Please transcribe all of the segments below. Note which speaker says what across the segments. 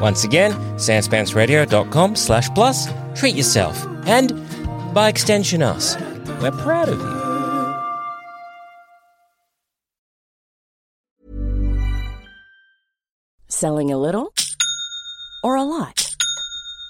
Speaker 1: Once again, sanspantsradio.com slash plus, treat yourself, and by extension us. We're proud of you.
Speaker 2: Selling a little or a lot?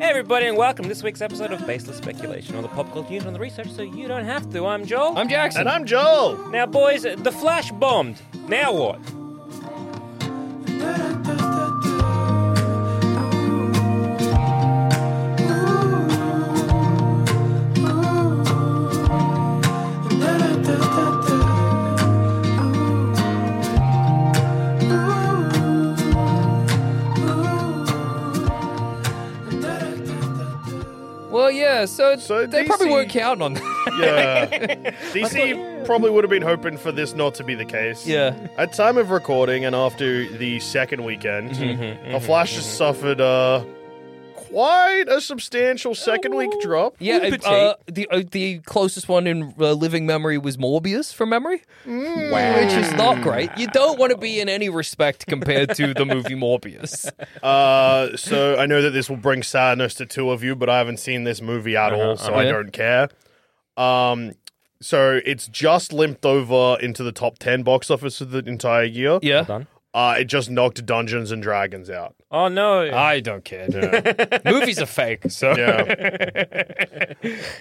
Speaker 1: Hey everybody and welcome to this week's episode of Baseless Speculation on the pop culture news on the research so you don't have to. I'm Joel.
Speaker 3: I'm Jackson.
Speaker 4: And I'm Joel.
Speaker 1: now boys, the flash bombed. Now what?
Speaker 3: well, yeah, so,
Speaker 4: So
Speaker 3: they probably
Speaker 4: DC
Speaker 3: weren't counting on that.
Speaker 4: Yeah. DC probably would have been hoping for this not to be the case.
Speaker 3: Yeah.
Speaker 4: At time of recording and after the second weekend,
Speaker 3: Mm-hmm,
Speaker 4: the Flash has suffered uh, quite a substantial second week drop.
Speaker 3: Yeah,
Speaker 1: Ooh, petite.
Speaker 3: uh, the uh, the closest one in uh, living memory was Morbius from memory, which is not great. You don't want to be in any respect compared to the movie Morbius.
Speaker 4: Uh, so I know that this will bring sadness to two of you, but I haven't seen this movie
Speaker 3: Uh-huh,
Speaker 4: at all, so I
Speaker 3: Yeah.
Speaker 4: don't care. Um, so it's just limped over into the top 10 box office of the entire year.
Speaker 3: Yeah,
Speaker 4: Uh, it just knocked Dungeons and Dragons out.
Speaker 1: Oh no.
Speaker 4: Uh,
Speaker 3: I don't care. Movies are fake, so
Speaker 4: Yeah.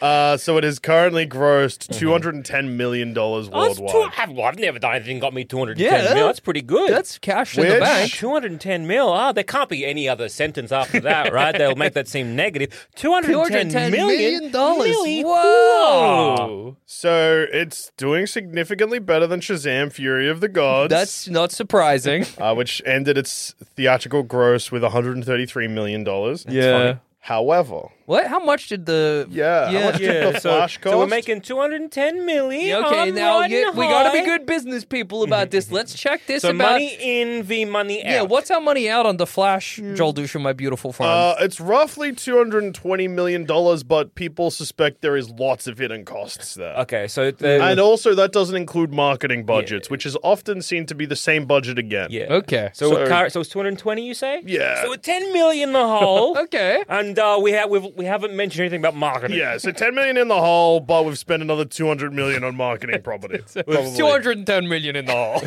Speaker 4: uh, so it has currently
Speaker 3: Mm-hmm.
Speaker 4: grossed two hundred and ten million dollars
Speaker 1: That's
Speaker 4: worldwide.
Speaker 1: tw- I've, I've never done anything got me 210
Speaker 3: Yeah, that-
Speaker 1: mil. That's pretty good.
Speaker 3: that's cash in the
Speaker 4: Which-
Speaker 3: bank.
Speaker 1: 210 mil. Ah, there can't be any other sentence after that, right? They'll make that seem negative. 210 million
Speaker 3: $210
Speaker 1: Ah.
Speaker 3: million dollars.
Speaker 1: Million? Whoa.
Speaker 3: Whoa.
Speaker 4: so it's doing significantly better than Shazam: Fury of the Gods,
Speaker 3: That's not surprising.
Speaker 4: uh, which ended its theatrical gross with one hundred and thirty-three million dollars.
Speaker 3: Yeah.
Speaker 4: However,
Speaker 3: What? How much did the?
Speaker 4: yeah,
Speaker 3: yeah.
Speaker 4: how much did the
Speaker 1: So,
Speaker 4: Flash cost?
Speaker 1: so we're making 210 million.
Speaker 3: Yeah, okay,
Speaker 1: I'm
Speaker 3: now
Speaker 1: riding
Speaker 3: you, we got to be
Speaker 1: high.
Speaker 3: good business people about this. Let's check this
Speaker 1: So
Speaker 3: about
Speaker 1: money in v money out.
Speaker 3: Yeah, what's our money out on the Flash, Joel Dusha, my beautiful friend?
Speaker 4: Uh, it's roughly two hundred and twenty million dollars, but people suspect there is lots of hidden costs there.
Speaker 1: Okay, so the,
Speaker 4: And also, that doesn't include marketing budgets, which is often seen to be the same budget again.
Speaker 1: yeah.
Speaker 3: okay.
Speaker 1: So
Speaker 4: So-
Speaker 1: we're car- so it's 220, you say?
Speaker 4: Yeah.
Speaker 1: So we're 10 million in the hole.
Speaker 3: okay.
Speaker 1: And uh, we have we've, we haven't mentioned anything about marketing.
Speaker 4: Yeah, so 10 million in the hole, but we've spent another 200 million on marketing property. probably.
Speaker 3: 210 million in the hole.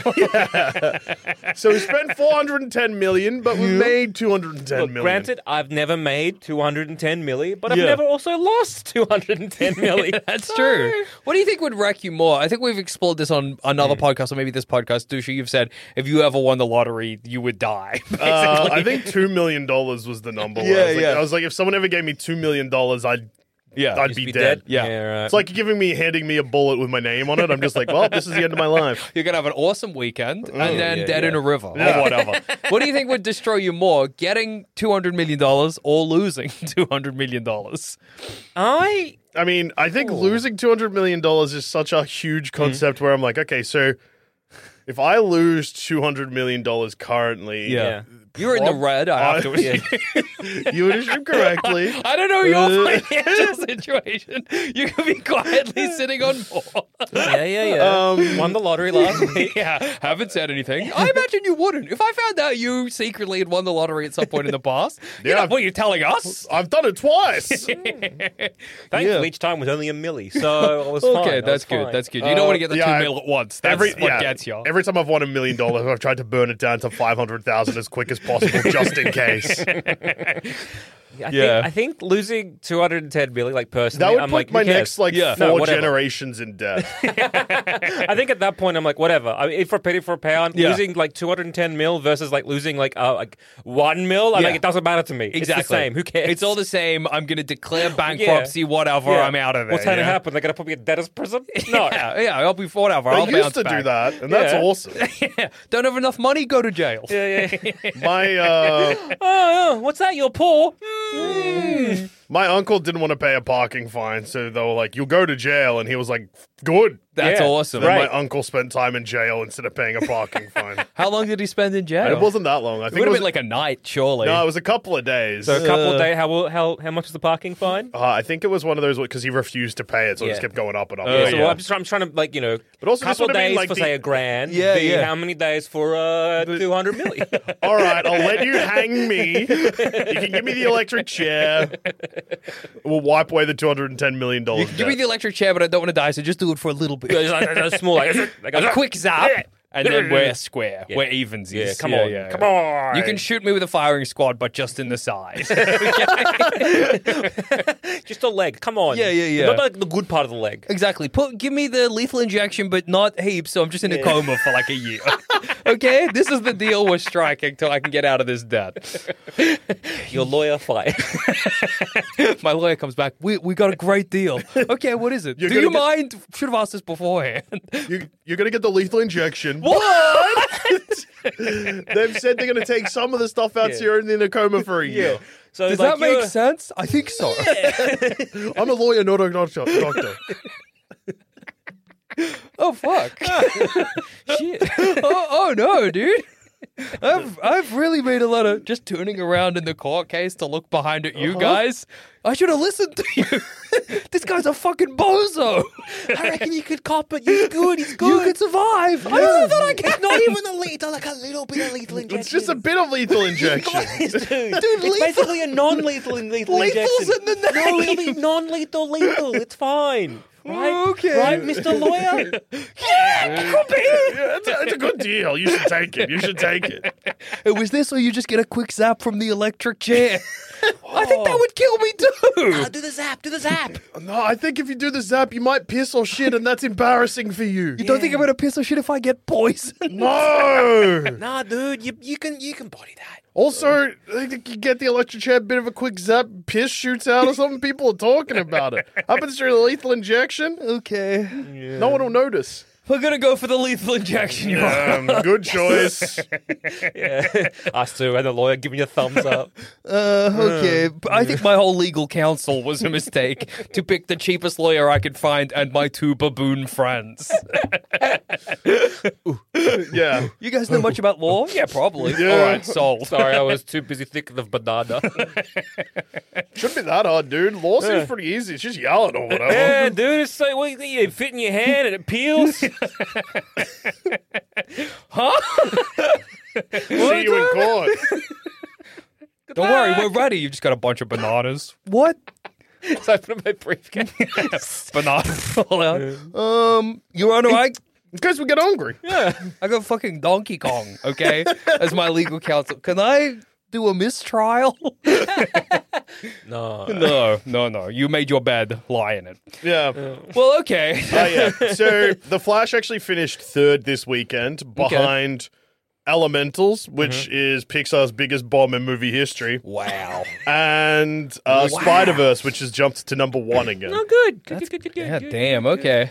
Speaker 4: So we spent 410 million, but we made 210
Speaker 1: Look,
Speaker 4: million.
Speaker 1: granted, I've never made 210 milli, but I've
Speaker 4: Yeah.
Speaker 1: never also lost 210 milli.
Speaker 3: That's true. What do you think would wreck you more? I think we've explored this on another
Speaker 5: Hmm.
Speaker 3: podcast, or maybe this podcast. Dusha, you've said if you ever won the lottery, you would die.
Speaker 4: Uh, I think $2 million was the number. where I, was
Speaker 3: Yeah,
Speaker 4: like,
Speaker 3: yeah.
Speaker 4: I was like, if someone ever gave me $2 million, I'd
Speaker 3: Yeah.
Speaker 4: I'd
Speaker 3: Just
Speaker 4: be,
Speaker 3: be
Speaker 4: dead.
Speaker 3: dead? Yeah.
Speaker 5: right.
Speaker 4: It's like giving me handing me a bullet with my name on it. I'm just like, well, this is the end of my life.
Speaker 3: You're gonna have an awesome weekend and then
Speaker 5: Oh, yeah,
Speaker 3: dead
Speaker 5: yeah.
Speaker 3: in a river
Speaker 4: Yeah,
Speaker 3: or
Speaker 4: whatever.
Speaker 3: what do you think would destroy you more, getting two hundred million dollars or losing two hundred million dollars?
Speaker 5: I
Speaker 4: I mean, I think losing two hundred million dollars is such a huge
Speaker 3: Hmm.
Speaker 4: concept where I'm like, okay, so if I lose two hundred million dollars currently,
Speaker 5: Yeah. Oh,
Speaker 3: You're in the
Speaker 4: Prob-
Speaker 3: red. I have
Speaker 4: Uh,
Speaker 3: to assume.
Speaker 4: you would assume correctly.
Speaker 3: I don't know
Speaker 5: Uh.
Speaker 3: your financial situation. You could be quietly sitting on more.
Speaker 5: yeah yeah yeah won the lottery last week.
Speaker 3: yeah, haven't said anything. I imagine you wouldn't. If I found out you secretly had won the lottery at some point in the past, yeah,
Speaker 4: Yeah.
Speaker 3: what you're telling us.
Speaker 4: I've done it twice.
Speaker 5: Thankfully, each time was only a milli, so I was fine. I
Speaker 3: Okay,
Speaker 5: was
Speaker 3: that's good.
Speaker 5: fine.
Speaker 3: That's good. You don't
Speaker 4: Uh,
Speaker 3: want to get the
Speaker 4: yeah, I-
Speaker 3: two mil at once. That's
Speaker 4: every,
Speaker 3: what
Speaker 4: yeah,
Speaker 3: gets you.
Speaker 4: every time I've won a million dollars, I've tried to burn it down to five hundred thousand as quick as possible, just in case.
Speaker 5: I
Speaker 3: Yeah.
Speaker 5: think, I think losing 210 million, like personally,
Speaker 4: That would
Speaker 5: I'm
Speaker 4: put
Speaker 5: like,
Speaker 4: my
Speaker 5: who cares?
Speaker 4: next like
Speaker 3: Yeah.
Speaker 5: No,
Speaker 4: four
Speaker 5: whatever.
Speaker 4: generations in debt.
Speaker 5: I think at that point I'm like, whatever. I mean, for penny for a pound,
Speaker 3: Yeah.
Speaker 5: losing like 210 mil versus like losing like uh, like one mil, I'm
Speaker 3: Yeah.
Speaker 5: like, it doesn't matter to me.
Speaker 3: Exactly.
Speaker 5: It's the same. Who cares?
Speaker 3: It's all the same. I'm going to declare bankruptcy, whatever.
Speaker 5: Yeah.
Speaker 3: I'm out of it.
Speaker 5: What's going to
Speaker 3: yeah.
Speaker 5: happen? They're going to put me in debtor's prison? No.
Speaker 3: Yeah, yeah, I'll be whatever. I'll
Speaker 4: I
Speaker 3: bounce
Speaker 4: used to do
Speaker 3: back.
Speaker 4: that, and that's
Speaker 5: Yeah.
Speaker 4: awesome.
Speaker 3: Yeah. Don't have enough money, go to jail.
Speaker 5: Yeah, yeah.
Speaker 4: My uh,
Speaker 5: oh, oh, what's that? You're poor.
Speaker 4: my uncle didn't want to pay a parking fine, so they were like, "You'll go to jail," and he was like, "Good."
Speaker 3: That's
Speaker 5: Yeah.
Speaker 3: awesome.
Speaker 4: Then
Speaker 5: Right.
Speaker 4: my uncle spent time in jail instead of paying a parking fine.
Speaker 3: How long did he spend in
Speaker 4: And
Speaker 3: jail?
Speaker 4: it wasn't that long. I
Speaker 3: It
Speaker 4: think
Speaker 3: would
Speaker 4: it
Speaker 3: have
Speaker 4: was
Speaker 3: been like a night, surely.
Speaker 4: no, it was a couple of days.
Speaker 5: So a couple
Speaker 3: Uh.
Speaker 5: of days, how, how, how much was the parking fine?
Speaker 4: uh, I think it was one of those because he refused to pay it, so it just
Speaker 5: Yeah.
Speaker 4: kept going up and up.
Speaker 5: Yeah,
Speaker 4: and
Speaker 5: so
Speaker 4: up.
Speaker 5: I'm just I'm trying to like you know,
Speaker 4: But also this
Speaker 5: couple
Speaker 4: would have been,
Speaker 5: days
Speaker 4: like,
Speaker 5: for
Speaker 4: the-
Speaker 5: say a grand.
Speaker 3: Yeah,
Speaker 5: the
Speaker 3: yeah.
Speaker 5: How many days for uh, two hundred million?
Speaker 4: All right, I'll let you hang me. You can give me the electric chair. We'll wipe away the two hundred and ten million dollars.
Speaker 3: Give me the electric chair, but I don't want to die, so just do it for a little bit.
Speaker 5: It's like- it's small, like, like
Speaker 3: a quick zap, and then
Speaker 5: Yeah.
Speaker 3: we're square.
Speaker 5: Yeah.
Speaker 3: We're evens.
Speaker 5: Yeah, come on, come on.
Speaker 3: You can shoot me with a firing squad, but just in the side.
Speaker 5: just a leg. Come on.
Speaker 3: Yeah, yeah, yeah.
Speaker 5: Not like the good part of the leg.
Speaker 3: exactly. Put give me the lethal injection, but not heaps. So I'm just in a coma for like a year. okay, this is the deal we're striking till I can get out of this debt.
Speaker 5: Your lawyer fight.
Speaker 3: My lawyer comes back. We we got a great deal. Okay, what is it?
Speaker 4: You're
Speaker 3: do you
Speaker 4: gonna
Speaker 3: mind? Should have asked this beforehand.
Speaker 4: You, you're going to get the lethal injection.
Speaker 3: What?
Speaker 4: They've said they're going to take some of the stuff out so you're in a coma for a year.
Speaker 5: So
Speaker 3: Does
Speaker 5: like,
Speaker 3: that make
Speaker 5: you're-
Speaker 3: sense? I think so.
Speaker 4: I'm a lawyer, not a doctor. doctor.
Speaker 3: Oh fuck! Shit! Oh, oh no, dude! I've I've really made a lot of just turning around in the court case to look behind at you guys. I should have listened to you. this guy's a fucking bozo. I reckon you could cop it. He's good. He's good. You could survive. I don't know that I can. Not even a lethal, like a little bit of lethal
Speaker 4: It's just a bit of lethal injection.
Speaker 5: Dude,
Speaker 3: lethal-
Speaker 5: it's basically a non-lethal lethal
Speaker 3: Lethal's
Speaker 5: injection.
Speaker 3: in the name.
Speaker 5: No, it'll be non-lethal lethal. It's fine. Right?
Speaker 3: Okay.
Speaker 5: Right, Mr. Lawyer?
Speaker 4: Yeah, it's, a, it's a good deal. You should take it. You should take it.
Speaker 3: It was this, or you just get a quick zap from the electric chair. I think that would kill me too.
Speaker 5: do the zap, do the zap.
Speaker 4: No, I think if you do the zap, you might piss or shit, and that's embarrassing for you.
Speaker 3: You don't think I'm gonna piss or shit if I get poisoned?
Speaker 4: No.
Speaker 5: Nah, dude, you, you can you can body that.
Speaker 4: Also, I think you get the electric chair, bit of a quick zap, piss shoots out or something. People are talking about it. Happens during the lethal injection.
Speaker 3: Okay.
Speaker 4: No one will notice.
Speaker 3: We're gonna go for the lethal injection. Your Honor.
Speaker 4: Um, good choice.
Speaker 5: Us two and the lawyer giving you thumbs up.
Speaker 3: Uh, okay. But I think my whole legal counsel was a mistake to pick the cheapest lawyer I could find and my two baboon friends.
Speaker 4: Yeah.
Speaker 3: You guys know much about law? Yeah, probably. All right, sold.
Speaker 5: Sorry, I was too busy thinking of banana.
Speaker 4: Shouldn't be that hard, dude. Law seems pretty easy. It's just yelling or whatever.
Speaker 5: yeah, dude, it's so what, you fit in your hand and it peels.
Speaker 4: See you in court.
Speaker 3: Don't worry, we're ready. You just got a bunch of bananas. What?
Speaker 5: so I put it in my briefcase.
Speaker 3: Bananas all out. Um, Your Honor, I,
Speaker 4: In case we get hungry.
Speaker 3: I got fucking Donkey Kong, okay, as my legal counsel. Can I do a mistrial?
Speaker 5: no.
Speaker 3: no, no, no. You made your bed. Lie in it.
Speaker 4: Yeah.
Speaker 3: Well, okay.
Speaker 4: Oh, yeah. So the Flash actually finished third this weekend behind Elementals, which is Pixar's biggest bomb in movie history,
Speaker 5: Wow.
Speaker 4: and uh, Spider Verse, which has jumped to number one again.
Speaker 5: Oh, good. Good, good, good, good,
Speaker 3: Yeah,
Speaker 5: good. good.
Speaker 3: damn. Okay.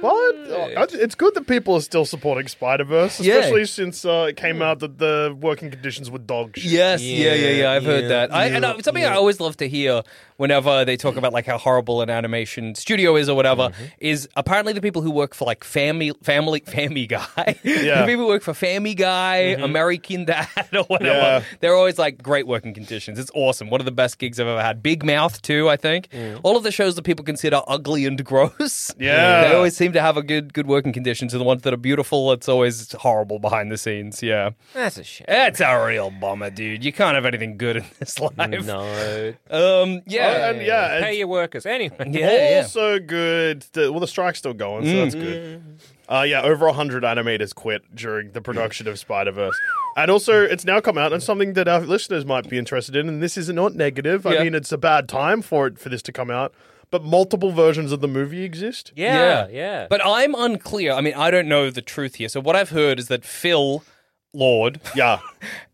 Speaker 4: But uh, it's good that people are still supporting Spider Verse,
Speaker 3: Yeah.
Speaker 4: especially since uh, it came out that the working conditions were dog shit.
Speaker 3: Yes, yeah, yeah, yeah. I've
Speaker 5: Yeah,
Speaker 3: heard that. I, and
Speaker 5: yeah,
Speaker 3: uh, something I always love to hear whenever they talk about like how horrible an animation studio is or whatever is apparently the people who work for like Family Family Family Guy,
Speaker 4: Yeah.
Speaker 3: the people who work for Family Guy, American Dad or whatever.
Speaker 4: Yeah.
Speaker 3: They're always like great working conditions. It's awesome. One of the best gigs I've ever had. Big Mouth too, I think. All of the shows that people consider ugly and gross.
Speaker 4: Yeah.
Speaker 3: they always seem to have a good good working conditions. And the ones that are beautiful, it's always horrible behind the scenes. Yeah.
Speaker 5: That's a shame.
Speaker 3: That's a real bummer, dude. You can't have anything good in this life.
Speaker 5: No.
Speaker 3: Um,
Speaker 4: Uh,
Speaker 3: yeah.
Speaker 4: and yeah, it's
Speaker 5: Pay your workers. Anyway.
Speaker 3: yeah, Mm.
Speaker 4: also good. that- well, the strike's still going, so that's good. Uh, yeah, over 100 animators quit during the production of Spider Verse. And also, it's now come out, and something that our listeners might be interested in. And this is not negative. I
Speaker 3: Yeah.
Speaker 4: mean, it's a bad time for it for this to come out, but multiple versions of the movie exist.
Speaker 5: Yeah. Yeah.
Speaker 3: But I'm unclear. I mean, I don't know the truth here. So what I've heard is that Phil Lord
Speaker 4: Yeah,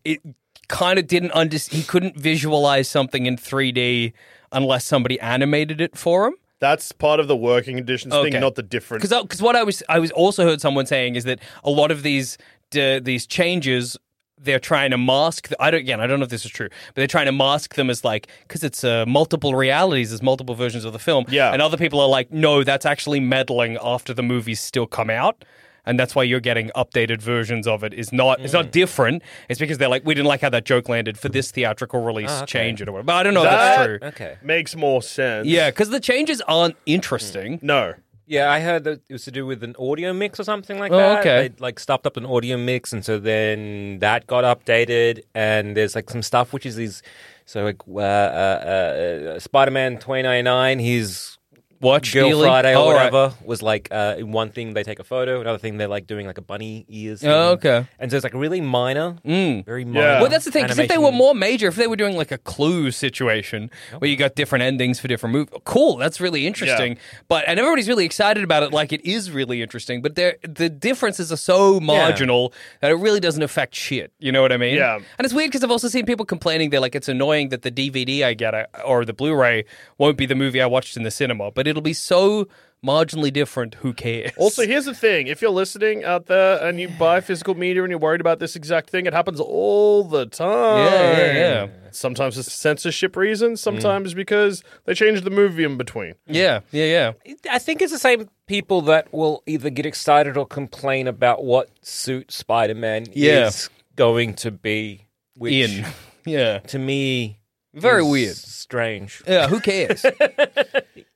Speaker 3: it kind of didn't under he couldn't visualize something in 3D unless somebody animated it for him.
Speaker 4: that's part of the working conditions
Speaker 3: Okay.
Speaker 4: thing, not the different.
Speaker 3: Because because what I was I was also heard someone saying is that a lot of these d- these changes they're trying to mask. The, I don't again I don't know if this is true, but they're trying to mask them as like because it's uh, multiple realities, there's multiple versions of the film.
Speaker 4: Yeah.
Speaker 3: and other people are like, no, that's actually meddling after the movies still come out. And that's why you're getting updated versions of it. Is not it's not
Speaker 4: Hmm.
Speaker 3: different. It's because they're like we didn't like how that joke landed for this theatrical release. Change it or whatever. But I don't know if that's
Speaker 4: Ah, That-
Speaker 3: true.
Speaker 5: Okay.
Speaker 4: Makes more sense.
Speaker 3: Yeah, because the changes aren't interesting.
Speaker 4: No.
Speaker 5: Yeah, I heard that it was to do with an audio mix or something like
Speaker 3: Oh,
Speaker 5: that.
Speaker 3: okay.
Speaker 5: They like stopped up an audio mix, and so then that got updated. And there's like some stuff which is these, so like uh, uh, uh, Spider-Man 2099, his
Speaker 3: Watch
Speaker 5: Girl
Speaker 3: Dealing-
Speaker 5: Friday or
Speaker 3: All Oh, right.
Speaker 5: whatever was like uh, in one thing they take a photo, another thing they're like doing like a bunny ears.
Speaker 3: Oh,
Speaker 5: thing.
Speaker 3: okay. Mm.
Speaker 5: And so it's like really minor, very minor.
Speaker 4: Yeah.
Speaker 3: Well, that's the thing. 'cause if they were
Speaker 5: Oh, animation.
Speaker 3: more major, if they were doing like a clue situation where you got different endings for different movies, cool. That's really interesting. But and everybody's really excited about it, like it is really interesting. But there, the differences are so marginal that it really doesn't affect shit. You know what I mean?
Speaker 4: Yeah.
Speaker 3: And it's weird because I've also seen people complaining they're like, it's annoying that the DVD I get uh, or the Blu-ray won't be the movie I watched in the cinema, but it'll be so marginally different. Who cares?
Speaker 4: Also, here's the thing: if you're listening out there and you buy physical media and you're worried about this exact thing, it happens all the time.
Speaker 3: Yeah, yeah, yeah.
Speaker 4: Sometimes it's censorship reasons. Sometimes because they changed the movie in between.
Speaker 3: yeah, yeah, yeah.
Speaker 5: I think it's the same people that will either get excited or complain about what suit Spider Man
Speaker 3: Yeah.
Speaker 5: is going to be. Which
Speaker 3: In. Yeah.
Speaker 5: to me,
Speaker 3: Very
Speaker 5: is
Speaker 3: weird.
Speaker 5: strange.
Speaker 3: Yeah, who cares?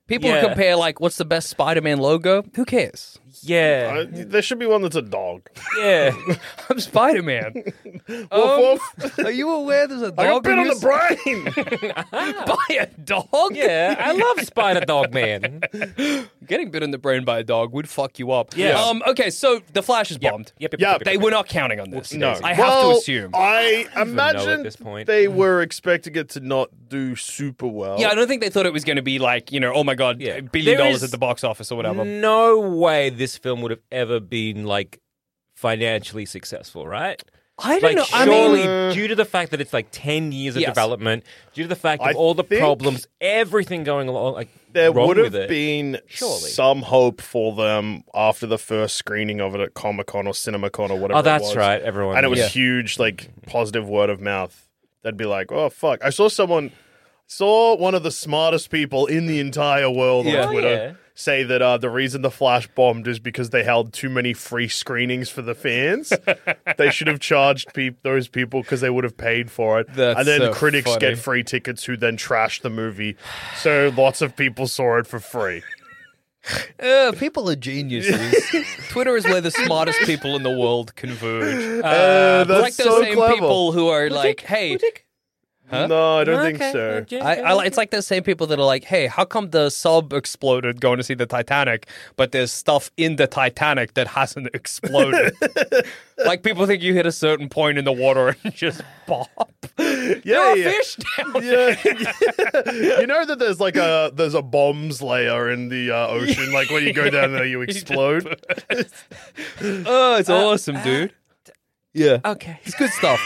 Speaker 3: People
Speaker 5: Yeah.
Speaker 3: compare like what's the best Spider-Man logo? Who cares?
Speaker 5: Yeah,
Speaker 4: Uh, there should be one that's a dog.
Speaker 5: yeah.
Speaker 3: I'm Spider-Man. Um,
Speaker 4: Woof, woof.
Speaker 3: Are you aware there's a dog?
Speaker 4: I got bit
Speaker 3: in
Speaker 4: on
Speaker 3: your
Speaker 4: the brain.
Speaker 3: s- by a dog?
Speaker 5: Yeah, I love Spider Dog Man.
Speaker 3: Getting bit in the brain by a dog would fuck you up.
Speaker 4: Yeah.
Speaker 3: Um. Okay. So the Flash is bombed.
Speaker 5: Yep, yep,
Speaker 4: Yeah,
Speaker 5: yep, yep,
Speaker 3: They
Speaker 5: yep.
Speaker 3: were not counting on this.
Speaker 4: no,
Speaker 3: I have
Speaker 4: Well,
Speaker 3: to assume.
Speaker 5: uh,
Speaker 4: I
Speaker 5: know at
Speaker 4: imagine
Speaker 5: this point.
Speaker 4: they were expecting it to not do super well.
Speaker 3: yeah, I don't think they thought it was going to be like you know, oh my god,
Speaker 5: Yeah.
Speaker 3: a billion
Speaker 5: There
Speaker 3: dollars
Speaker 5: is- Mm,
Speaker 3: at the box office or whatever.
Speaker 5: No way this film would have ever been like financially successful, right?
Speaker 3: I
Speaker 5: Like
Speaker 3: don't know. I
Speaker 5: surely,
Speaker 3: mean,
Speaker 5: due to the fact that it's like ten years of
Speaker 3: Yes.
Speaker 5: development, due to the fact of
Speaker 4: I
Speaker 5: all the
Speaker 4: think-
Speaker 5: problems, everything going along, like
Speaker 4: there
Speaker 5: wrong
Speaker 4: would have
Speaker 5: with it.
Speaker 4: been
Speaker 5: Surely.
Speaker 4: some hope for them after the first screening of it at Comic Con or CinemaCon or whatever.
Speaker 5: Oh,
Speaker 4: it
Speaker 5: that's
Speaker 4: was.
Speaker 5: right, everyone.
Speaker 4: and it was
Speaker 5: Yeah.
Speaker 4: huge, like positive word of mouth. They'd be like, "Oh fuck!" I saw someone, saw one of the smartest people in the entire world
Speaker 3: Yeah.
Speaker 4: on
Speaker 3: Oh,
Speaker 4: Twitter
Speaker 5: yeah.
Speaker 4: say that uh, the reason the Flash bombed is because they held too many free screenings for the fans. they should have charged peop those people because they would have paid for it,
Speaker 3: That's
Speaker 4: and then
Speaker 3: so
Speaker 4: critics
Speaker 3: funny.
Speaker 4: get free tickets who then trash the movie. So lots of people saw it for free.
Speaker 3: uh, people are geniuses. Twitter is where the smartest people in the world converge. Uh,
Speaker 4: that's
Speaker 3: like those
Speaker 4: so
Speaker 3: same
Speaker 4: clever.
Speaker 3: people who are like, hey,
Speaker 4: No, I don't think so.
Speaker 3: I, I, li- it's like those same people that are like, hey, how come the sub exploded going to see the Titanic, but there's stuff in the Titanic that hasn't exploded? like people think you hit a certain point in the water and just pop. there
Speaker 4: Yeah,
Speaker 3: are
Speaker 4: yeah.
Speaker 3: fish down there.
Speaker 4: Yeah, you know that there's like a there's a bombs layer in the uh, ocean. Like when you go down there, you explode.
Speaker 3: Oh, it's awesome, dude. Yeah.
Speaker 5: Okay.
Speaker 3: Uh, It's good stuff.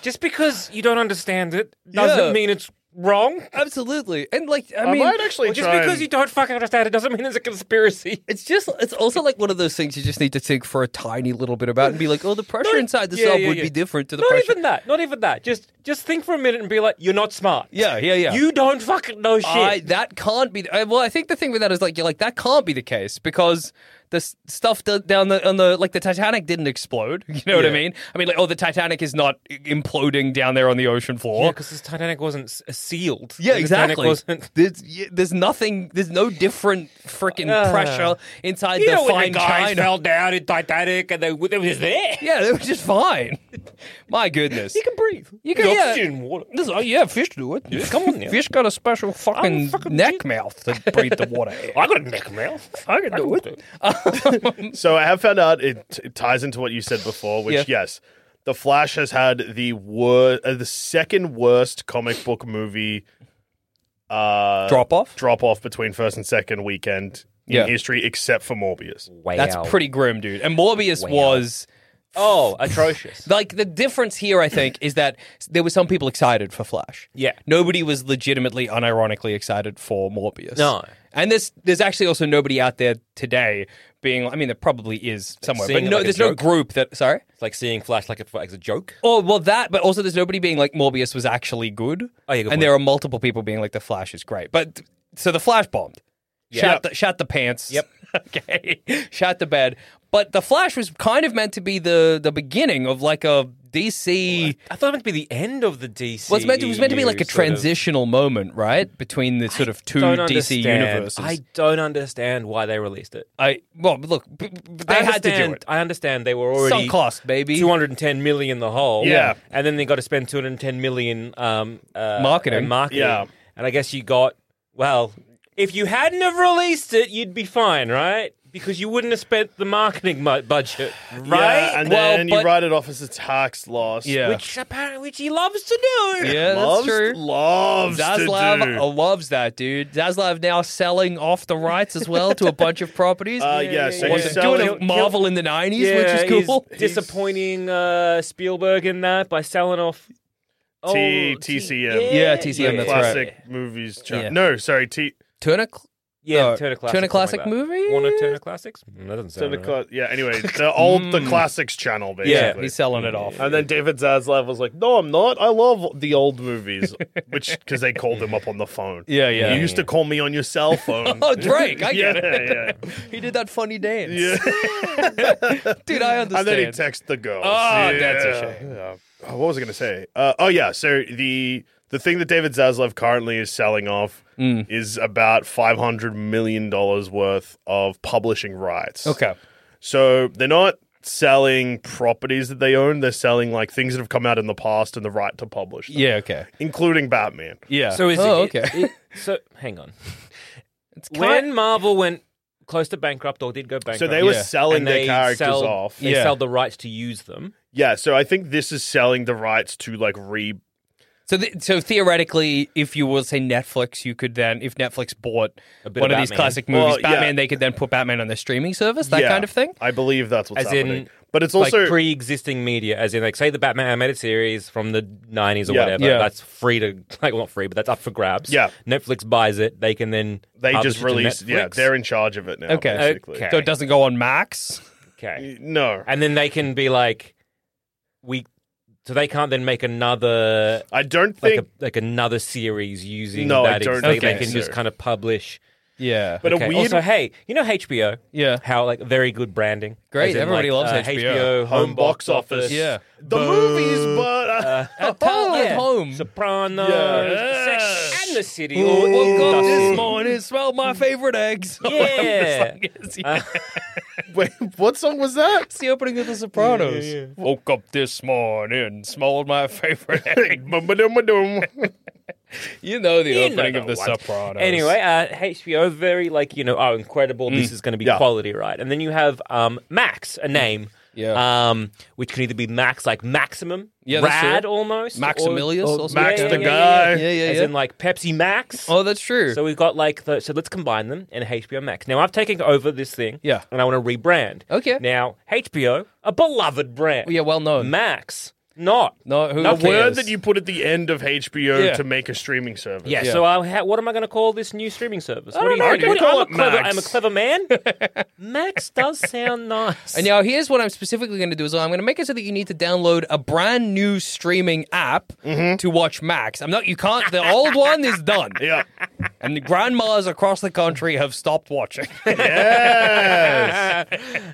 Speaker 5: Just because you don't understand it doesn't
Speaker 3: Yeah.
Speaker 5: mean it's wrong.
Speaker 3: Absolutely. And like I
Speaker 4: I
Speaker 3: mean
Speaker 4: might actually
Speaker 5: Just
Speaker 4: try
Speaker 5: because
Speaker 4: and-
Speaker 5: you don't fucking understand it doesn't mean it's a conspiracy.
Speaker 3: it's just it's also like one of those things you just need to think for a tiny little bit about and be like, oh, the pressure
Speaker 5: Not-
Speaker 3: inside the
Speaker 5: yeah,
Speaker 3: cell
Speaker 5: yeah,
Speaker 3: would
Speaker 5: yeah.
Speaker 3: be different to the
Speaker 5: Not
Speaker 3: pressure.
Speaker 5: even that. Not even that. Just just think for a minute and be like, you're not smart.
Speaker 3: Yeah, yeah, yeah.
Speaker 5: You don't fucking know shit.
Speaker 3: I, that can't be. I, well, I think the thing with that is like you're like that can't be the case because the s- stuff d- down the on the like the Titanic didn't explode. You know what I mean? I mean, like oh, the Titanic is not i- imploding down there on the ocean
Speaker 5: Yeah,
Speaker 3: floor.
Speaker 5: because this Titanic wasn't s- uh, sealed.
Speaker 3: Yeah,
Speaker 5: The
Speaker 3: exactly.
Speaker 5: Titanic wasn't.
Speaker 3: There's, y- there's nothing. There's no different freaking
Speaker 5: Ah.
Speaker 3: pressure inside
Speaker 5: You
Speaker 3: the
Speaker 5: know when
Speaker 3: fine
Speaker 5: the guys
Speaker 3: china.
Speaker 5: fell down in Titanic and they, they were just there.
Speaker 3: yeah, they were just fine. My goodness.
Speaker 5: You can breathe.
Speaker 3: You can-
Speaker 5: There's
Speaker 3: yeah.
Speaker 5: oxygen in water.
Speaker 3: This- oh yeah, fish do it.
Speaker 5: come on, yeah.
Speaker 3: Fish got a special fucking,
Speaker 5: fucking
Speaker 3: neck
Speaker 5: jig-
Speaker 3: mouth to breathe the water. in.
Speaker 5: I got a neck mouth. I can do it.
Speaker 4: So I have found out it, it ties into what you said before, which
Speaker 3: Yeah.
Speaker 4: yes, the Flash has had the wor- uh, the second worst comic book movie uh,
Speaker 3: Drop off.
Speaker 4: drop off between first and second weekend in
Speaker 3: Yeah.
Speaker 4: history, except for Morbius.
Speaker 5: Wow.
Speaker 3: That's pretty grim, dude. And Morbius was
Speaker 5: Oh, atrocious.
Speaker 3: like the difference here. I think is that there were some people excited for Flash.
Speaker 5: Yeah.
Speaker 3: nobody was legitimately, unironically excited for Morbius.
Speaker 5: No.
Speaker 3: and there's there's actually also nobody out there today being. I mean, there probably is somewhere,
Speaker 5: Seeing
Speaker 3: but
Speaker 5: it
Speaker 3: no,
Speaker 5: like a
Speaker 3: there's no
Speaker 5: joke.
Speaker 3: group that. Sorry.
Speaker 5: It's like seeing Flash like a, like a joke.
Speaker 3: Oh well, that, but also there's nobody being like Morbius was actually good.
Speaker 5: Oh, yeah, good
Speaker 3: and
Speaker 5: point.
Speaker 3: there are multiple people being like the Flash is great, but so the Flash bombed. Shot, the, shot the pants.
Speaker 5: Yep.
Speaker 3: okay. Shot the bed. But the Flash was kind of meant to be the the beginning of like a DC.
Speaker 5: I thought it meant to be the end of the DC.
Speaker 3: Well, it's meant to, it was meant to be like a transitional moment, right, between the sort of two
Speaker 5: Don't
Speaker 3: DC
Speaker 5: understand.
Speaker 3: universes.
Speaker 5: I don't understand why they released it.
Speaker 3: I well, look, b- b- they
Speaker 5: I
Speaker 3: had to do
Speaker 5: understand-
Speaker 3: it.
Speaker 5: I understand they were
Speaker 3: Some
Speaker 5: already
Speaker 3: cost, baby.
Speaker 5: 210 million in the hole.
Speaker 4: Yeah.
Speaker 5: And then they got to spend 210 million um, uh,
Speaker 3: Marketing.
Speaker 5: in marketing.
Speaker 4: Yeah.
Speaker 5: And I guess you got, well, if you hadn't have released it, you'd be fine, right? Because you wouldn't have spent the marketing mu- budget, right?
Speaker 4: Yeah, and
Speaker 3: Well,
Speaker 4: then
Speaker 3: but-
Speaker 4: you write it off as a tax loss.
Speaker 3: Yeah.
Speaker 5: which apparently which he loves to do.
Speaker 3: yeah,
Speaker 4: loves,
Speaker 3: that's true.
Speaker 4: loves to
Speaker 3: Zaslav
Speaker 4: do.
Speaker 3: uh, loves that dude. Zaslav now selling off the rights as well to a bunch of properties.
Speaker 4: Uh, yeah, so
Speaker 3: Was
Speaker 4: he's
Speaker 3: it doing
Speaker 4: selling-
Speaker 3: a Marvel in the nineties,
Speaker 5: Yeah,
Speaker 3: which is cool.
Speaker 5: He's disappointing uh, Spielberg in that by selling off oh,
Speaker 4: T- TCM.
Speaker 3: Yeah, TCM, that's right.
Speaker 4: classic movies. Chart.
Speaker 3: Yeah.
Speaker 4: No, sorry, T.
Speaker 3: Turner, Cl-
Speaker 5: Yeah,
Speaker 3: No,
Speaker 5: Turner Classic.
Speaker 3: Oh, Turner
Speaker 5: something
Speaker 3: Classic
Speaker 5: like that.
Speaker 3: movie?
Speaker 5: Warner Turner Classics? Mm, That doesn't
Speaker 4: So
Speaker 5: sound
Speaker 4: the
Speaker 5: right.
Speaker 4: cla- yeah. Anyway, the old the classics channel basically.
Speaker 3: Hmm. yeah, he's selling it off.
Speaker 4: And then David Zaslav was like, "No, I'm not. I love the old movies," which because they called him up on the phone.
Speaker 3: Yeah, yeah.
Speaker 4: You used to call me on your cell phone.
Speaker 3: Oh, Drake, I
Speaker 4: yeah,
Speaker 3: get it.
Speaker 4: yeah,
Speaker 3: He did that funny dance,
Speaker 4: yeah.
Speaker 3: dude. I understand.
Speaker 4: and then he texted the girls.
Speaker 3: Ah,
Speaker 4: yeah.
Speaker 3: that's a shame.
Speaker 4: Yeah. Oh, what was I going to say? Uh, oh yeah, so the the thing that David Zaslav currently is selling off
Speaker 3: Hmm.
Speaker 4: is about five hundred million dollars worth of publishing rights.
Speaker 3: okay,
Speaker 4: So they're not selling properties that they own; they're selling like things that have come out in the past and the right to publish, them,
Speaker 3: yeah, okay,
Speaker 4: including Batman.
Speaker 3: yeah.
Speaker 5: So is
Speaker 3: oh,
Speaker 5: it,
Speaker 3: okay.
Speaker 5: it- so hang on.
Speaker 3: It's kind-
Speaker 5: When Marvel went close to bankrupt or did go bankrupt,
Speaker 4: So they were
Speaker 3: Yeah.
Speaker 4: selling
Speaker 5: and
Speaker 4: their
Speaker 5: they
Speaker 4: characters
Speaker 5: sell-
Speaker 4: off.
Speaker 5: They
Speaker 3: Yeah.
Speaker 5: sell the rights to use them.
Speaker 4: Yeah, so I think this is selling the rights to like re.
Speaker 3: So, th- so theoretically, if you will say Netflix, you could then, if Netflix bought
Speaker 5: A
Speaker 3: one
Speaker 5: bit
Speaker 3: of
Speaker 5: of
Speaker 3: these
Speaker 5: Batman.
Speaker 3: classic movies,
Speaker 4: Well, yeah.
Speaker 3: Batman, they could then put Batman on their streaming service, that
Speaker 4: Yeah,
Speaker 3: kind of thing.
Speaker 4: I believe that's what's
Speaker 5: As in,
Speaker 4: happening. But it's also
Speaker 5: like pre-existing media, as in like say the Batman animated series from the '90s or
Speaker 4: Yeah.
Speaker 5: whatever.
Speaker 3: Yeah.
Speaker 5: That's free to like well, not free, but that's up for grabs.
Speaker 4: Yeah.
Speaker 5: Netflix buys it. They can then
Speaker 4: they
Speaker 5: publish
Speaker 4: just
Speaker 5: it to
Speaker 4: released. Yeah,
Speaker 5: Netflix.
Speaker 4: they're in charge of it now.
Speaker 3: Okay.
Speaker 4: basically.
Speaker 5: Okay.
Speaker 3: So it doesn't go on Max.
Speaker 5: okay,
Speaker 4: No,
Speaker 5: and then they can be like, we. So they can't then make another
Speaker 4: I don't
Speaker 5: like
Speaker 4: think.
Speaker 5: a, like another series using
Speaker 4: No, I
Speaker 5: that. ex-
Speaker 4: don't
Speaker 3: think
Speaker 5: they, they can
Speaker 4: so.
Speaker 5: just kind of publish.
Speaker 3: Yeah.
Speaker 4: but
Speaker 5: Okay.
Speaker 4: a weird.
Speaker 5: Also, hey, you know HBO?
Speaker 3: Yeah.
Speaker 5: How like very good branding.
Speaker 3: Great,
Speaker 5: As in,
Speaker 3: everybody
Speaker 5: like,
Speaker 3: loves
Speaker 5: uh,
Speaker 3: HBO.
Speaker 5: home box office.
Speaker 3: Yeah.
Speaker 4: the movies, but uh,
Speaker 3: At, home.
Speaker 5: yeah.
Speaker 3: at home.
Speaker 5: Sopranos,
Speaker 4: Yeah.
Speaker 5: Sex and the City.
Speaker 3: Woke
Speaker 5: all
Speaker 3: up
Speaker 5: dusted.
Speaker 3: this morning, smelled my favorite eggs.
Speaker 5: Yeah.
Speaker 3: It's like-
Speaker 5: uh.
Speaker 3: it's-
Speaker 4: wait, what song was that?
Speaker 3: it's the opening of The Sopranos. Woke up this morning, smelled my favorite egg. You know the
Speaker 5: You know
Speaker 3: opening
Speaker 5: the
Speaker 3: of The
Speaker 5: one.
Speaker 3: Sopranos.
Speaker 5: Anyway, uh, HBO
Speaker 3: Mm.
Speaker 5: very like you know, oh incredible, this is going to be
Speaker 4: Yeah.
Speaker 5: quality, right? And then you have um, Max, a name
Speaker 3: Yeah.
Speaker 5: Um, which can either be max, like maximum,
Speaker 3: Yeah, that's
Speaker 5: rad
Speaker 3: it.
Speaker 5: almost. or-
Speaker 3: Maximilius
Speaker 5: or-
Speaker 3: or something
Speaker 4: Max
Speaker 3: like
Speaker 4: the
Speaker 3: that.
Speaker 4: guy.
Speaker 3: Yeah, yeah,
Speaker 5: As
Speaker 3: yeah.
Speaker 5: in like Pepsi Max.
Speaker 3: Oh, that's true.
Speaker 5: So we've got like the so let's combine them and HBO Max. Now I've taken over this thing,
Speaker 3: Yeah.
Speaker 5: and I want to rebrand.
Speaker 3: Okay.
Speaker 5: Now HBO, a beloved brand,
Speaker 3: yeah, well known.
Speaker 5: Max, not
Speaker 3: no, who
Speaker 5: The
Speaker 4: A word
Speaker 3: cares?
Speaker 4: that you put at the end of HBO
Speaker 3: Yeah.
Speaker 4: to make a streaming service.
Speaker 5: Yeah,
Speaker 3: Yeah. Oh,
Speaker 5: So I, ha- what am I going to call this new streaming service? What do you
Speaker 4: know.
Speaker 5: think?
Speaker 4: You
Speaker 5: What-
Speaker 4: can call
Speaker 5: I'm,
Speaker 4: it
Speaker 5: a clever,
Speaker 4: Max.
Speaker 5: I'm a clever man. Max does sound nice.
Speaker 3: And now here's what I'm specifically going to do is I'm going to make it so that you need to download a brand new streaming app to watch Max. I'm not you can't the old one is done.
Speaker 4: Yeah.
Speaker 3: And the grandmas across the country have stopped watching.
Speaker 4: Yes.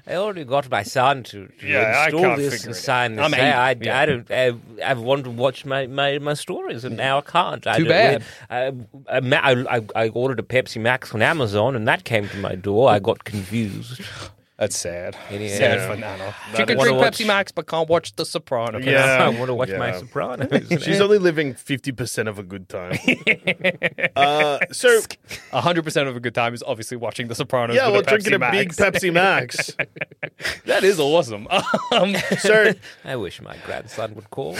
Speaker 5: I already got my son to, to
Speaker 4: Yeah, I
Speaker 5: install
Speaker 4: can't
Speaker 5: this
Speaker 4: figure
Speaker 5: and
Speaker 4: it out.
Speaker 5: sign this.
Speaker 3: I'm
Speaker 5: Hey, I,
Speaker 3: angry.
Speaker 5: I don't. I, I want to watch my, my, my stories, and now I can't. I
Speaker 3: Too
Speaker 5: don't-
Speaker 3: bad.
Speaker 5: I, I, ma- I, I- I ordered a Pepsi Max on Amazon, and that came to my door. I got confused.
Speaker 3: That's sad.
Speaker 5: Sad
Speaker 4: for
Speaker 3: Nano. She can
Speaker 4: is-
Speaker 3: drink
Speaker 5: Wanna watch-
Speaker 3: Pepsi Max but can't watch The Sopranos.
Speaker 4: Yeah.
Speaker 5: I want to watch my
Speaker 4: Yeah.
Speaker 5: Sopranos.
Speaker 4: She's only living 50% of a good time. uh, so,
Speaker 3: 100% of a good time is obviously watching The Sopranos
Speaker 4: yeah,
Speaker 3: with
Speaker 4: well,
Speaker 3: a Pepsi
Speaker 4: drinking a
Speaker 3: Max.
Speaker 4: big Pepsi Max.
Speaker 3: That is awesome. Um,
Speaker 4: So,
Speaker 5: I wish my grandson would call.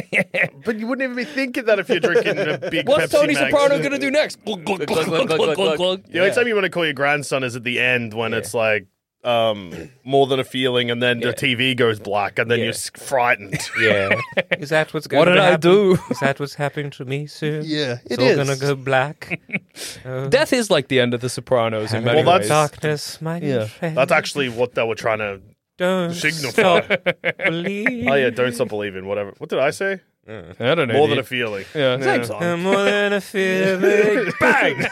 Speaker 4: but you wouldn't even be thinking that if you're drinking a big
Speaker 3: what's
Speaker 4: Pepsi
Speaker 3: Tony
Speaker 4: Max.
Speaker 3: Soprano going to do next? Glug, glug, glug, glug, glug, glug, glug.
Speaker 4: The only time you want to call your grandson is at the end when it's like um, more than a feeling, and then the TV goes black, and then you're s- frightened.
Speaker 5: Yeah, is that what's going?
Speaker 3: What did
Speaker 5: to
Speaker 3: I
Speaker 5: happen?
Speaker 3: do?
Speaker 5: Is that what's happening to me soon?
Speaker 4: Yeah,
Speaker 5: it's
Speaker 4: it
Speaker 5: all
Speaker 4: is.
Speaker 5: gonna go black.
Speaker 3: Death is like the end of The Sopranos in many
Speaker 4: Well, that's-
Speaker 3: ways.
Speaker 5: darkness, my
Speaker 3: Yeah.
Speaker 5: friend.
Speaker 4: That's actually what they were trying to.
Speaker 5: don't
Speaker 4: signify.
Speaker 5: stop believing.
Speaker 4: Oh yeah, don't stop believing. Whatever. What did I say?
Speaker 3: I don't know.
Speaker 4: More than
Speaker 3: dude.
Speaker 4: a feeling.
Speaker 3: Yeah. Same song.
Speaker 5: I'm more than a feeling. Bang!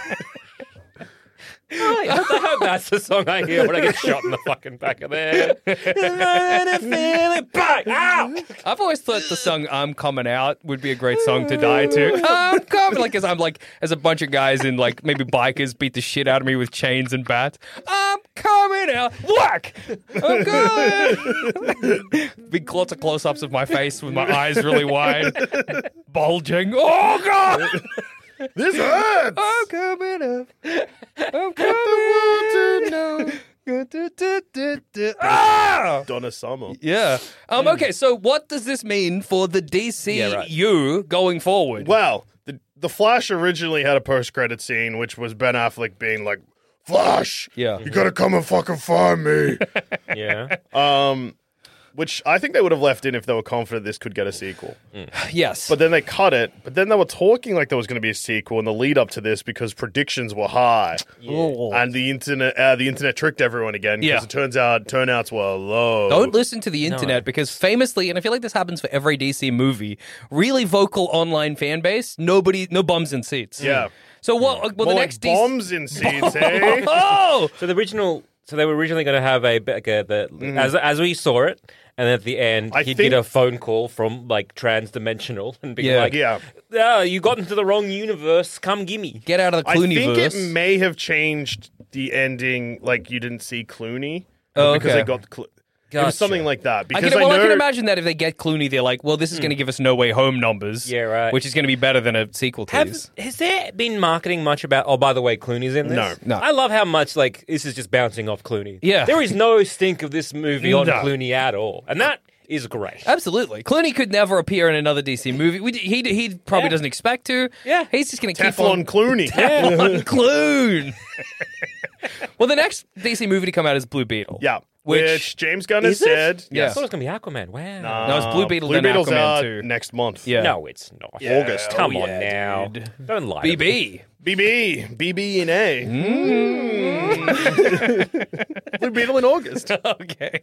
Speaker 5: I hope that's the song I hear when I get shot in the fucking back of the head. I'm more than a feeling. Bang! Ow!
Speaker 3: I've always thought the song "I'm Coming Out" would be a great song to die to. I'm coming, like as I'm like as a bunch of guys in like maybe bikers beat the shit out of me with chains and bats. I'm coming out, whack! I'm coming. Big lots of close-ups of my face with my eyes really wide, bulging. Oh god!
Speaker 4: This hurts.
Speaker 3: I'm coming up. I'm coming. Good to do, do, do. Ah!
Speaker 4: Donna Summer.
Speaker 3: Yeah. Um, okay, so what does this mean for the DCU going forward?
Speaker 4: Well, the the Flash originally had a post credit scene, which was Ben Affleck being like, "Flash,
Speaker 3: Yeah.
Speaker 4: you gotta come and fucking find me."
Speaker 5: Yeah.
Speaker 4: um, which I think they would have left in if they were confident this could get a sequel.
Speaker 3: yes.
Speaker 4: But then they cut it. But then they were talking like there was going to be a sequel in the lead up to this because predictions were high,
Speaker 3: Oh.
Speaker 4: and the internet uh, the internet tricked everyone again because
Speaker 3: Yeah.
Speaker 4: it turns out turnouts were low.
Speaker 3: Don't listen to the internet because famously, and I feel like this happens for every DC movie, really vocal online fan base, nobody, no bums in seats.
Speaker 4: Yeah.
Speaker 3: So what? Well,
Speaker 4: More
Speaker 3: the
Speaker 4: like
Speaker 3: next DC.
Speaker 4: bombs in seats, eh?
Speaker 3: Oh,
Speaker 5: So the original. So they were originally going to have a like a, the, as as we saw it, and at the end
Speaker 4: Mm-hmm. I
Speaker 5: he'd
Speaker 4: think-
Speaker 5: get a phone call from like transdimensional and be
Speaker 3: Yeah.
Speaker 5: like,
Speaker 4: Yeah.
Speaker 5: "Ah, you got into the wrong universe. Come gimme."
Speaker 3: get out of the
Speaker 4: I think
Speaker 3: Clooney
Speaker 4: it may have changed the ending, like you didn't see Clooney.
Speaker 3: Oh,
Speaker 4: because
Speaker 3: okay.
Speaker 4: they got Clo- it
Speaker 5: Gotcha.
Speaker 4: was something like that.
Speaker 3: I
Speaker 4: Because
Speaker 3: can,
Speaker 4: I,
Speaker 3: well, I,
Speaker 4: know
Speaker 3: can imagine that if they get Clooney, they're like, well, this is going to give us No Way Home numbers.
Speaker 5: Hmm. Yeah, right.
Speaker 3: Which is going to be better than a sequel to
Speaker 5: Have,
Speaker 3: this.
Speaker 5: has there been marketing much about? Oh, by the way, Clooney's in this.
Speaker 4: No.
Speaker 3: No.
Speaker 5: I love how much like this is just bouncing off Clooney.
Speaker 3: Yeah.
Speaker 5: there is no stink of this movie on
Speaker 4: No. Uh,
Speaker 5: Clooney at all, and that is great.
Speaker 3: Absolutely. Clooney could never appear in another DC movie. We, he he probably
Speaker 5: Yeah.
Speaker 3: doesn't expect to.
Speaker 5: Yeah.
Speaker 3: He's just going to keep
Speaker 4: Teflon
Speaker 3: on
Speaker 4: Clooney.
Speaker 3: Teflon Cloon. well, the next DC movie to come out is Blue Beetle.
Speaker 4: Yeah,
Speaker 3: Which-
Speaker 4: which, James Gunn has
Speaker 5: Is it?
Speaker 4: said.
Speaker 5: I
Speaker 3: Yeah.
Speaker 5: thought it was gonna be Aquaman. Wow.
Speaker 3: No, it's Blue Beetle,
Speaker 4: Uh, Blue
Speaker 3: then
Speaker 4: Beetle's
Speaker 3: Aquaman
Speaker 4: out
Speaker 3: too.
Speaker 4: next month.
Speaker 3: Yeah.
Speaker 5: No, it's not.
Speaker 4: August.
Speaker 5: Come
Speaker 4: Oh,
Speaker 5: on
Speaker 4: yeah,
Speaker 5: now. Don't lie. to me.
Speaker 3: BB.
Speaker 4: BB, BB and A.
Speaker 3: Mm.
Speaker 4: Blue Beetle in August.
Speaker 3: okay.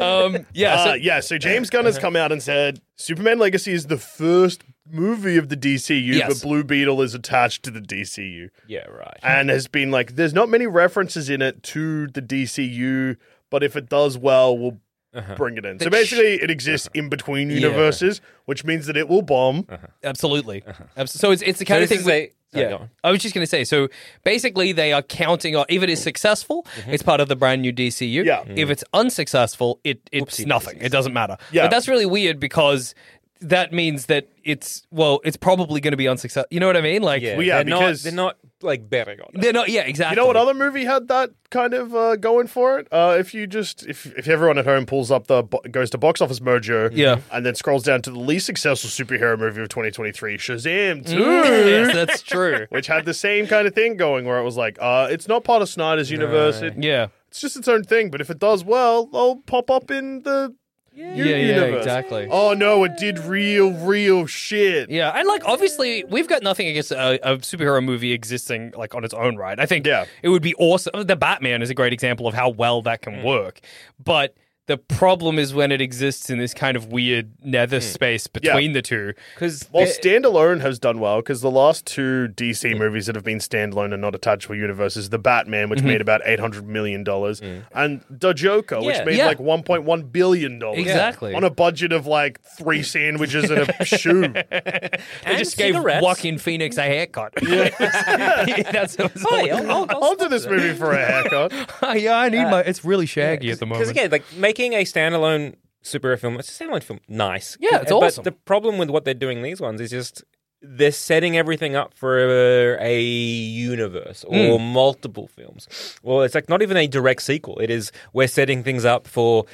Speaker 3: um, yeah. so-
Speaker 4: Uh, yeah, so James Gunn has come out and said Superman Legacy is the first movie of the DCU,
Speaker 3: Yes.
Speaker 4: but Blue Beetle is attached to the DCU.
Speaker 5: Yeah, right.
Speaker 4: and has been like, there's not many references in it to the DCU, but if it does well, we'll
Speaker 3: Uh-huh.
Speaker 4: bring it in. So basically, it exists in between universes, which means that it will bomb.
Speaker 3: Absolutely.
Speaker 4: Uh-huh.
Speaker 3: Abs- So it's it's the
Speaker 5: So
Speaker 3: kind
Speaker 5: this
Speaker 3: of thing.
Speaker 5: is
Speaker 3: we-
Speaker 5: a- sorry, go
Speaker 3: yeah.
Speaker 5: on.
Speaker 3: I was just going to say. So basically, they are counting on if it is successful, it's part of the brand new DCU.
Speaker 4: Mm-hmm. Yeah. Mm.
Speaker 3: If it's unsuccessful, it it's nothing. It doesn't matter.
Speaker 4: Yeah.
Speaker 3: But that's really weird because. that means that it's well, it's probably going to be unsuccessful. You know what I mean? Like
Speaker 4: Well, yeah,
Speaker 1: they're
Speaker 4: because-
Speaker 1: not, they're not like betting on it.
Speaker 3: they're not. Yeah, exactly.
Speaker 4: You know what other movie had that kind of uh, going for it? Uh, if you just if if everyone at home pulls up the bo- goes to Box Office Mojo,
Speaker 3: Yeah.
Speaker 4: and then scrolls down to the least successful superhero movie of 2023, Shazam Two.
Speaker 3: yes, that's true.
Speaker 4: Which had the same kind of thing going, where it was like, uh, it's not part of Snyder's universe. It,
Speaker 3: Yeah.
Speaker 4: It's just its own thing. But if it does well, they'll pop up in the
Speaker 3: Yeah, yeah,
Speaker 4: universe.
Speaker 3: exactly.
Speaker 4: Oh no, it did real, real shit.
Speaker 3: Yeah, and like obviously we've got nothing against a, a superhero movie existing like on its own right. I think
Speaker 4: Yeah.
Speaker 3: it would be awesome. The Batman is a great example of how well that can work, but the problem is when it exists in this kind of weird nether space between the two.
Speaker 1: Because
Speaker 4: Well, standalone has done well because the last two DC movies that have been standalone and not attached to a universe is the Batman,
Speaker 3: Mm-hmm.
Speaker 4: which made about eight hundred million dollars, and the Joker,
Speaker 1: Yeah.
Speaker 4: which made
Speaker 3: Yeah.
Speaker 4: like one point one billion dollars,
Speaker 3: Exactly.
Speaker 4: on a budget of like three sandwiches and a shoe.
Speaker 3: They just gave Joaquin Phoenix a haircut. That's what it's all
Speaker 1: Hey,
Speaker 3: about.
Speaker 1: I'll, I'll, I'll
Speaker 4: Onto this movie for a haircut.
Speaker 3: Uh, yeah, I need my. It's really shaggy at the moment.
Speaker 1: Because again, like making a standalone superhero film, it's a standalone film, nice.
Speaker 3: Yeah, it's
Speaker 1: but
Speaker 3: awesome.
Speaker 1: the problem with what they're doing these ones is just they're setting everything up for a universe or
Speaker 3: Hmm.
Speaker 1: multiple films. Well, it's like not even a direct sequel. It is we're setting things up for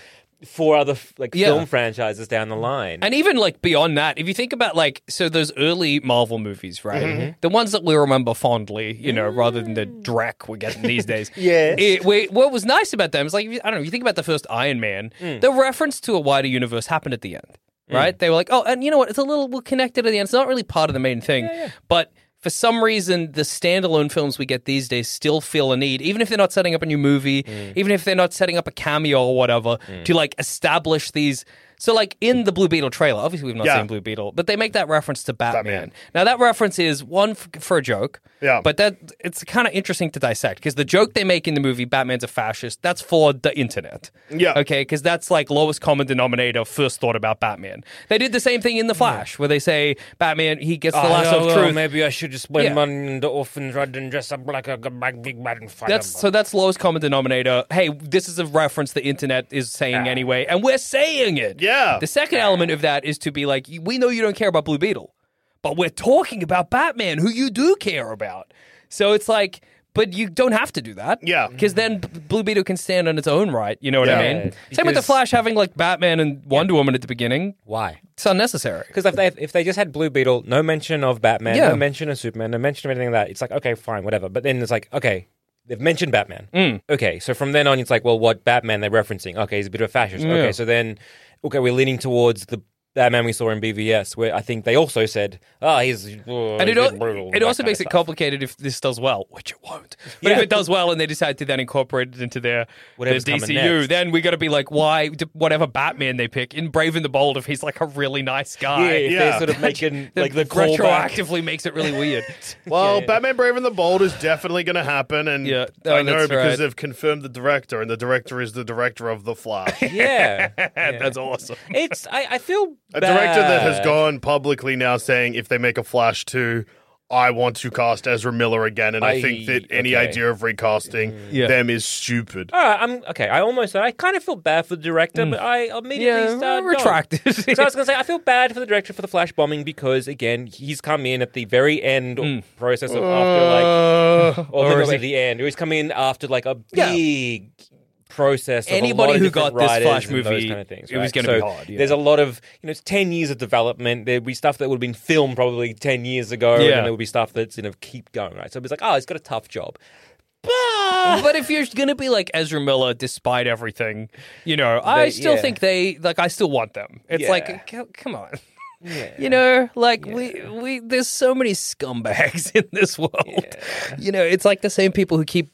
Speaker 1: four other like
Speaker 3: Yeah.
Speaker 1: film franchises down the line.
Speaker 3: And even like beyond that, if you think about like so those early Marvel movies, right? The ones that we remember fondly, you know, rather than the drac we're getting these days.
Speaker 4: Yes.
Speaker 3: It, we, what was nice about them is like if you- I don't know. You think about the first Iron Man. The reference to a wider universe happened at the end, right? They were like, oh, and you know what? It's a little we're connected at the end. It's not really part of the main thing, but. For some reason, the standalone films we get these days still feel a need, even if they're not setting up a new movie,
Speaker 4: Mm.
Speaker 3: even if they're not setting up a cameo or whatever, to like establish these. So, like in the Blue Beetle trailer, obviously we've not
Speaker 4: Yeah.
Speaker 3: seen Blue Beetle, but they make that reference to Batman.
Speaker 4: Batman.
Speaker 3: Now, that reference is one f- for a joke,
Speaker 4: Yeah.
Speaker 3: but that it's kind of interesting to dissect because the joke they make in the movie, Batman's a fascist, that's for the internet.
Speaker 4: Yeah.
Speaker 3: Okay, because that's like lowest common denominator first thought about Batman. They did the same thing in The
Speaker 4: Mm.
Speaker 3: Flash, where they say Batman, he gets
Speaker 4: Ah,
Speaker 3: the lasso of truth.
Speaker 1: maybe I should just spend
Speaker 3: Yeah.
Speaker 1: money on the orphans rather than dress up like a big bad and fight
Speaker 3: That's so. That's lowest common denominator. Hey, this is a reference the internet is saying anyway, and we're saying it.
Speaker 4: Yeah.
Speaker 3: The second element of that is to be like, we know you don't care about Blue Beetle, but we're talking about Batman, who you do care about. So it's like, but you don't have to do that.
Speaker 4: Yeah.
Speaker 3: Because then B- Blue Beetle can stand on its own right. You know what I
Speaker 4: Yeah.
Speaker 3: mean? Same with the
Speaker 1: Because-
Speaker 3: Flash having like Batman and Wonder Woman at the beginning.
Speaker 1: why?
Speaker 3: It's unnecessary.
Speaker 1: Because if they if they just had Blue Beetle, no mention of Batman,
Speaker 3: Yeah.
Speaker 1: no mention of Superman, no mention of anything like that, it's like okay, fine, whatever. But then it's like okay, they've mentioned Batman.
Speaker 3: Mm.
Speaker 1: Okay, so from then on, it's like well, what Batman they're referencing? Okay, he's a bit of a fascist. Okay, so then okay, we're leaning towards the Batman we saw in BVS, where I think they also said ah, he's
Speaker 3: And it,
Speaker 1: he's
Speaker 3: al-
Speaker 1: brutal,
Speaker 3: it
Speaker 1: that
Speaker 3: also
Speaker 1: kind of
Speaker 3: makes it
Speaker 1: stuff.
Speaker 3: complicated if this does well, which it won't. But if
Speaker 1: Yeah.
Speaker 3: it does well and they decide to then incorporate it into their, their
Speaker 1: Whatever's coming
Speaker 3: DCU,
Speaker 1: next.
Speaker 3: then we got to be like, why, d- whatever Batman they pick, in Brave and the Bold, if he's like a really nice guy,
Speaker 1: Yeah, if
Speaker 4: Yeah.
Speaker 1: they're sort of making
Speaker 3: then
Speaker 1: like the callback.
Speaker 3: retroactively makes it really weird.
Speaker 4: Well, Batman Brave and the Bold is definitely going to happen, and
Speaker 3: Yeah. Oh,
Speaker 4: I know
Speaker 3: that's
Speaker 4: because
Speaker 3: right.
Speaker 4: they've confirmed the director, and the director is the director of The Flash.
Speaker 1: Yeah,
Speaker 3: That's awesome.
Speaker 1: it's I, I feel
Speaker 4: A director that has
Speaker 1: bad.
Speaker 4: gone publicly now saying if they make a Flash 2, I want to cast Ezra Miller again. And I,
Speaker 1: I-
Speaker 4: think that any
Speaker 1: okay.
Speaker 4: idea of recasting
Speaker 3: Yeah.
Speaker 4: them is stupid.
Speaker 1: All right, I'm okay. I almost said I kind of feel bad for the director, but I immediately
Speaker 3: Mm. Yeah,
Speaker 1: started
Speaker 3: retracted.
Speaker 1: so I was going to say I feel bad for the director for the flash bombing because again he's come in at the very end process of after
Speaker 4: Uh,
Speaker 1: like or,
Speaker 3: Mm. or
Speaker 1: not
Speaker 3: is
Speaker 1: at
Speaker 3: he-
Speaker 1: the end he's come in after like a
Speaker 3: Yeah.
Speaker 1: big process. Of
Speaker 3: Anybody
Speaker 1: a lot
Speaker 3: who
Speaker 1: of different
Speaker 3: got this
Speaker 1: writers
Speaker 3: Flash
Speaker 1: and those
Speaker 3: movie,
Speaker 1: kind of things,
Speaker 3: it was
Speaker 1: right?
Speaker 3: gonna
Speaker 1: So
Speaker 3: be hard, yeah.
Speaker 1: There's a lot of you know it's ten years of development. There'd be stuff that would have been filmed probably ten years ago, and
Speaker 3: Yeah.
Speaker 1: then there would be stuff that's you know keep going right. So it's like oh he's got a tough job.
Speaker 3: but if you're going to be like Ezra Miller, despite everything, you know, I
Speaker 1: They-
Speaker 3: still
Speaker 1: yeah.
Speaker 3: think they like. I still want them. It's
Speaker 1: Yeah.
Speaker 3: like, c- come on. You know, like we we there's so many scumbags in this world. You know, it's like the same people who keep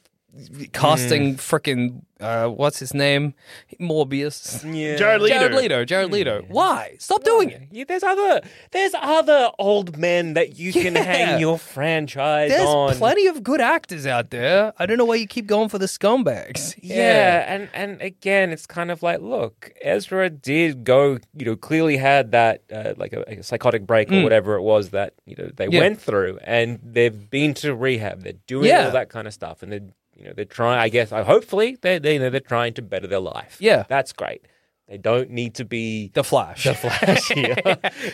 Speaker 3: casting
Speaker 1: Mm.
Speaker 3: frickin' uh, what's his name, Morbius,
Speaker 4: Jared Leto.
Speaker 3: Jared Leto, Jared Leto.
Speaker 1: Mm.
Speaker 3: Why stop doing it?
Speaker 1: Yeah, there's other there's other old men that you can
Speaker 3: Yeah.
Speaker 1: hang your franchise
Speaker 3: There's
Speaker 1: on.
Speaker 3: plenty of good actors out there. I don't know why you keep going for the scumbags.
Speaker 1: yeah. and and again, it's kind of like, look, Ezra did go, you know, clearly had that uh, like a, a psychotic break or whatever it was that you know they
Speaker 3: Mm. Yeah.
Speaker 1: went through, and they've been to rehab, they're doing
Speaker 3: Yeah.
Speaker 1: all that kind of stuff, and they're you know they're trying. I guess, uh, hopefully, they they you know they're trying to better their life.
Speaker 3: Yeah.
Speaker 1: that's great. They don't need to be
Speaker 3: The Flash.
Speaker 1: the Flash here.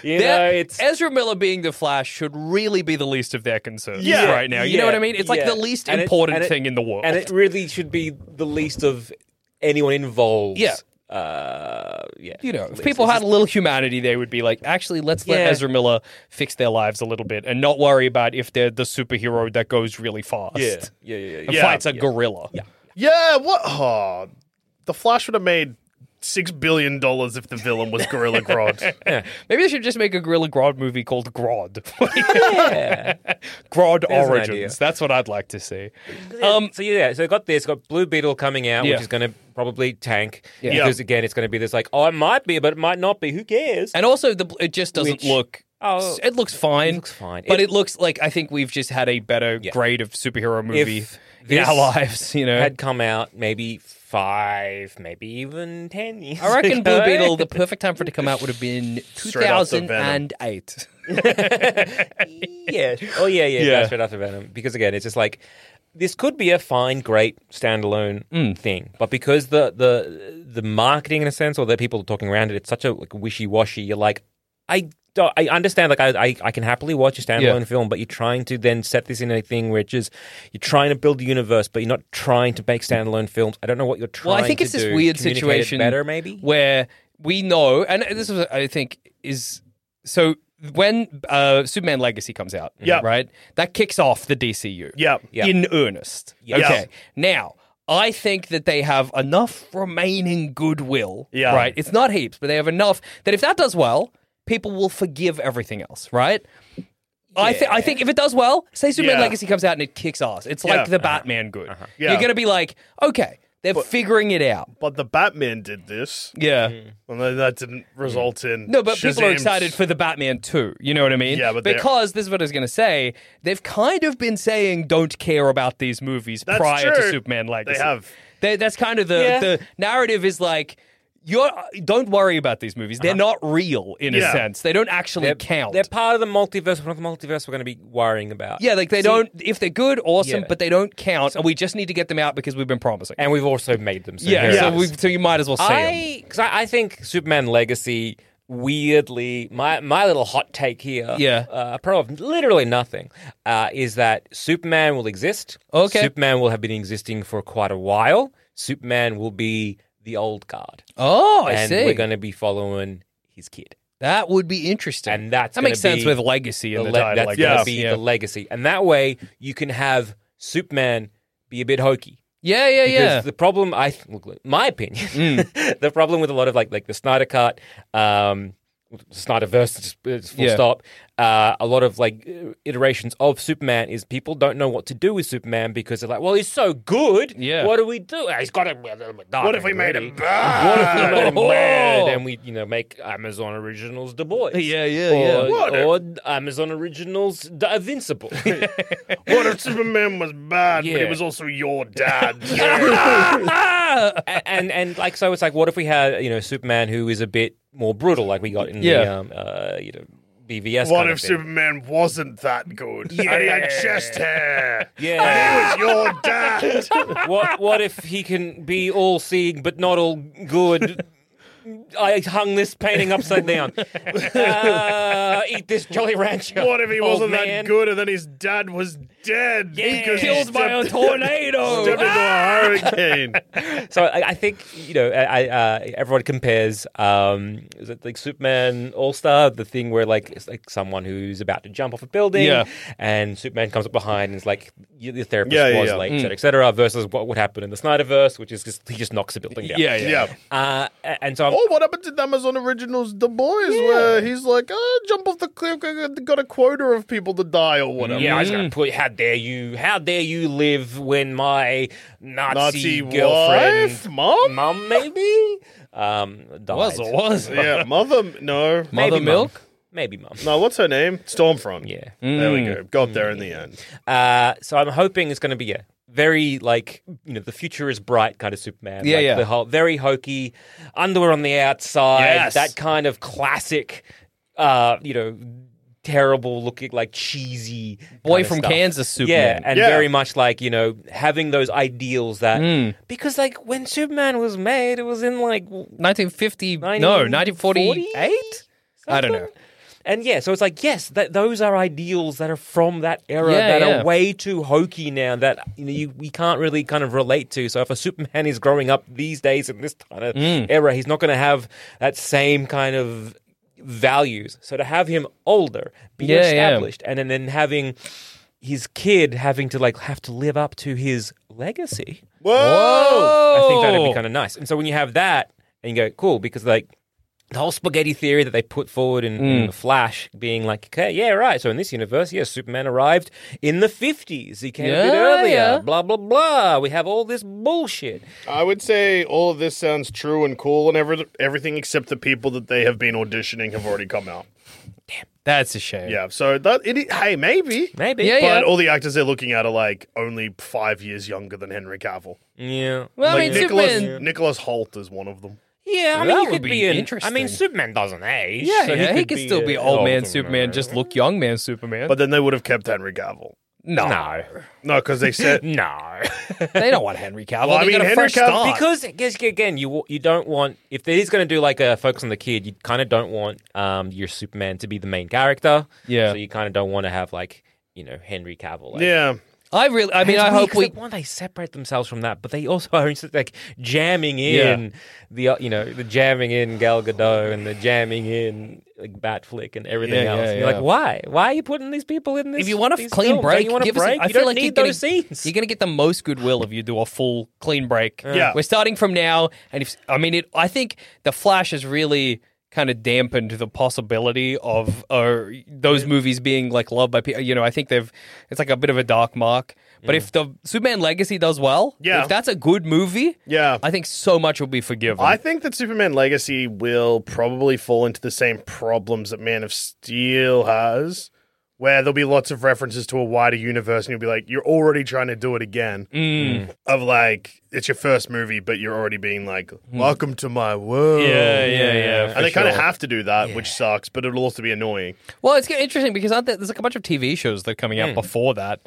Speaker 1: you
Speaker 3: That-
Speaker 1: know, it's
Speaker 3: Ezra Miller being the Flash should really be the least of their concerns
Speaker 4: Yeah.
Speaker 3: right now. You know
Speaker 1: yeah,
Speaker 3: what I mean? It's like
Speaker 1: yeah.
Speaker 3: the least
Speaker 1: And it-
Speaker 3: important
Speaker 1: and it-
Speaker 3: thing in the world.
Speaker 1: and it really should be the least of anyone involved.
Speaker 3: Yeah.
Speaker 1: uh, yeah.
Speaker 3: you know, if
Speaker 1: least.
Speaker 3: people
Speaker 1: It's
Speaker 3: had a little humanity, they would be like, actually, let's let
Speaker 1: Yeah.
Speaker 3: Ezra Miller fix their lives a little bit and not worry about if they're the superhero that goes really fast
Speaker 1: just- yeah, yeah, yeah, yeah.
Speaker 3: and
Speaker 4: Yeah.
Speaker 3: fights a gorilla. Yeah.
Speaker 4: Yeah, what? Oh, the Flash would have made six billion dollars if the villain was Gorilla Grodd.
Speaker 3: Maybe they should just make a Gorilla Grodd movie called Grodd. Grodd
Speaker 1: There's an idea.
Speaker 3: Origins. That's what I'd like to see. Um,
Speaker 1: so yeah, so got this, got Blue Beetle coming out,
Speaker 3: Yeah.
Speaker 1: which is going to probably tank
Speaker 3: Yeah.
Speaker 1: because again, it's going to be this like, oh, it might be, but it might not be. Who cares?
Speaker 3: And also, the it just doesn't
Speaker 1: Which-
Speaker 3: look.
Speaker 1: Oh.
Speaker 3: it looks fine.
Speaker 1: It looks fine.
Speaker 3: but it,
Speaker 1: It-
Speaker 3: looks like I think we've just had a better grade of superhero movie in
Speaker 1: this
Speaker 3: our lives. You know,
Speaker 1: had come out maybe five, maybe even ten years.
Speaker 3: I reckon
Speaker 1: ago.
Speaker 3: Blue Beetle. The perfect time for it to come out would have been
Speaker 4: Straight after
Speaker 3: 2008.
Speaker 1: yeah. Oh yeah, yeah,
Speaker 3: Yeah.
Speaker 1: That's right after Venom. Because again, it's just like this could be a fine, great standalone
Speaker 3: Mm.
Speaker 1: thing, but because the the the marketing in a sense, or the people talking around it, it's such a like wishy washy. You're like, I. don't- I understand, like I, I, I can happily watch a standalone
Speaker 3: Yeah.
Speaker 1: film, but you're trying to then set this in a thing which is you're trying to build a universe, but you're not trying to make standalone films. I don't know what you're trying.
Speaker 3: Well, I think
Speaker 1: to
Speaker 3: it's this
Speaker 1: do.
Speaker 3: weird
Speaker 1: Communicate it
Speaker 3: situation
Speaker 1: Better, maybe.
Speaker 3: where we know, and this is, I think, is so when uh, Superman Legacy comes out,
Speaker 4: Yep.
Speaker 3: right? That kicks off the DCU,
Speaker 4: Yep.
Speaker 1: Yep.
Speaker 3: in earnest.
Speaker 1: Yep.
Speaker 3: Okay, now. I think that they have enough remaining goodwill,
Speaker 4: Yeah.
Speaker 3: right? It's not heaps, but they have enough that if that does well, people will forgive everything else, right? I, th- I think if it does well, say Superman
Speaker 4: Yeah.
Speaker 3: Legacy comes out and it kicks ass. It's
Speaker 4: Yeah.
Speaker 3: like the Batman good.
Speaker 1: Uh-huh.
Speaker 4: Yeah.
Speaker 3: You're going to be like, okay, they're figuring it out.
Speaker 4: but the Batman did this,
Speaker 3: Yeah.
Speaker 1: Mm.
Speaker 4: and then that didn't result in
Speaker 3: No, but people are
Speaker 4: Shazam's-
Speaker 3: excited for the Batman too. You know what I mean?
Speaker 4: Yeah, but they're-
Speaker 3: because this is what I was going to say. They've kind of been saying don't care about these movies
Speaker 4: That's
Speaker 3: prior to
Speaker 4: true.
Speaker 3: Superman Legacy.
Speaker 4: They have.
Speaker 3: They- that's kind of the
Speaker 1: Yeah.
Speaker 3: the narrative is like. You're, don't worry about these movies. They're not real in a
Speaker 4: Uh-huh. Yeah.
Speaker 3: sense. They don't actually
Speaker 1: they're,
Speaker 3: count.
Speaker 1: They're part of the multiverse. One of the multiverse we're going to be worrying about.
Speaker 3: yeah, like they
Speaker 1: See,
Speaker 3: don't. If they're good, awesome,
Speaker 1: Yeah.
Speaker 3: but they don't count. and we just need to get them out because we've been promising.
Speaker 1: and we've also made them. So
Speaker 3: yeah,
Speaker 1: here it
Speaker 3: so,
Speaker 1: is.
Speaker 3: we, so you might as well say 'em.
Speaker 1: I because I, I think Superman Legacy weirdly my my little hot take here
Speaker 3: Yeah.
Speaker 1: uh, pro of literally nothing uh, is that Superman will exist
Speaker 3: Okay.
Speaker 1: Superman will have been existing for quite a while Superman will be the old guard
Speaker 3: Oh, I
Speaker 1: and
Speaker 3: see.
Speaker 1: we're going to be following his kid
Speaker 3: that would be interesting.
Speaker 1: and that's
Speaker 3: that makes
Speaker 1: gonna
Speaker 3: sense
Speaker 1: be
Speaker 3: with legacy in the,
Speaker 1: le-
Speaker 3: title.
Speaker 1: that's
Speaker 3: I
Speaker 1: going to
Speaker 3: guess.
Speaker 1: be
Speaker 3: yeah.
Speaker 1: the legacy and that way you can have Superman be a bit hokey
Speaker 3: Yeah, yeah,
Speaker 1: because
Speaker 3: yeah. Mm.
Speaker 1: the problem I th- look, look, my opinion the problem with a lot of like like the Snyder cut um Snyderverse just, it's full
Speaker 3: Yeah.
Speaker 1: stop uh, a lot of like iterations of Superman is people don't know what to do with Superman because they're like well he's so good
Speaker 3: Yeah.
Speaker 1: what do we do Ah, he's got a
Speaker 4: What if we made him
Speaker 1: what if we
Speaker 4: bad?
Speaker 1: made him
Speaker 3: Oh.
Speaker 1: bad and we you know make Amazon Originals Du Bois
Speaker 3: Yeah, yeah,
Speaker 1: or,
Speaker 3: yeah.
Speaker 4: What
Speaker 1: or Amazon Originals the Invincible
Speaker 4: what if Superman was bad, but he
Speaker 1: Yeah.
Speaker 4: was also your dad?
Speaker 3: Ah!
Speaker 1: A- and and like so, it's like what if we had you know Superman who is a bit more brutal, like we got in
Speaker 3: Yeah.
Speaker 1: the um, uh, you know BVS.
Speaker 4: What
Speaker 1: kind
Speaker 4: if
Speaker 1: of thing.
Speaker 4: Superman wasn't that good? And he had chest hair.
Speaker 1: Yeah.
Speaker 4: And he was your dad.
Speaker 1: what what if he can be all seeing but not all good? I hung this painting upside down. Uh, eat this Jolly Rancher.
Speaker 4: What if he
Speaker 1: old
Speaker 4: wasn't
Speaker 1: man.
Speaker 4: that good and then his dad was dead? because he
Speaker 1: Killed by a
Speaker 4: stepped-
Speaker 1: tornado.
Speaker 4: Stepped into a hurricane.
Speaker 1: So I, I think you know I, I, uh, everyone compares um, is it like Superman All Star the thing where like it's like someone who's about to jump off a building
Speaker 3: Yeah.
Speaker 1: and Superman comes up behind and is like "You- the therapist
Speaker 4: Yeah, yeah,
Speaker 1: was
Speaker 4: yeah. Mm.
Speaker 1: late etc etc versus what would happen in the Snyderverse which is just he just knocks a building down
Speaker 3: Yeah, yeah.
Speaker 4: Yeah.
Speaker 1: uh, a- and so I'm,
Speaker 4: Oh, what happened to the Amazon Originals The Boys, where he's like, oh, jump off the cliff, got a quota of people to die or whatever.
Speaker 1: yeah I was gonna put how dare you how dare you live when my Nazi,
Speaker 4: Mm. Nazi
Speaker 1: girlfriend
Speaker 4: wife? Mom?
Speaker 1: mum maybe um died.
Speaker 3: was or was
Speaker 4: Yeah, mother. No.
Speaker 1: Maybe
Speaker 3: Mother
Speaker 1: mum.
Speaker 3: Milk?
Speaker 1: maybe mum
Speaker 4: No, what's her name? Stormfront.
Speaker 1: yeah. Mm.
Speaker 4: There we go. Got there in the end.
Speaker 1: Uh, so I'm hoping it's going to be a very like you know the future is bright kind of Superman.
Speaker 3: Yeah,
Speaker 1: like
Speaker 3: yeah.
Speaker 1: The whole very hokey underwear on the outside,
Speaker 4: Yes.
Speaker 1: that kind of classic. Uh, you know, terrible looking, like cheesy
Speaker 3: Boy
Speaker 1: kinda
Speaker 3: from
Speaker 1: stuff.
Speaker 3: Kansas
Speaker 1: Yeah,
Speaker 3: Superman.
Speaker 1: and
Speaker 4: Yeah.
Speaker 1: very much like you know having those ideals that
Speaker 3: Hmm.
Speaker 1: because like when Superman was made, it was in like
Speaker 3: 1950, no,
Speaker 1: 1948?
Speaker 3: 1948? I don't know.
Speaker 1: And yeah, so it's like yes, that those are ideals that are from that era
Speaker 3: Yeah,
Speaker 1: that
Speaker 3: yeah.
Speaker 1: are way too hokey now that you know you we can't really kind of relate to. So if a Superman is growing up these days in this kind of
Speaker 3: Mm.
Speaker 1: era, he's not going to have that same kind of values. So to have him older, be
Speaker 3: Yeah, yeah.
Speaker 1: established, and then, then having his kid having to like have to live up to his legacy. I think that'd be kind of nice. And so when you have that, and you go, cool, because like the whole spaghetti theory that they put forward in,
Speaker 3: Mm.
Speaker 1: in the Flash, being like, okay, yeah, right. So in this universe, yeah, Superman arrived in the fifties. He came a bit
Speaker 3: Yeah,
Speaker 1: earlier.
Speaker 3: yeah.
Speaker 1: Blah blah blah. We have all this bullshit.
Speaker 4: I would say all of this sounds true and cool and every, everything except the people that they have been auditioning have already come out.
Speaker 3: That's a shame.
Speaker 4: Yeah, so that it, hey, maybe.
Speaker 1: Maybe.
Speaker 3: Yeah,
Speaker 4: But
Speaker 3: yeah.
Speaker 4: all the actors they're looking at are like only five years younger than Henry Cavill.
Speaker 1: Yeah.
Speaker 3: Well, I
Speaker 4: Like
Speaker 3: mean,
Speaker 4: Nicholas
Speaker 3: Superman.
Speaker 4: Nicholas Holt is one of them.
Speaker 1: yeah. I
Speaker 3: That
Speaker 1: mean, you
Speaker 3: would
Speaker 1: could
Speaker 3: be
Speaker 1: be, an, I
Speaker 3: interesting.
Speaker 1: mean, Superman doesn't age.
Speaker 3: Yeah,
Speaker 1: so
Speaker 3: yeah, he
Speaker 1: could
Speaker 3: could still be
Speaker 1: a-
Speaker 3: old man Superman, just look young man Superman.
Speaker 4: But then they would have kept Henry Cavill.
Speaker 3: no,
Speaker 4: No, because they said
Speaker 1: no.
Speaker 3: they don't want Henry Cavill.
Speaker 4: Well, I
Speaker 3: They
Speaker 4: mean,
Speaker 3: got a
Speaker 4: Henry
Speaker 3: fresh
Speaker 4: Cavill-
Speaker 3: start.
Speaker 1: Because guess again, you you don't want if there is going to do like a focus on the kid, you kind of don't want um your Superman to be the main character.
Speaker 3: Yeah.
Speaker 1: So you kind of don't want to have like you know Henry Cavill. Like,
Speaker 4: Yeah.
Speaker 3: I really, I mean, I hope we.
Speaker 1: One, they separate themselves from that, but they also are just, like jamming
Speaker 3: Yeah.
Speaker 1: in the uh, you know the jamming in Gal Gadot and the jamming in like Batflick and everything
Speaker 3: Yeah,
Speaker 1: else.
Speaker 3: yeah,
Speaker 1: And you're
Speaker 3: yeah.
Speaker 1: like, why? Why are you putting these people in this?
Speaker 3: If you want a
Speaker 1: these
Speaker 3: clean
Speaker 1: films? Don't
Speaker 3: break,
Speaker 1: you want a
Speaker 3: give us a-
Speaker 1: break.
Speaker 3: I
Speaker 1: you
Speaker 3: feel
Speaker 1: don't
Speaker 3: like
Speaker 1: need
Speaker 3: you're gonna,
Speaker 1: those scenes.
Speaker 3: You're going to get the most goodwill if you do a full clean break.
Speaker 4: Yeah.
Speaker 3: we're starting from now, and if I mean it, I think the Flash has really kind of dampened the possibility of uh, those movies being like loved by people. You know, I think they've it's like a bit of a dark mark. But
Speaker 1: Mm.
Speaker 3: if the Superman Legacy does well,
Speaker 4: Yeah.
Speaker 3: if that's a good movie,
Speaker 4: Yeah.
Speaker 3: I think so much will be forgiven.
Speaker 4: I think that Superman Legacy will probably fall into the same problems that Man of Steel has, where there'll be lots of references to a wider universe, and you'll be like, you're already trying to do it again.
Speaker 3: Mm.
Speaker 4: Mm. Of like, it's your first movie, but you're already being like, welcome to my world.
Speaker 3: Mm. Yeah, yeah, yeah, for
Speaker 4: And they kind of
Speaker 3: sure.
Speaker 4: have to do that, which sucks, but it'll also be annoying.
Speaker 3: well, it's interesting because aren't there, there's like a bunch of TV shows that are coming out
Speaker 1: Mm.
Speaker 3: before that.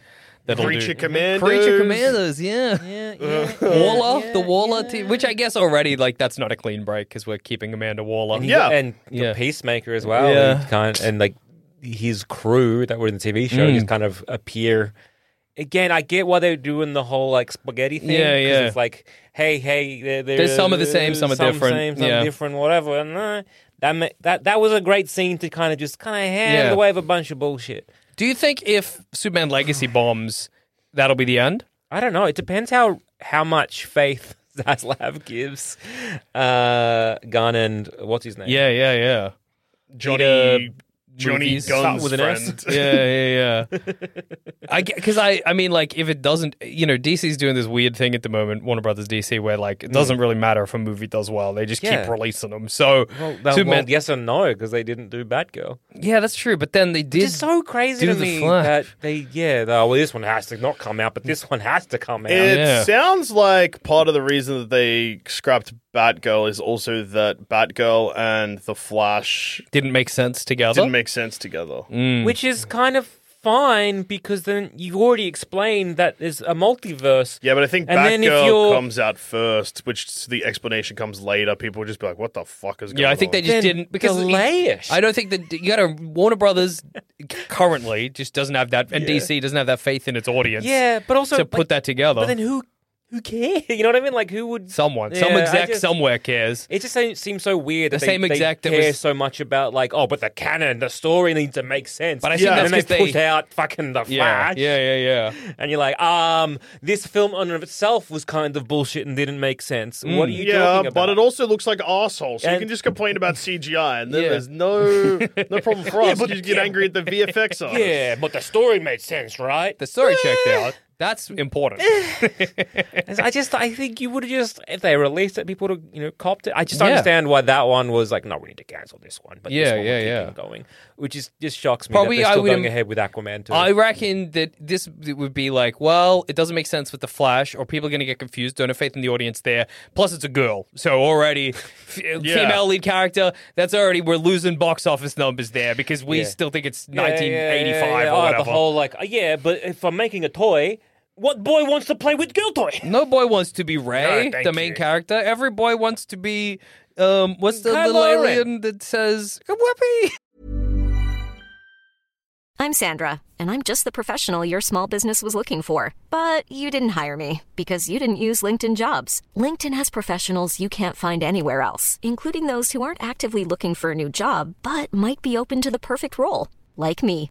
Speaker 3: That'll do-
Speaker 4: Creature Commandos.
Speaker 3: Creature Commandos, yeah. Yeah, Waller, the Waller team, which I guess already, like, that's not a clean break because we're keeping Amanda Waller.
Speaker 1: And
Speaker 4: Yeah.
Speaker 1: he- and the
Speaker 3: Yeah.
Speaker 1: Peacemaker as well.
Speaker 3: Yeah.
Speaker 1: Yeah. Kind and like his crew that were in the TV show
Speaker 3: Mm.
Speaker 1: just kind of appear. Again, I get why they're doing the whole like spaghetti thing.
Speaker 3: Yeah,
Speaker 1: 'cause
Speaker 3: yeah.
Speaker 1: It's like, hey, hey, they're, they're-
Speaker 3: There's some of the same, some are different,
Speaker 1: same, some
Speaker 3: yeah.
Speaker 1: different, whatever. And uh, that ma- that that was a great scene to kind of just kind of hand
Speaker 3: Yeah.
Speaker 1: the wave a bunch of bullshit.
Speaker 3: Do you think if Superman Legacy bombs, that'll be the end?
Speaker 1: I don't know. It depends how how much faith Zaslav gives uh, Gunn and what's his name?
Speaker 3: yeah, yeah.
Speaker 4: Johnny,
Speaker 3: Peter
Speaker 4: Johnny
Speaker 3: movies.
Speaker 1: Start
Speaker 4: Gunn's
Speaker 1: with an S.
Speaker 4: friend.
Speaker 3: Yeah, yeah, yeah. I because I, I mean, like, if it doesn't, you know, DC's doing this weird thing at the moment, Warner Brothers DC, where like it doesn't really matter if a movie does well, they just keep
Speaker 1: Yeah.
Speaker 3: releasing them. So
Speaker 1: Well, that, well,
Speaker 3: Superman,
Speaker 1: yes and no because they didn't do Batgirl.
Speaker 3: yeah, that's true. But then they did.
Speaker 1: It's so crazy
Speaker 3: do
Speaker 1: to
Speaker 3: the
Speaker 1: me
Speaker 3: Flash.
Speaker 1: that they, yeah, they, oh, well, this one has to not come out, but this one has to come out.
Speaker 4: It
Speaker 3: Yeah.
Speaker 4: sounds like part of the reason that they scrapped Batgirl is also that Batgirl and the Flash
Speaker 3: didn't make sense together.
Speaker 4: didn't make sense together.
Speaker 3: Mm.
Speaker 1: Which is kind of fine because then you've already explained that there's a multiverse.
Speaker 4: Yeah, but I think
Speaker 1: And then if
Speaker 4: Batgirl
Speaker 1: you're-
Speaker 4: comes out first, which s- the explanation comes later. People will just be like, "What the fuck is going on?"
Speaker 3: Yeah, I think they just
Speaker 1: Then
Speaker 3: didn't because
Speaker 1: delay
Speaker 3: it-
Speaker 1: it.
Speaker 3: I don't think that you got to Warner Brothers currently just doesn't have that, and DC doesn't have that faith in its audience.
Speaker 1: Yeah, but also
Speaker 3: to
Speaker 1: like,
Speaker 3: put that together,
Speaker 1: But then who, who cares? You know what I mean? Like who would
Speaker 3: someone, some
Speaker 1: Yeah, I
Speaker 3: exec
Speaker 1: just-
Speaker 3: somewhere cares.
Speaker 1: It just se- seems so weird.
Speaker 3: The
Speaker 1: that
Speaker 3: same
Speaker 1: they,
Speaker 3: exec that
Speaker 1: they care
Speaker 3: was-
Speaker 1: so much about like, oh, but the canon, the story needs to make sense.
Speaker 3: But I
Speaker 4: think
Speaker 1: yeah.
Speaker 4: that's
Speaker 1: and then
Speaker 3: 'cause
Speaker 1: they put
Speaker 3: they-
Speaker 1: out fucking the
Speaker 3: Yeah,
Speaker 1: Flash.
Speaker 3: yeah, yeah, yeah.
Speaker 1: and you're like, um, this film on of itself was kind of bullshit and didn't make sense.
Speaker 3: Mm.
Speaker 1: What are you
Speaker 4: Yeah,
Speaker 1: talking about?
Speaker 4: but it also looks like asshole. So you
Speaker 1: And-
Speaker 4: can just complain about CGI, and then
Speaker 3: Yeah.
Speaker 4: there's no no problem for us. you just get angry at the VFX artists.
Speaker 1: Yeah, but the story made sense, right?
Speaker 3: The story checked out. That's important.
Speaker 1: I just, I think you would have just, if they released it, people would have, you know, copped it. I just don't
Speaker 3: Yeah.
Speaker 1: understand why that one was like, no, we need to cancel this one. But this
Speaker 3: Yeah,
Speaker 1: one
Speaker 3: yeah,
Speaker 1: we're
Speaker 3: yeah.
Speaker 1: keeping going, which is just shocks me.
Speaker 3: Probably
Speaker 1: Probably that
Speaker 3: I
Speaker 1: they're still
Speaker 3: would
Speaker 1: going
Speaker 3: im-
Speaker 1: ahead with Aquaman too.
Speaker 3: I reckon that this would be like, well, it doesn't make sense with the Flash, or people are going to get confused. Don't have faith in the audience there. Plus, it's a girl, so already f- female lead character. That's already we're losing box office numbers there because we still think it's
Speaker 1: Yeah, yeah, yeah,
Speaker 3: 1985
Speaker 1: yeah, yeah.
Speaker 3: or
Speaker 1: Oh,
Speaker 3: whatever.
Speaker 1: the whole like, yeah, but if I'm making a toy, what boy wants to play with girl toy?
Speaker 3: no boy wants to be Ray,
Speaker 1: No, thank
Speaker 3: the main
Speaker 1: you.
Speaker 3: character. Every boy wants to be. Um, what's the
Speaker 1: Kylo
Speaker 3: little
Speaker 1: Ren.
Speaker 3: alien that says "Whoopee"?
Speaker 6: I'm Sandra, and I'm just the professional your small business was looking for. But you didn't hire me because you didn't use LinkedIn jobs. LinkedIn has professionals you can't find anywhere else, including those who aren't actively looking for a new job but might be open to the perfect role, like me.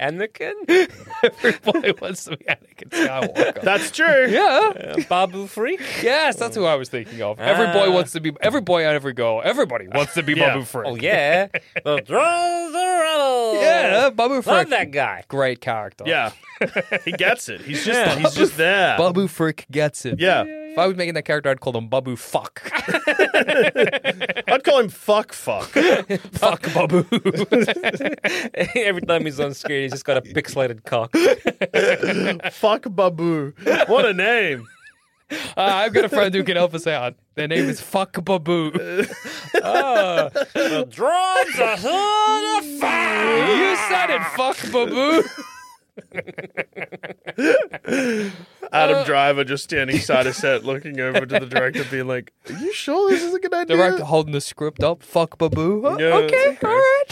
Speaker 1: Anakin,
Speaker 3: Everybody wants to be Anakin Skywalker.
Speaker 4: That's true.
Speaker 3: yeah.
Speaker 1: Babu Freak.
Speaker 3: Yes, that's who I was thinking of. Every boy
Speaker 1: Ah.
Speaker 3: wants to be every boy and every girl. Everybody wants to be
Speaker 4: Yeah.
Speaker 3: Babu Frick.
Speaker 1: Oh yeah, the drones are rebels.
Speaker 3: Yeah, Babu Frick.
Speaker 1: Oh, love that guy.
Speaker 3: Great character.
Speaker 4: Yeah, he gets it. He's just he's just there.
Speaker 3: Babu Frick gets it.
Speaker 4: Yeah.
Speaker 3: If I was making that character, I'd call him Babu Fuck.
Speaker 4: I'd call him fuck fuck.
Speaker 3: fuck Babu. Uh,
Speaker 1: Every time he's on screen, he's just got a pixelated cock.
Speaker 4: fuck Babu. What a name.
Speaker 3: Uh, I've got a friend who can help us out. Their name is Fuck Babu.
Speaker 1: the drones are who the fuck?
Speaker 3: you said it, Fuck Babu.
Speaker 4: Adam Driver just standing side of set, looking over to the director, being like, "Are you sure this is a good idea?"
Speaker 3: Director holding the script up. Fuck Babu. Oh,
Speaker 4: Yeah,
Speaker 3: okay,
Speaker 4: okay.
Speaker 3: all right.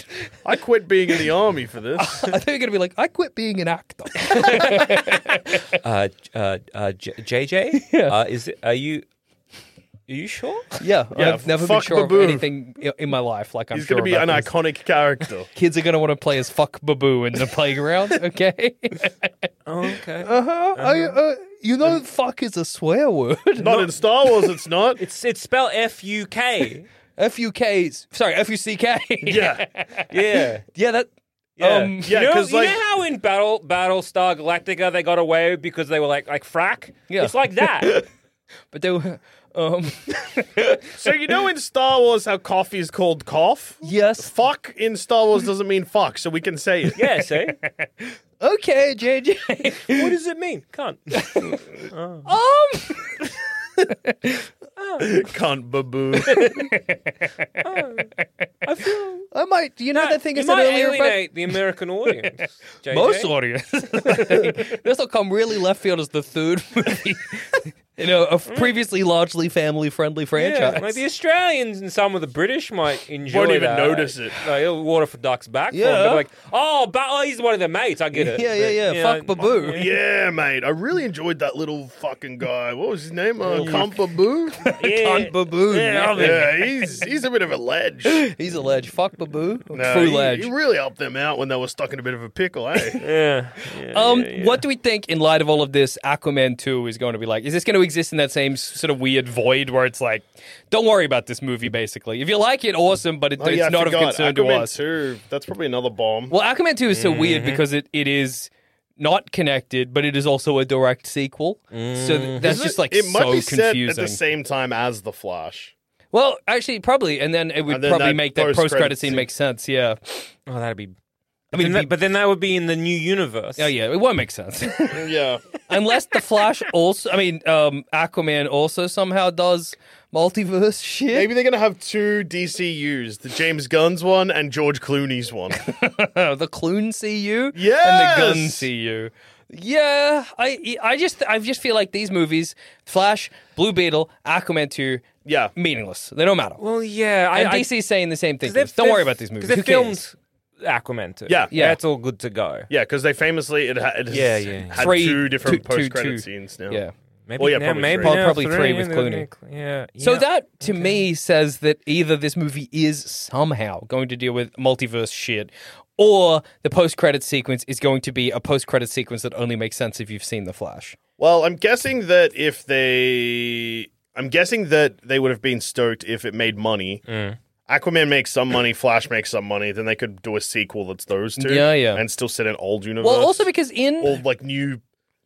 Speaker 4: I quit being in the army for this.
Speaker 3: I think you're gonna be like, I quit being an actor.
Speaker 1: Uh, j- uh, uh, J- JJ, yeah. uh, is it, are you? Are you sure?
Speaker 3: Yeah,
Speaker 4: Yeah,
Speaker 3: I've never been
Speaker 4: fuck
Speaker 3: sure
Speaker 4: Babu.
Speaker 3: of anything i- in my life. Like I'm
Speaker 4: He's
Speaker 3: sure
Speaker 4: going to be
Speaker 3: about
Speaker 4: an
Speaker 3: this.
Speaker 4: iconic character.
Speaker 3: Kids are gonna want to play as fuck Babu in the playground. Okay.
Speaker 1: Okay.
Speaker 3: I, uh, you know, fuck is a swear word.
Speaker 4: Not in Star Wars, it's not.
Speaker 1: It's it's spelled F U K.
Speaker 3: F U K. Sorry, F U C K.
Speaker 4: yeah,
Speaker 1: Yeah.
Speaker 3: Yeah, that.
Speaker 1: Yeah.
Speaker 3: Um,
Speaker 4: yeah,
Speaker 1: you know,
Speaker 4: 'cause,
Speaker 1: you know
Speaker 4: like-
Speaker 1: how in Battle Battlestar Galactica they got away because they were like like frack.
Speaker 3: Yeah.
Speaker 1: It's like that.
Speaker 3: But they were. Um,
Speaker 4: So you know in Star Wars how coffee is called cough?
Speaker 3: yes.
Speaker 4: Fuck in Star Wars doesn't mean fuck, so we can say it.
Speaker 1: yeah. See.
Speaker 3: Okay, JJ.
Speaker 1: What does it mean? Can't.
Speaker 3: Um,
Speaker 4: Cunt baboo.
Speaker 3: I might. Do you know that thing I
Speaker 1: you
Speaker 3: said
Speaker 1: might
Speaker 3: earlier about
Speaker 1: alienate the American audience. JJ.
Speaker 3: most audience? this will come really left field as the third movie. You know, a previously largely family-friendly
Speaker 1: Mm. Yeah,
Speaker 3: franchise.
Speaker 1: like the Australians and some of the British might enjoy.
Speaker 4: Won't even
Speaker 1: that.
Speaker 4: notice it.
Speaker 1: Like, oh, water for ducks back. Yeah.
Speaker 3: Yeah.
Speaker 1: They're like, oh, but oh, he's one of their mates. I get it.
Speaker 3: Yeah, yeah, yeah.
Speaker 1: But, you
Speaker 3: Fuck
Speaker 1: know,
Speaker 3: Babu.
Speaker 4: yeah, mate. I really enjoyed that little fucking guy. What was his name? Uh, Cunt baboo?
Speaker 1: Yeah.
Speaker 3: Cunt Babu.
Speaker 1: Yeah, I mean-
Speaker 4: yeah, he's he's a bit of a ledge.
Speaker 3: He's a ledge. Fuck Babu.
Speaker 4: No,
Speaker 3: True
Speaker 4: he-
Speaker 3: ledge.
Speaker 4: He, really helped them out when they were stuck in a bit of a pickle, eh?
Speaker 1: Yeah.
Speaker 3: Um, what do we think in light of all of this? Aquaman two is going to be like. Is this going to exist in that same s- sort of weird void where it's like, don't worry about this movie? Basically, if you like it, awesome, but it,
Speaker 4: Oh,
Speaker 3: it's
Speaker 4: yeah, I
Speaker 3: not of
Speaker 4: forgot.
Speaker 3: concern
Speaker 4: Aquaman
Speaker 3: to us.
Speaker 4: 2, That's probably another bomb.
Speaker 3: Well, Aquaman two is so weird
Speaker 1: Mm-hmm.
Speaker 3: because it, it is not connected, but it is also a direct sequel. So th- that's
Speaker 1: Mm-hmm.
Speaker 4: Isn't
Speaker 3: just
Speaker 4: it-
Speaker 3: like
Speaker 4: it might
Speaker 3: so
Speaker 4: be set
Speaker 3: confusing.
Speaker 4: at the same time as the Flash.
Speaker 3: well, actually, probably, and then it would
Speaker 4: And then
Speaker 3: probably
Speaker 4: that
Speaker 3: make that
Speaker 4: post-credit
Speaker 3: post credit scene
Speaker 4: scene.
Speaker 3: make sense. Yeah.
Speaker 1: Oh, that'd be.
Speaker 3: I
Speaker 1: I
Speaker 3: mean,
Speaker 1: mean,
Speaker 3: be-
Speaker 1: but then that would be in the new universe.
Speaker 3: Oh yeah, it won't make sense.
Speaker 4: Yeah.
Speaker 3: unless the Flash also, I mean, um, Aquaman also somehow does multiverse shit.
Speaker 4: Maybe they're going to have two DCUs the James Gunn's one and George Clooney's one.
Speaker 3: the Clune CU,
Speaker 4: Yes!
Speaker 3: and the Gun CU. Yeah, I, I just, I just feel like these movies, Flash, Blue Beetle, Aquaman two,
Speaker 4: Yeah.
Speaker 3: meaningless. They don't matter.
Speaker 1: Well, yeah. I,
Speaker 3: and
Speaker 1: I,
Speaker 3: DC's saying the same thing.
Speaker 1: they've-
Speaker 3: Don't
Speaker 1: they've-
Speaker 3: worry about these movies.
Speaker 1: 'cause They've
Speaker 3: Who
Speaker 1: filmed
Speaker 3: cares?
Speaker 1: Aquaman too.
Speaker 4: Yeah.
Speaker 3: Yeah.
Speaker 1: That's all good to go.
Speaker 4: Yeah, because they famously it, ha- it has
Speaker 1: Yeah, yeah.
Speaker 4: had
Speaker 3: Three-
Speaker 4: two different
Speaker 3: two- two-
Speaker 4: post credit
Speaker 3: two.
Speaker 4: scenes now.
Speaker 3: Yeah.
Speaker 1: Maybe
Speaker 4: Well, yeah,
Speaker 1: now-
Speaker 4: probably
Speaker 1: maybe
Speaker 4: three.
Speaker 1: now
Speaker 3: Probably three with
Speaker 1: yeah,
Speaker 3: Clooney.
Speaker 1: Yeah.
Speaker 3: So
Speaker 1: yeah.
Speaker 3: that to me says that either this movie is somehow going to deal with multiverse shit or the post credit sequence is going to be a post credit sequence that only makes sense if you've seen The Flash.
Speaker 4: Well, I'm guessing that if they, I'm guessing that they would have been stoked if it made money.
Speaker 1: Mm.
Speaker 4: Aquaman makes some money, Flash makes some money. Then they could do a sequel that's those two,
Speaker 3: Yeah, yeah.
Speaker 4: and still set in old universe.
Speaker 3: Well, also because in
Speaker 4: old like new,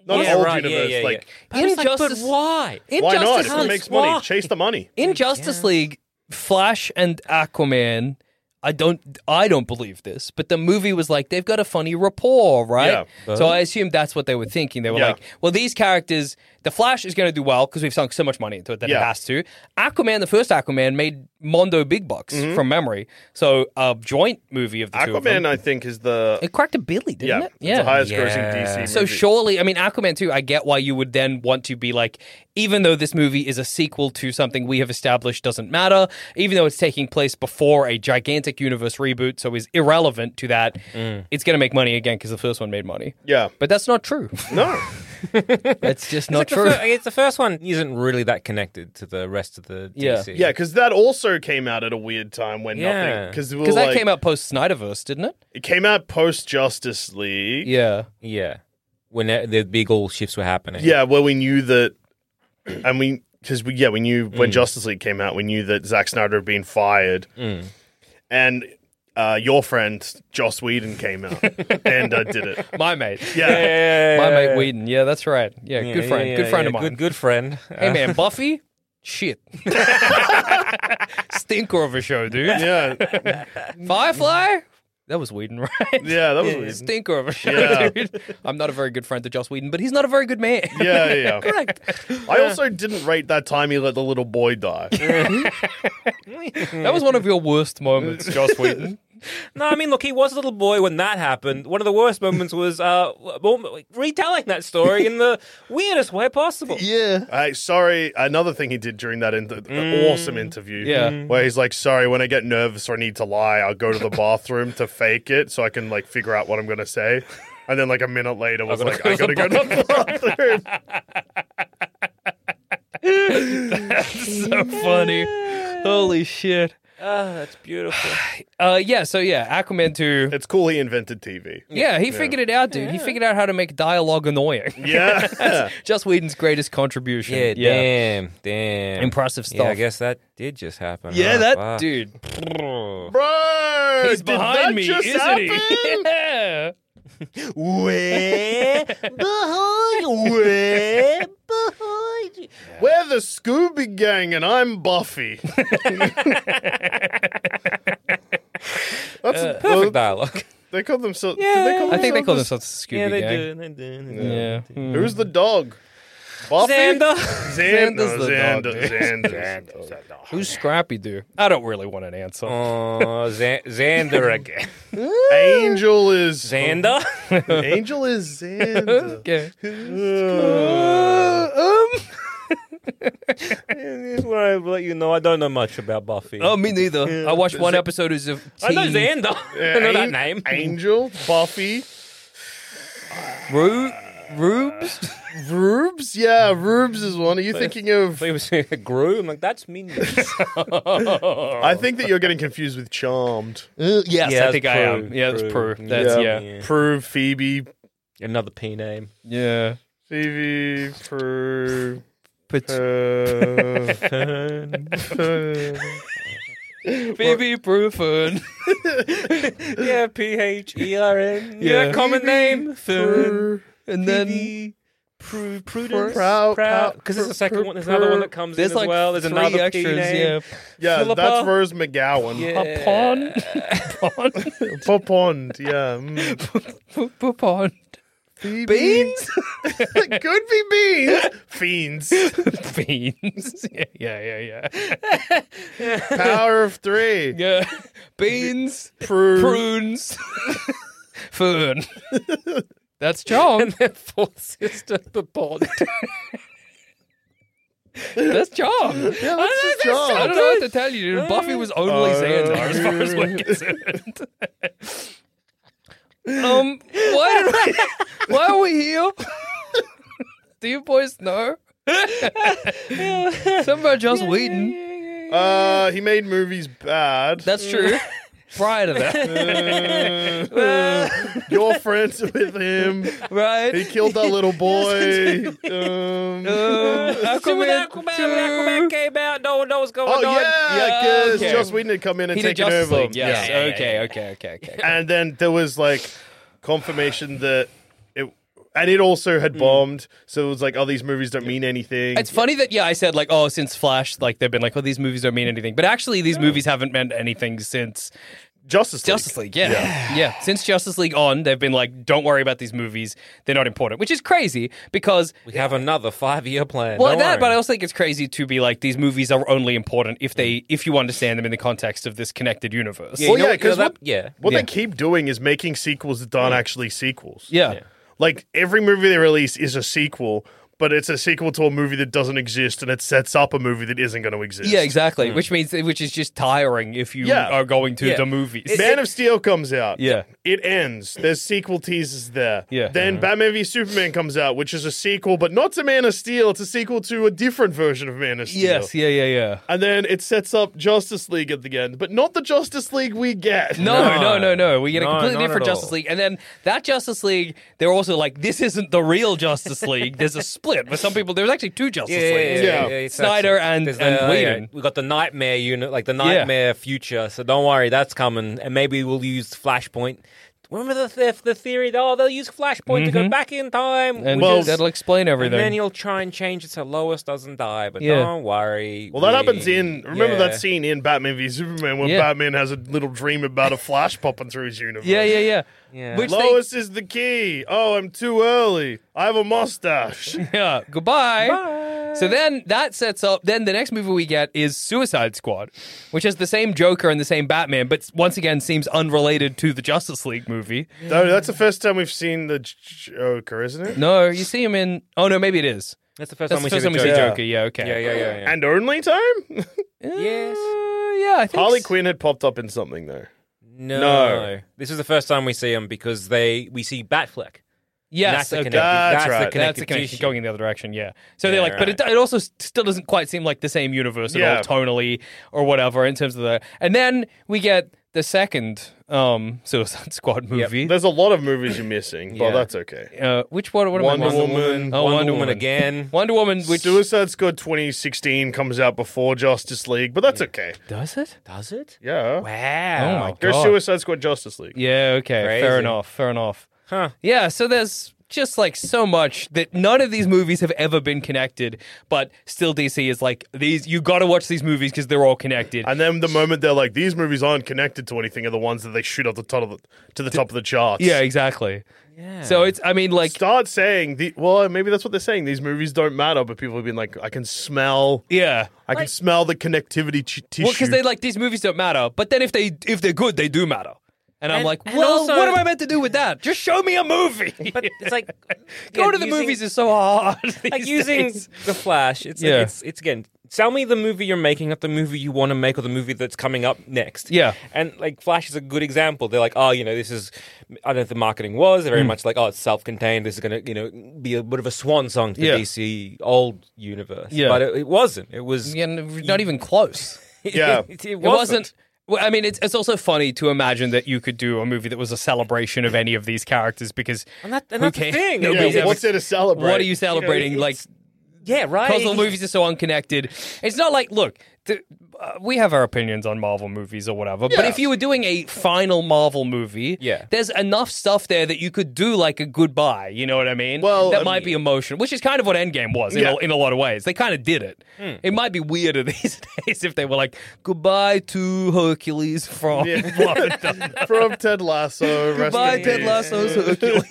Speaker 4: not
Speaker 1: Yeah,
Speaker 4: old
Speaker 1: right, yeah,
Speaker 4: universe.
Speaker 1: yeah, yeah.
Speaker 4: like
Speaker 1: I was like,
Speaker 3: Injustice-
Speaker 1: but why?
Speaker 4: why not?
Speaker 3: Injustice
Speaker 4: If it makes money, chase the money.
Speaker 3: in Justice League, Flash and Aquaman. I don't, I don't believe this, but the movie was like they've got a funny rapport, right? so I assume that's what they were thinking. They were
Speaker 4: Yeah.
Speaker 3: like, well, these characters, the Flash is going to do well because we've sunk so much money into it that it
Speaker 4: Yeah.
Speaker 3: has to. Aquaman, the first Aquaman, made Mondo big bucks from memory, so a joint movie of the two of them.
Speaker 4: Mm-hmm. Aquaman, I think, is the
Speaker 3: it cracked a billy, didn't
Speaker 4: yeah,
Speaker 3: it?
Speaker 4: it's the highest grossing
Speaker 1: Yeah.
Speaker 4: DC.
Speaker 3: So
Speaker 4: movie.
Speaker 3: surely, I mean, Aquaman 2, I get why you would then want to be like, even though this movie is a sequel to something we have established doesn't matter, even though it's taking place before a gigantic universe reboot, so is irrelevant to that, it's going to make money again because the first one made money.
Speaker 4: Yeah,
Speaker 3: But that's not true.
Speaker 4: no,
Speaker 3: That's just not
Speaker 1: It's like
Speaker 3: true.
Speaker 1: The fir- it's the first one isn't really that connected to the rest of the
Speaker 3: Yeah.
Speaker 1: DC.
Speaker 4: yeah, because that also came out at a weird time when nothing
Speaker 1: Yeah.
Speaker 4: because
Speaker 3: Because that came out post Snyderverse, didn't it?
Speaker 4: It came out post Justice League.
Speaker 3: Yeah.
Speaker 1: yeah. When the- the big all shifts were happening.
Speaker 4: Yeah, where we knew that, and we because we yeah we knew when Justice League came out, we knew that Zack Snyder had been fired, and uh, your friend Joss Whedon came out and uh, did it.
Speaker 3: My mate.
Speaker 4: Yeah,
Speaker 3: My mate Whedon. Yeah, that's right. Yeah,
Speaker 1: Yeah,
Speaker 3: good friend.
Speaker 1: yeah,
Speaker 3: good
Speaker 1: yeah,
Speaker 3: friend
Speaker 1: yeah.
Speaker 3: of mine.
Speaker 1: Good, good friend.
Speaker 3: Hey, man, Buffy? Shit. Stinker of a show, dude.
Speaker 4: yeah,
Speaker 3: Firefly? That was Whedon, right?
Speaker 4: yeah. That was weird.
Speaker 3: Stinker of a show,
Speaker 4: Yeah.
Speaker 3: dude. I'm not a very good friend to Joss Whedon, but he's not a very good man.
Speaker 4: Yeah, yeah.
Speaker 3: Correct.
Speaker 4: I also didn't rate that time he let the little boy die.
Speaker 3: That
Speaker 1: Mm.
Speaker 3: was one of your worst moments, Joss Whedon.
Speaker 1: No, I mean, look, he was a little boy when that happened. One of the worst moments was uh, well, retelling that story in the weirdest way possible.
Speaker 4: Yeah. sorry. Another thing he did during that inter- awesome interview.
Speaker 3: Mm. Yeah. Mm.
Speaker 4: Where he's like, sorry, when I get nervous or I need to lie, I'll go to the bathroom to fake it so I can like figure out what I'm going to say. And then like a minute later was like, I got to go to the bathroom.
Speaker 3: so funny. Holy shit.
Speaker 1: Ah, that's beautiful.
Speaker 3: Uh, yeah, so yeah, Aquaman 2.
Speaker 4: it's cool he invented TV.
Speaker 3: Yeah, he figured it out, dude. He figured out how to make dialogue annoying.
Speaker 4: Yeah.
Speaker 3: Joss Whedon's greatest contribution.
Speaker 1: Yeah, damn, damn.
Speaker 3: Impressive
Speaker 1: Yeah, I
Speaker 3: stuff.
Speaker 1: guess Ah, that did just happen. Oh,
Speaker 3: Yeah,
Speaker 1: huh?
Speaker 3: that
Speaker 1: Fuck.
Speaker 3: dude.
Speaker 4: Bro,
Speaker 3: He's
Speaker 4: did that
Speaker 3: behind me,
Speaker 4: just
Speaker 3: isn't
Speaker 4: happen?
Speaker 3: he? Yeah.
Speaker 1: Where behind? Where behind? you?
Speaker 4: We're the Scooby Gang and I'm Buffy. That's a
Speaker 1: Perfect dialogue.
Speaker 4: They call themselves.
Speaker 1: Yeah,
Speaker 4: do they call
Speaker 3: I think they call
Speaker 4: themselves
Speaker 3: themselves Scooby
Speaker 1: yeah, they
Speaker 3: Gang.
Speaker 1: do. They do. They do.
Speaker 3: Yeah. Hmm.
Speaker 4: the- Who's the dog? Buffy?
Speaker 1: Xander.
Speaker 4: Xander,
Speaker 3: Xander's the
Speaker 4: Xander,
Speaker 3: dog, dude.
Speaker 4: Xander, Xander.
Speaker 3: Who's Scrappy Do? I don't really want an answer.
Speaker 1: Oh, Xan- Xander again.
Speaker 4: Angel is
Speaker 1: Xander.
Speaker 4: Angel is Xander.
Speaker 3: Okay.
Speaker 1: I let you know I don't know much about Buffy.
Speaker 3: Oh, me neither. I watched one episode of Teen...
Speaker 1: I know Xander. I know that name.
Speaker 4: Angel, Buffy,
Speaker 3: Ru- Rubes?
Speaker 4: Rubes. Yeah, Rubes is one. Are you thinking of?
Speaker 1: He was a Gru. I'm like, that's me.
Speaker 3: Oh.
Speaker 4: I think that you're getting confused with Charmed.
Speaker 3: Uh, yes,
Speaker 1: Yeah,
Speaker 3: I think I
Speaker 1: that's
Speaker 3: am.
Speaker 1: Prue.
Speaker 3: Yeah, that's
Speaker 1: Prue.
Speaker 3: Prue. That's
Speaker 4: Yeah.
Speaker 3: yeah.
Speaker 4: Prove Phoebe,
Speaker 1: Another P name.
Speaker 3: Yeah.
Speaker 4: Phoebe, Prove.
Speaker 3: But uh, Phoebe Prufern.
Speaker 1: yeah, P H E R N.
Speaker 3: Yeah.
Speaker 1: Yeah, common name. Fern.
Speaker 3: And then
Speaker 1: Prue, Prudence.
Speaker 4: Proud- proud-
Speaker 1: Because there's a second one. There's
Speaker 4: Prue-
Speaker 1: another one that comes
Speaker 3: there's
Speaker 1: in
Speaker 3: like
Speaker 1: as well. There's
Speaker 3: three
Speaker 1: another
Speaker 3: extras.
Speaker 1: P name.
Speaker 3: Yeah.
Speaker 4: yeah,
Speaker 1: Philippa.
Speaker 4: that's Rose McGowan.
Speaker 3: A pawn. pawn.
Speaker 4: Popond, yeah. mm.
Speaker 3: P- pawn.
Speaker 4: Phoebe-
Speaker 3: Beans?
Speaker 4: Could be beans. Fiends.
Speaker 3: Beans. Yeah, yeah, yeah. Yeah.
Speaker 4: Power of three.
Speaker 3: yeah. Beans.
Speaker 4: Prue.
Speaker 3: prunes, fern. That's charmed.
Speaker 1: And their fourth sister, the Bond.
Speaker 3: That's charmed.
Speaker 4: Yeah, that's just Charmed.
Speaker 3: I don't know what to tell you. dude. Buffy was only
Speaker 1: Uh,
Speaker 3: Xander as far as we're concerned. um, why did we, why are we here? Do you boys know? Something about Joss Whedon.
Speaker 4: Uh, he made movies bad.
Speaker 3: That's true. prior to that. Well,
Speaker 4: You're friends with him.
Speaker 3: right?
Speaker 4: He killed that little boy. Um,
Speaker 3: Uh,
Speaker 5: When
Speaker 3: Aquaman
Speaker 5: Aquaman,
Speaker 3: two.
Speaker 5: Aquaman came out, no one knows what's going
Speaker 4: oh
Speaker 5: on.
Speaker 4: yeah, because
Speaker 3: okay.
Speaker 4: Joss Whedon had come in and
Speaker 3: He did
Speaker 4: taken
Speaker 3: Justice
Speaker 4: over.
Speaker 3: League. Yes.
Speaker 4: Yeah.
Speaker 3: okay, okay, okay, okay.
Speaker 4: and then there was like confirmation that it, and it also had bombed. So it was like, oh, these movies don't mean anything.
Speaker 3: Hmm. It's funny that yeah, I said like, oh, since Flash, like they've been like, oh, these movies don't mean anything, but actually, these movies haven't meant anything since
Speaker 4: Justice League.
Speaker 3: Justice League. Yeah. yeah, Since Justice League on, they've been like, don't worry about these movies; they're not important, which is crazy because.
Speaker 1: We have another five year plan.
Speaker 3: Well,
Speaker 1: Don't
Speaker 3: that,
Speaker 1: worry.
Speaker 3: but I also think it's crazy to be like these movies are only important if they if you understand them in the context of this connected universe.
Speaker 1: Yeah,
Speaker 4: Well,
Speaker 1: you know-
Speaker 4: yeah,
Speaker 1: you know
Speaker 4: because
Speaker 1: that-
Speaker 4: what,
Speaker 1: yeah.
Speaker 4: what
Speaker 3: Yeah.
Speaker 4: they keep doing is making sequels that aren't actually sequels.
Speaker 3: yeah.
Speaker 4: Like every movie they release is a sequel, but it's a sequel to a movie that doesn't exist and it sets up a movie that isn't going to exist.
Speaker 3: Yeah, exactly. Which means which is just tiring if you
Speaker 4: Yeah.
Speaker 3: are going to
Speaker 1: Mm. Yeah.
Speaker 3: the movies.
Speaker 4: Man of Steel comes out.
Speaker 3: Yeah.
Speaker 4: It ends. There's sequel teasers there.
Speaker 3: Yeah. Uh-huh.
Speaker 4: Then Batman v Superman comes out, which is a sequel, but not to Man of Steel. It's a sequel to a different version of Man of Steel.
Speaker 3: yes, yeah, yeah, yeah.
Speaker 4: And then it sets up Justice League at the end, but not the Justice League we get.
Speaker 3: No, no,
Speaker 1: No.
Speaker 3: no, no. We get a
Speaker 1: No,
Speaker 3: completely
Speaker 1: not at
Speaker 3: different
Speaker 1: all.
Speaker 3: Justice League. And then that Justice League, they're also like, this isn't the real Justice League. There's a split. For some people, there's actually two Justice
Speaker 1: Yeah, yeah, yeah,
Speaker 3: Leagues.
Speaker 4: Yeah.
Speaker 1: it's-
Speaker 3: Snyder
Speaker 1: that's it.
Speaker 3: and-
Speaker 1: There's
Speaker 3: and
Speaker 1: the- yeah,
Speaker 3: Whedon.
Speaker 1: we got the nightmare unit, like the nightmare future. So don't worry, that's coming, and maybe we'll use Flashpoint. Remember the the, the theory? that, Oh, they'll use Flashpoint to go back in time.
Speaker 3: Mm-hmm. And
Speaker 1: We
Speaker 4: Well,
Speaker 1: just-
Speaker 3: that'll explain
Speaker 1: and then
Speaker 3: everything.
Speaker 1: you'll try and change it so Lois doesn't die. But
Speaker 3: Yeah.
Speaker 1: don't worry.
Speaker 4: Well, that
Speaker 1: we-
Speaker 4: happens in. Remember that
Speaker 1: Yeah.
Speaker 4: scene in Batman v Superman when
Speaker 3: Yeah.
Speaker 4: Batman has a little dream about a flash popping through his universe?
Speaker 3: Yeah, yeah, yeah.
Speaker 1: Yeah.
Speaker 3: Which they-
Speaker 4: Lois is the key. Oh, I'm too early. I have a mustache.
Speaker 3: yeah. Goodbye. So then that sets up. Then the next movie we get is Suicide Squad, which has the same Joker and the same Batman, but once again seems unrelated to the Justice League movie.
Speaker 4: no, that's the first time we've seen the J- Joker, isn't it?
Speaker 3: No, you see him in. Oh no, maybe it is.
Speaker 1: That's the first
Speaker 3: That's
Speaker 1: time
Speaker 3: the
Speaker 1: we
Speaker 3: first
Speaker 1: see
Speaker 3: time
Speaker 1: the
Speaker 3: we see
Speaker 1: Joker.
Speaker 3: Joker. Yeah, okay.
Speaker 1: Yeah, yeah, yeah, yeah.
Speaker 4: And only time?
Speaker 1: yes.
Speaker 3: Uh, yeah, I think
Speaker 4: Harley
Speaker 3: so.
Speaker 4: Quinn had popped up in something though.
Speaker 1: No.
Speaker 4: No.
Speaker 1: This is the first time we see him because they we see Batfleck. And
Speaker 3: Yes,
Speaker 1: that's the
Speaker 3: okay.
Speaker 1: connected, that's,
Speaker 4: That's right.
Speaker 1: the
Speaker 4: That's
Speaker 1: connected
Speaker 3: That's the connection
Speaker 1: tissue.
Speaker 3: going in the other direction. Yeah. So
Speaker 1: Yeah,
Speaker 3: they're like, but it,
Speaker 1: right.
Speaker 3: it also s- still doesn't quite seem like the same universe at
Speaker 4: Yeah.
Speaker 3: all, tonally or whatever, in terms of the. And then we get the second um, Suicide Squad movie.
Speaker 4: There's a lot of movies you're missing,
Speaker 1: Yeah.
Speaker 4: but that's okay.
Speaker 3: Uh, which one? What am I
Speaker 4: Wonder
Speaker 3: missing?
Speaker 4: Woman.
Speaker 3: Oh,
Speaker 1: Wonder
Speaker 3: Wonder
Speaker 1: Woman again.
Speaker 3: Wonder Woman. Which
Speaker 4: Suicide Squad 2016 comes out before Justice League, but that's okay.
Speaker 3: does it?
Speaker 1: Does it?
Speaker 4: Yeah.
Speaker 1: Wow.
Speaker 3: Oh my
Speaker 4: Go
Speaker 3: God.
Speaker 4: Suicide Squad Justice League.
Speaker 3: Yeah. Okay. Fair
Speaker 1: Crazy.
Speaker 3: enough. Fair enough.
Speaker 1: Huh.
Speaker 3: Yeah, so there's just like so much that none of these movies have ever been connected, but still DC is like these you got to watch these movies because they're all connected.
Speaker 4: And then the moment they're like, these movies aren't connected to anything, are the ones that they shoot up the top of the, to the top of the charts.
Speaker 3: yeah, exactly. Yeah. So it's I mean like
Speaker 4: Start saying the well, maybe that's what they're saying. These movies don't matter, but people have been like, I can smell,
Speaker 3: yeah.
Speaker 4: I can smell the connectivity t- tissue.
Speaker 3: Well, because they like these movies don't matter, but then if they if they're good, they do matter. And, I'm
Speaker 1: And-
Speaker 3: like,
Speaker 1: and
Speaker 3: well,
Speaker 1: also-
Speaker 3: what am I meant to do with that? Just show me a movie.
Speaker 1: But it's like
Speaker 3: Go
Speaker 1: again,
Speaker 3: to the
Speaker 1: using-
Speaker 3: movies is so hard.
Speaker 1: like
Speaker 3: these
Speaker 1: using
Speaker 3: days.
Speaker 1: the Flash. It's
Speaker 3: Yeah.
Speaker 1: like, it's it's again. Tell me the movie you're making, not the movie you want to make, or the movie that's coming up next.
Speaker 3: Yeah.
Speaker 1: and like Flash is a good example. They're like, oh, you know, this is. I don't know if the marketing was
Speaker 3: Mm.
Speaker 1: very much like, oh, it's self-contained. This is going to, you know, be a bit of a swan song to the
Speaker 3: Yeah.
Speaker 1: DC old universe.
Speaker 3: Yeah.
Speaker 1: but it, it wasn't. It was.
Speaker 3: Yeah, n- not even close.
Speaker 4: Yeah.
Speaker 1: it,
Speaker 3: It wasn't. Well, I mean, it's, it's also funny to imagine that you could do a movie that was a celebration of any of these characters because
Speaker 1: And, that, and
Speaker 3: who
Speaker 1: that's the
Speaker 3: cares?
Speaker 1: thing.
Speaker 3: Nobody-
Speaker 1: Nobody's
Speaker 4: yeah,
Speaker 1: ever-
Speaker 4: what's there to celebrate?
Speaker 3: What are you celebrating? like,
Speaker 1: yeah, right.
Speaker 3: puzzle movies are so unconnected. It's not like, look, th- uh, we have our opinions on Marvel movies or whatever, but if you were doing a final Marvel movie,
Speaker 1: Yeah.
Speaker 3: there's enough stuff there that you could do like a goodbye, you know what I mean?
Speaker 4: Well,
Speaker 3: that
Speaker 4: I
Speaker 3: might be emotional, which is kind of what Endgame was in,
Speaker 4: Yeah.
Speaker 3: a, in a lot of ways. They kind of did it. It might be weirder these days if they were like, goodbye to Hercules from.
Speaker 4: from Ted Lasso. rest
Speaker 3: Goodbye,
Speaker 4: in
Speaker 3: Ted
Speaker 4: peace.
Speaker 3: Lasso's Hercules.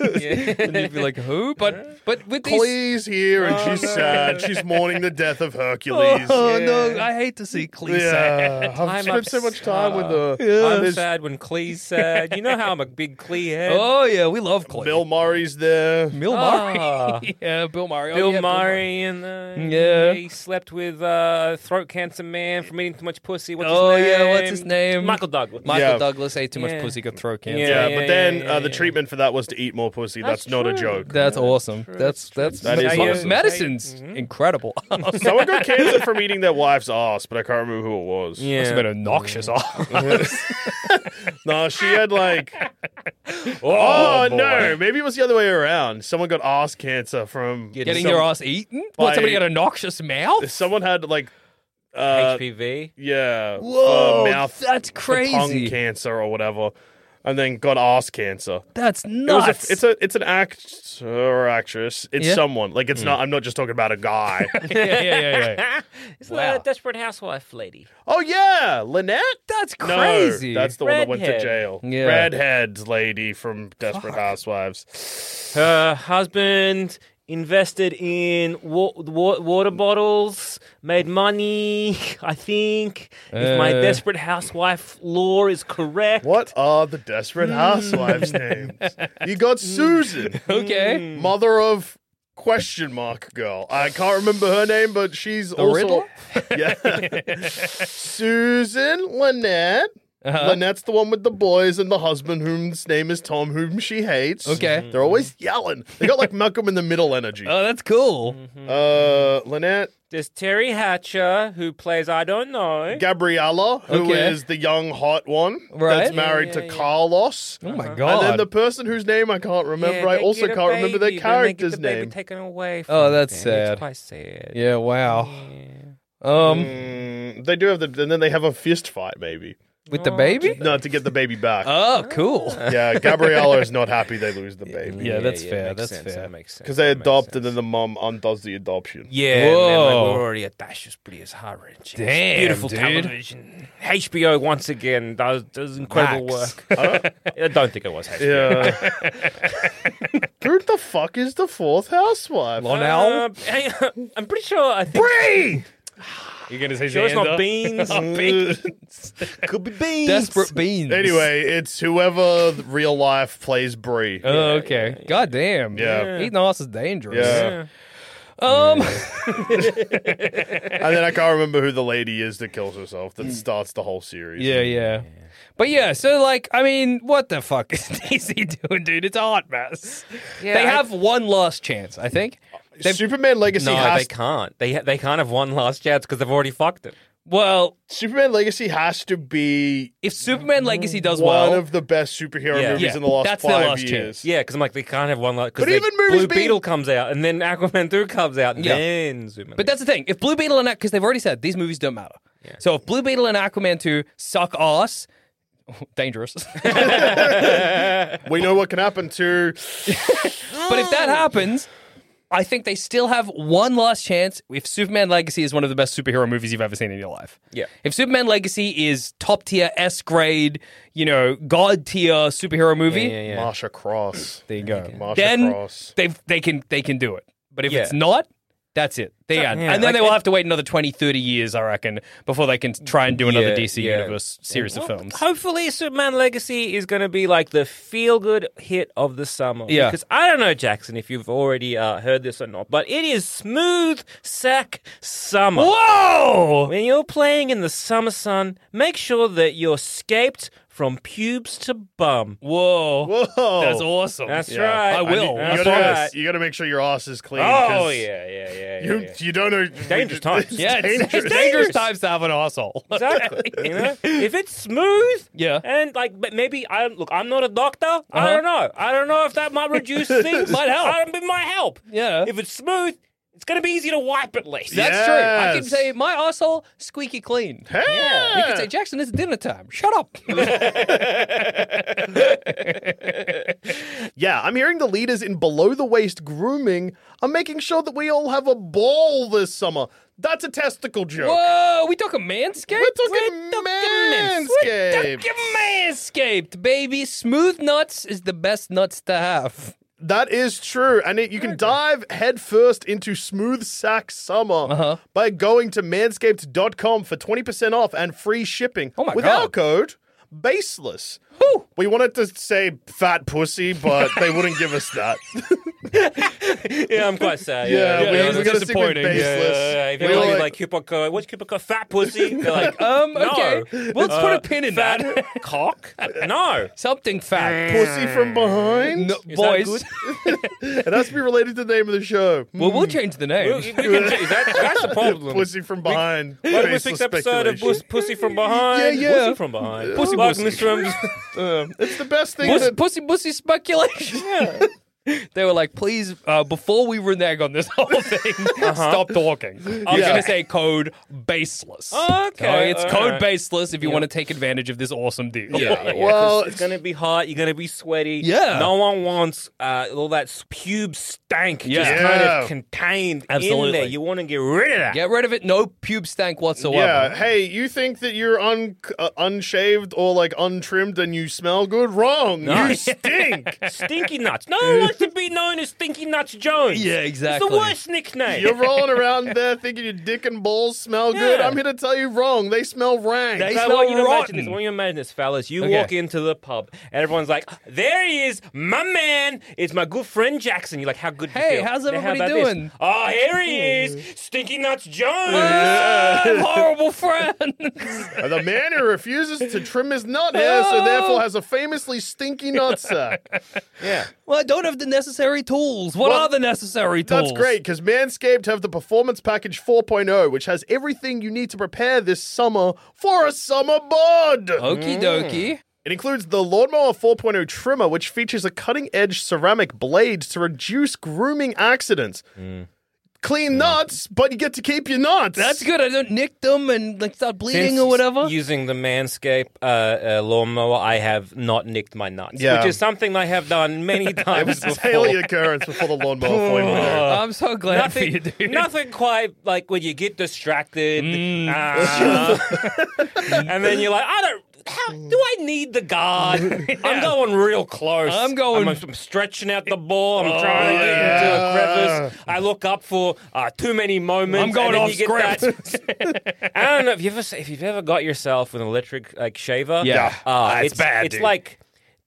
Speaker 3: and you'd be like, who? But but with these
Speaker 4: Clee's here and she's sad. She's mourning the death of Hercules.
Speaker 3: Oh no, I hate to see Cleese.
Speaker 4: Yeah,
Speaker 1: I'm
Speaker 4: I've spent so
Speaker 1: ups-
Speaker 4: much time with the
Speaker 1: I'm
Speaker 4: there's-
Speaker 1: sad when Clee's sad. You know how I'm a big Clee head.
Speaker 3: Oh yeah, we love Cleese.
Speaker 4: Bill Murray's there.
Speaker 3: Bill
Speaker 1: Ah.
Speaker 3: Murray. yeah, Bill Murray. Oh,
Speaker 1: Bill
Speaker 3: yeah,
Speaker 1: Murray and uh,
Speaker 3: Yeah.
Speaker 1: he slept with uh, throat cancer man from eating too much pussy. What's
Speaker 3: Oh,
Speaker 1: his name?
Speaker 3: yeah, what's his name?
Speaker 1: Michael Douglas.
Speaker 3: Michael
Speaker 4: Yeah.
Speaker 3: Douglas ate too much
Speaker 1: Yeah.
Speaker 3: pussy, got throat cancer.
Speaker 1: Yeah,
Speaker 4: Yeah,
Speaker 1: yeah,
Speaker 4: but
Speaker 1: yeah,
Speaker 4: then
Speaker 1: yeah,
Speaker 4: uh, the
Speaker 1: yeah.
Speaker 4: treatment for that was to eat more pussy. That's,
Speaker 1: That's
Speaker 4: not a
Speaker 1: true. mm-hmm.
Speaker 4: joke.
Speaker 3: That's awesome. that's that's
Speaker 4: That is
Speaker 3: med-
Speaker 4: awesome.
Speaker 3: medicine's incredible. Must
Speaker 4: Someone got cancer from eating their wife's ass, but I can't remember who it was.
Speaker 1: Yeah.
Speaker 3: have been obnoxious.
Speaker 4: No, she had like.
Speaker 1: Oh,
Speaker 4: Oh, no, maybe it was the other way around. Someone got ass cancer from
Speaker 3: Getting
Speaker 4: some-
Speaker 3: your ass eaten? What, somebody
Speaker 4: By-
Speaker 3: had a noxious mouth?
Speaker 4: Someone had like. Uh,
Speaker 1: HPV.
Speaker 4: Yeah.
Speaker 3: Whoa,
Speaker 4: uh, mouth,
Speaker 3: that's
Speaker 4: tongue
Speaker 3: crazy.
Speaker 4: cancer or whatever, and then got ass cancer.
Speaker 3: That's
Speaker 4: It was a-
Speaker 3: nuts.
Speaker 4: it's a it's an actor or actress. It's
Speaker 3: Yeah. Mm.
Speaker 4: someone. Like it's not. I'm not just talking about a guy.
Speaker 3: yeah, yeah, yeah, yeah.
Speaker 5: Isn't that a desperate housewife lady?
Speaker 4: oh yeah, Lynette.
Speaker 3: That's
Speaker 4: No,
Speaker 3: crazy.
Speaker 4: that's the one that went
Speaker 5: Redhead.
Speaker 4: to jail.
Speaker 3: Yeah.
Speaker 4: Redhead lady from Desperate Housewives.
Speaker 1: Her husband invested in wa- wa- water bottles, made money. I think if my
Speaker 3: Uh.
Speaker 1: desperate housewife lore is correct.
Speaker 4: What are the
Speaker 3: Mm.
Speaker 4: Desperate Housewives names? You got Susan, Mm.
Speaker 3: okay.
Speaker 4: mother of question mark girl. I can't remember her name, but she's the also
Speaker 3: Riddler?
Speaker 4: yeah. Susan Lynette.
Speaker 3: Uh-huh.
Speaker 4: Lynette's the one with the boys and the husband, whom's name is Tom, whom she hates.
Speaker 3: Okay.
Speaker 4: They're always yelling. They got like Malcolm in the Middle energy.
Speaker 3: Oh, that's cool.
Speaker 1: Mm-hmm.
Speaker 4: Uh, Lynette,
Speaker 1: There's Terry Hatcher who plays I don't know.
Speaker 4: Gabriella, who is
Speaker 3: Okay.
Speaker 4: the young hot one
Speaker 3: Right.
Speaker 4: that's married to Carlos.
Speaker 3: Oh my
Speaker 1: Uh-huh.
Speaker 4: And
Speaker 3: god.
Speaker 4: then the person whose name I can't remember, I also can't remember their character's name.
Speaker 1: taken away
Speaker 3: Oh, that's them. It's sad. quite yeah, wow. Um,
Speaker 4: Mm, they do have the, and then they have a fist fight, maybe.
Speaker 3: with the
Speaker 1: Mm-hmm.
Speaker 3: baby?
Speaker 4: No, to get the baby back.
Speaker 3: Oh, cool.
Speaker 4: yeah, Gabriella is not happy they lose the baby
Speaker 3: Yeah, that's fair.
Speaker 1: makes
Speaker 3: That's
Speaker 1: sense.
Speaker 3: fair.
Speaker 1: That makes sense.
Speaker 4: because they
Speaker 1: That makes
Speaker 4: adopt, and
Speaker 1: sense.
Speaker 4: then the mom undoes the adoption.
Speaker 1: Yeah, and then, like,
Speaker 3: Whoa.
Speaker 1: we're already attached. It's pretty, it's heart wrenching.
Speaker 3: Damn,
Speaker 1: beautiful
Speaker 3: dude.
Speaker 1: television. HBO once again does does incredible
Speaker 3: Max.
Speaker 1: work. I don't, I don't think it was HBO.
Speaker 4: Yeah. Who the fuck is the fourth housewife?
Speaker 3: Now?
Speaker 1: Uh, hey, I'm pretty sure. I think
Speaker 4: Bree!
Speaker 3: You're going to say
Speaker 1: sure it's not beans.
Speaker 4: Could be beans.
Speaker 3: Desperate beans.
Speaker 4: Anyway, it's whoever th- real life plays Bree.
Speaker 3: Oh, okay. God damn.
Speaker 4: Yeah.
Speaker 3: Eating ass is dangerous.
Speaker 4: Yeah.
Speaker 3: Um,
Speaker 4: and then I can't remember who the lady is that kills herself that starts the whole series.
Speaker 3: yeah, yeah. But yeah, so like, I mean, what the fuck is DC doing, dude? It's a hot mess. they have one last chance, I think.
Speaker 4: Superman Legacy
Speaker 1: no, they
Speaker 4: has
Speaker 1: can't. They they can't have one last chance because they've already fucked it.
Speaker 3: Well,
Speaker 4: Superman Legacy has to be
Speaker 3: if Superman Legacy does
Speaker 4: one
Speaker 3: well,
Speaker 4: of the best superhero
Speaker 1: Yeah.
Speaker 4: movies
Speaker 3: Yeah,
Speaker 4: in the last
Speaker 3: that's their
Speaker 4: five
Speaker 3: last
Speaker 4: years.
Speaker 3: chance.
Speaker 1: Yeah, because I'm like they can't have one last.
Speaker 4: But even movies
Speaker 1: Blue
Speaker 4: being-
Speaker 1: Beetle comes out, and then Aquaman Two comes out, and
Speaker 3: Yeah.
Speaker 1: then Superman.
Speaker 3: But that's the thing. If Blue Beetle and because they've already said these movies don't matter. So if Blue Beetle and Aquaman two suck ass, dangerous. but
Speaker 4: We know what can happen to
Speaker 3: if that happens, I think they still have one last chance. If Superman Legacy is one of the best superhero movies you've ever seen in your life,
Speaker 1: Yeah.
Speaker 3: If Superman Legacy is top tier, S grade, you know, god tier superhero movie,
Speaker 4: Marsha Cross.
Speaker 3: there you go.
Speaker 4: Marsha
Speaker 3: Then
Speaker 4: Cross.
Speaker 3: they they can they can do it. But if
Speaker 1: Yeah.
Speaker 3: it's not. That's it. The end.
Speaker 1: yeah,
Speaker 3: and then
Speaker 1: like
Speaker 3: they will
Speaker 1: it-
Speaker 3: have to wait another 20, 30 years, I reckon, before they can try and do another
Speaker 1: Yeah,
Speaker 3: DC
Speaker 1: yeah.
Speaker 3: Universe series of films.
Speaker 1: Hopefully, Superman Legacy is going to be like the feel good hit of the summer.
Speaker 3: Yeah.
Speaker 1: Because I don't know, Jackson, if you've already uh, heard this or not, but it is smooth sack summer.
Speaker 3: Whoa!
Speaker 1: When you're playing in the summer sun, make sure that you're scaped from pubes to bum.
Speaker 3: Whoa.
Speaker 4: Whoa.
Speaker 3: That's awesome.
Speaker 1: That's
Speaker 4: Yeah.
Speaker 1: right.
Speaker 3: I will.
Speaker 4: You
Speaker 1: That's
Speaker 4: gotta,
Speaker 1: right.
Speaker 4: you gotta make sure your ass is clean. 'cause
Speaker 1: Oh, yeah, yeah, yeah. yeah,
Speaker 4: You,
Speaker 1: yeah.
Speaker 4: you don't know.
Speaker 1: Dangerous times.
Speaker 3: yeah, it's it's dangerous. times to have an asshole.
Speaker 1: Exactly. you know, if it's smooth,
Speaker 3: Yeah.
Speaker 1: and like, but maybe I look. I'm not a doctor. I don't know. I don't know if that might reduce things. Uh-huh. might help. I don't, it might help.
Speaker 3: Yeah.
Speaker 1: If it's smooth, it's gonna be easy to wipe at least.
Speaker 3: That's
Speaker 4: Yes.
Speaker 3: true. I can say my asshole squeaky clean.
Speaker 4: Hey!
Speaker 3: You can say Jackson, it's dinner time. Shut up.
Speaker 4: Yeah, I'm hearing the leaders in below the waist grooming are making sure that we all have a ball this summer. That's a testicle joke.
Speaker 3: Whoa, we talking manscaped.
Speaker 4: We're talking
Speaker 3: mans- We're
Speaker 4: manscaped.
Speaker 3: talking manscaped, baby. Smooth nuts is the best nuts to have.
Speaker 4: That is true. And it, you can dive headfirst into Smooth Sack Summer
Speaker 3: Uh-huh.
Speaker 4: by going to manscaped.com for 20% off and free shipping
Speaker 3: Oh my
Speaker 4: with
Speaker 3: God.
Speaker 4: our code BASELESS. We wanted to say fat pussy, but they wouldn't give us that.
Speaker 1: yeah, I'm quite sad.
Speaker 4: Yeah,
Speaker 3: yeah,
Speaker 4: we,
Speaker 3: yeah, it's
Speaker 4: we got a segment
Speaker 3: disappointing. Yeah,
Speaker 4: baseless.
Speaker 1: Yeah, if
Speaker 4: We
Speaker 1: everyone
Speaker 4: were
Speaker 1: was like, Cooper Co, what's Cooper Co? Fat pussy? They're like, "Oh,
Speaker 3: Um,
Speaker 1: no. Uh,
Speaker 3: okay. Well, let's put a pin in
Speaker 1: fat
Speaker 3: that.
Speaker 1: cock? No.
Speaker 3: Something fat.
Speaker 4: pussy from behind.
Speaker 3: No,
Speaker 1: Is that
Speaker 3: boys.
Speaker 1: good?
Speaker 4: It has to be related to the name of the show.
Speaker 3: Well, we'll change the
Speaker 1: We,
Speaker 3: name.
Speaker 1: we can change that. That's the problem.
Speaker 4: Pussy from behind.
Speaker 1: Why don't we
Speaker 4: Baseless
Speaker 1: fix episode of Bus-
Speaker 4: speculation.
Speaker 1: Pussy from Behind?
Speaker 4: Yeah, yeah.
Speaker 1: Pussy from Behind.
Speaker 3: Pussy
Speaker 1: Mark
Speaker 3: Pussy.
Speaker 1: Lindstrom.
Speaker 4: Uh, it's the best thing
Speaker 3: Pussy,
Speaker 4: that
Speaker 3: pussy, pussy speculation. They were like, please, uh, before we renege on this whole thing,
Speaker 1: Uh-huh.
Speaker 3: stop talking. I was
Speaker 4: Yeah.
Speaker 3: going to say code baseless.
Speaker 1: Oh, okay.
Speaker 3: Uh, it's
Speaker 1: All
Speaker 3: code
Speaker 1: right.
Speaker 3: baseless if you want to take advantage of this awesome deal.
Speaker 1: Yeah, yeah, yeah.
Speaker 4: Well,
Speaker 1: 'Cause it's, gonna be hot. You're gonna be sweaty.
Speaker 3: Yeah.
Speaker 1: no one wants uh, all that s- pube stank just
Speaker 3: Yeah.
Speaker 1: kind
Speaker 4: Yeah.
Speaker 1: of contained in there.
Speaker 3: Oh. Absolutely.
Speaker 1: You want to get rid of that.
Speaker 3: Get rid of it. No pube stank
Speaker 4: Yeah.
Speaker 3: whatsoever.
Speaker 4: Hey, you think that you're un uh, unshaved or like untrimmed and you smell good? Wrong. You stink.
Speaker 1: Stinky nuts. No one wants to be known as Stinky Nuts Jones.
Speaker 3: Yeah, exactly.
Speaker 1: It's the worst nickname.
Speaker 4: You're rolling around there thinking your dick and balls smell good.
Speaker 1: Yeah.
Speaker 4: I'm here to tell you wrong. They smell rank.
Speaker 3: They
Speaker 1: Now,
Speaker 3: smell
Speaker 1: what you imagine
Speaker 3: rotten.
Speaker 1: is- what you imagine is, fellas, you
Speaker 3: Okay.
Speaker 1: walk into the pub and everyone's like, "There he is, my man! It's my good friend Jackson." You're like, "How good? do you
Speaker 3: Hey,
Speaker 1: feel?
Speaker 3: how's
Speaker 1: Now, how
Speaker 3: everybody
Speaker 1: about this?
Speaker 3: doing?"
Speaker 1: Oh, here he is, Stinky Nuts Jones.
Speaker 3: Ah, horrible friends.
Speaker 4: the man who refuses to trim his nut hair, so therefore has a famously stinky nutsack.
Speaker 1: Yeah.
Speaker 3: well, I don't have the necessary tools. What
Speaker 4: Well,
Speaker 3: are the necessary tools?
Speaker 4: That's great because Manscaped have the Performance Package 4.0, which has everything you need to prepare this summer for a summer bod.
Speaker 3: Okie dokie.
Speaker 4: It includes the Lawnmower 4.0 trimmer, which features a cutting edge ceramic blade to reduce grooming accidents. Clean nuts, but you get to keep your nuts.
Speaker 3: Mm. That's good. I don't nick them and like start bleeding
Speaker 1: Since
Speaker 3: or whatever.
Speaker 1: Using the Manscaped uh, uh, lawnmower, I have not nicked my nuts,
Speaker 4: Yeah.
Speaker 1: which is something I have done many
Speaker 4: It
Speaker 1: times
Speaker 4: was a
Speaker 1: before.
Speaker 4: daily occurrence before the Lawnmower oh. 4.0.
Speaker 3: I'm so glad for you,
Speaker 1: Nothing,
Speaker 3: dude.
Speaker 1: nothing quite like when you get distracted,
Speaker 3: Mm.
Speaker 1: ah. and then you're like, I don't. How, do I need the guard? I'm going real close.
Speaker 3: I'm going- Oh,
Speaker 1: I'm, I'm stretching out the ball. I'm trying to get into a crevice. I look up for uh, too many moments.
Speaker 3: I'm going
Speaker 1: and then
Speaker 3: off
Speaker 1: you get That. I don't know if you ever if you've ever got yourself an electric like shaver.
Speaker 3: Yeah.
Speaker 1: uh,
Speaker 3: That's
Speaker 1: it's
Speaker 3: bad,
Speaker 1: It's
Speaker 3: dude.
Speaker 1: like.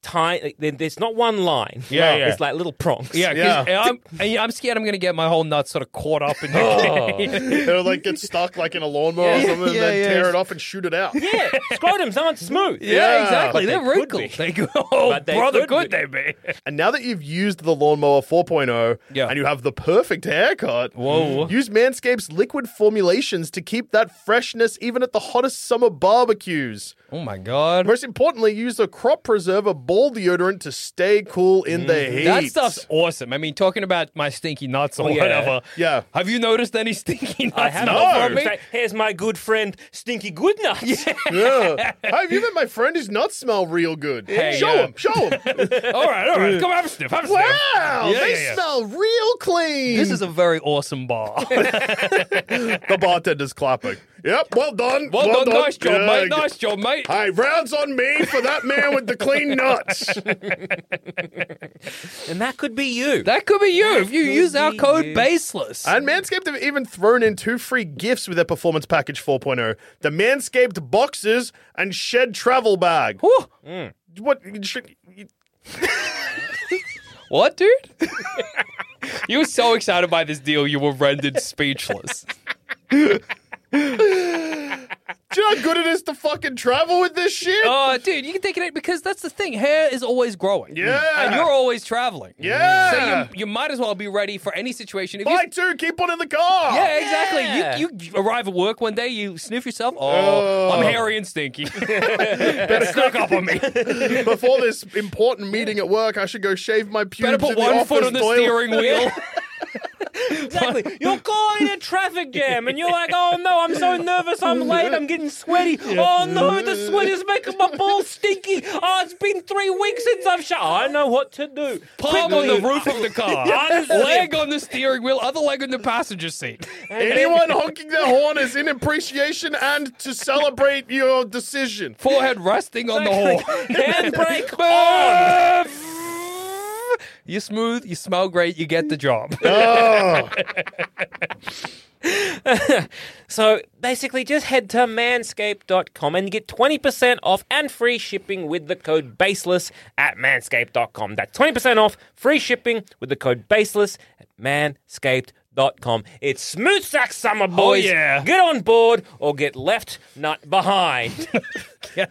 Speaker 1: Time, like, there- there's not one line.
Speaker 4: Yeah, yeah.
Speaker 1: It's like little prongs.
Speaker 3: Yeah, 'cause I'm, and I'm scared I'm going to get my whole nut sort of caught up in the
Speaker 4: It'll like get stuck like in a lawnmower or something,
Speaker 3: yeah,
Speaker 4: and then
Speaker 3: yeah.
Speaker 4: tear it off and shoot it out.
Speaker 1: Yeah, scrotums aren't smooth.
Speaker 4: Yeah,
Speaker 1: but they
Speaker 3: exactly. They're
Speaker 1: could
Speaker 3: wrinkled.
Speaker 1: be.
Speaker 3: They go, oh,
Speaker 1: But they
Speaker 3: brother,
Speaker 1: could
Speaker 3: could
Speaker 1: be.
Speaker 3: they be?
Speaker 4: And now that you've used the lawnmower 4.0
Speaker 3: Yeah.
Speaker 4: and you have the perfect haircut, Mm-hmm.
Speaker 3: Whoa.
Speaker 4: use Manscaped's liquid formulations to keep that freshness even at the hottest summer barbecues.
Speaker 3: Oh my god.
Speaker 4: Most importantly, use the crop preserver ball deodorant to stay cool in the
Speaker 3: Mm-hmm.
Speaker 4: heat.
Speaker 3: That stuff's awesome. I mean, talking about my stinky nuts or
Speaker 1: yeah.
Speaker 3: whatever.
Speaker 4: Yeah.
Speaker 3: Have you noticed any stinky nuts?
Speaker 1: I have
Speaker 3: now
Speaker 1: no.
Speaker 3: from me?
Speaker 1: Here's my good friend Stinky Goodnuts.
Speaker 4: Yeah. Have you met my friend whose nuts smell real good?
Speaker 3: Hey,
Speaker 4: show
Speaker 3: yeah.
Speaker 4: him, show him.
Speaker 3: all right, all right. Come have a sniff. Have a sniff.
Speaker 4: wow,
Speaker 3: Yeah,
Speaker 4: they
Speaker 3: yeah, yeah.
Speaker 4: smell real clean.
Speaker 3: This is a very awesome bar.
Speaker 4: the bartender's clapping. Yep, well done.
Speaker 3: Well, done. Nice job,
Speaker 4: Yeah,
Speaker 3: mate.
Speaker 4: good.
Speaker 3: Nice job, mate.
Speaker 4: Hey, rounds on me for that man with the clean nuts.
Speaker 1: And that could be you.
Speaker 3: That could be you if you use our
Speaker 1: be
Speaker 3: code
Speaker 1: you.
Speaker 3: baseless.
Speaker 4: And Manscaped have even thrown in two free gifts with their Performance Package 4.0 the Manscaped Boxes and Shed Travel Bag.
Speaker 3: Whew.
Speaker 4: What? you should- you-
Speaker 3: What, dude? you were so excited by this deal, you were rendered speechless.
Speaker 4: Do you know how good it is to fucking travel with this shit?
Speaker 3: Oh, dude, you can take it out because that's the thing. Hair is always growing.
Speaker 4: Yeah.
Speaker 3: And you're always traveling.
Speaker 4: Yeah.
Speaker 3: So you, you might as well be ready for any situation. If
Speaker 4: Buy
Speaker 3: you,
Speaker 4: two, keep one in the car.
Speaker 3: yeah,
Speaker 1: Yeah.
Speaker 3: exactly. You, you arrive at work one day, you sniff yourself. Oh, I'm hairy and stinky. Better snuck up on me.
Speaker 4: Before this important meeting at work, I should go shave my pubes.
Speaker 3: Better
Speaker 4: in
Speaker 3: put
Speaker 4: the
Speaker 3: one
Speaker 4: office
Speaker 3: foot on the
Speaker 4: toilet.
Speaker 3: steering wheel.
Speaker 1: Exactly. You're caught in a traffic jam, and you're like, "Oh no, I'm so nervous. I'm late. I'm getting sweaty. Oh no, the sweat is making my balls stinky. Oh, it's been three weeks since I've shot. I know what to do.
Speaker 3: Palm on the roof of the car.
Speaker 1: Honestly.
Speaker 3: leg on the steering wheel, other leg on the passenger seat.
Speaker 4: Anyone honking their horn is in appreciation and to celebrate your decision.
Speaker 3: Forehead resting on the horn.
Speaker 1: Handbrake on.
Speaker 3: Handbrake. You're smooth, you smell great, you get the job.
Speaker 4: Oh.
Speaker 5: so basically, just head to manscaped.com and get 20% off and free shipping with the code BASELESS at manscaped.com. That's 20% off, free shipping with the code BASELESS at manscaped.com. It's smooth sack summer, boys.
Speaker 3: Oh, yeah.
Speaker 5: Get on board or get left nut behind.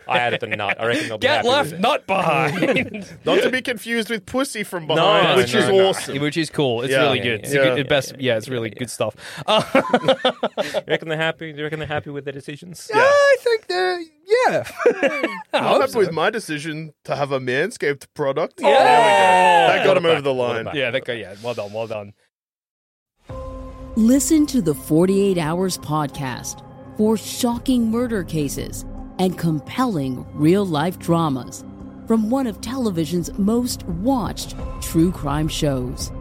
Speaker 5: I added the nut. I reckon they'll be
Speaker 3: Get
Speaker 5: happy with
Speaker 3: left,
Speaker 5: it.
Speaker 3: not behind.
Speaker 4: Not to be confused with pussy from behind,
Speaker 5: no,
Speaker 4: which
Speaker 5: no,
Speaker 4: is
Speaker 5: no.
Speaker 4: awesome.
Speaker 3: Which is cool. It's
Speaker 4: Yeah.
Speaker 3: really
Speaker 4: Yeah,
Speaker 3: good.
Speaker 4: yeah,
Speaker 3: It's a good-
Speaker 4: yeah.
Speaker 3: it best, yeah, it's really good stuff. Uh,
Speaker 5: You reckon they're happy? Do you reckon they're happy with their decisions?
Speaker 3: I think they're, yeah.
Speaker 4: I'm happy with my decision to have a manscaped
Speaker 5: Oh,
Speaker 4: product.
Speaker 3: Yeah.
Speaker 4: That got him over the
Speaker 5: Water
Speaker 4: line.
Speaker 5: back.
Speaker 3: yeah, that guy, yeah. Well done, well done.
Speaker 2: Listen to the 48 Hours podcast for shocking murder cases and compelling real life dramas from one of television's most watched true crime shows.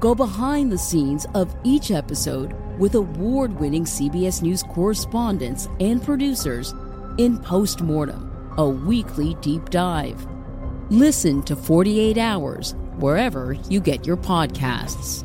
Speaker 2: Go behind the scenes of each episode with award winning CBS News correspondents and producers in Postmortem, a weekly deep dive. Listen to 48 Hours wherever you get your podcasts.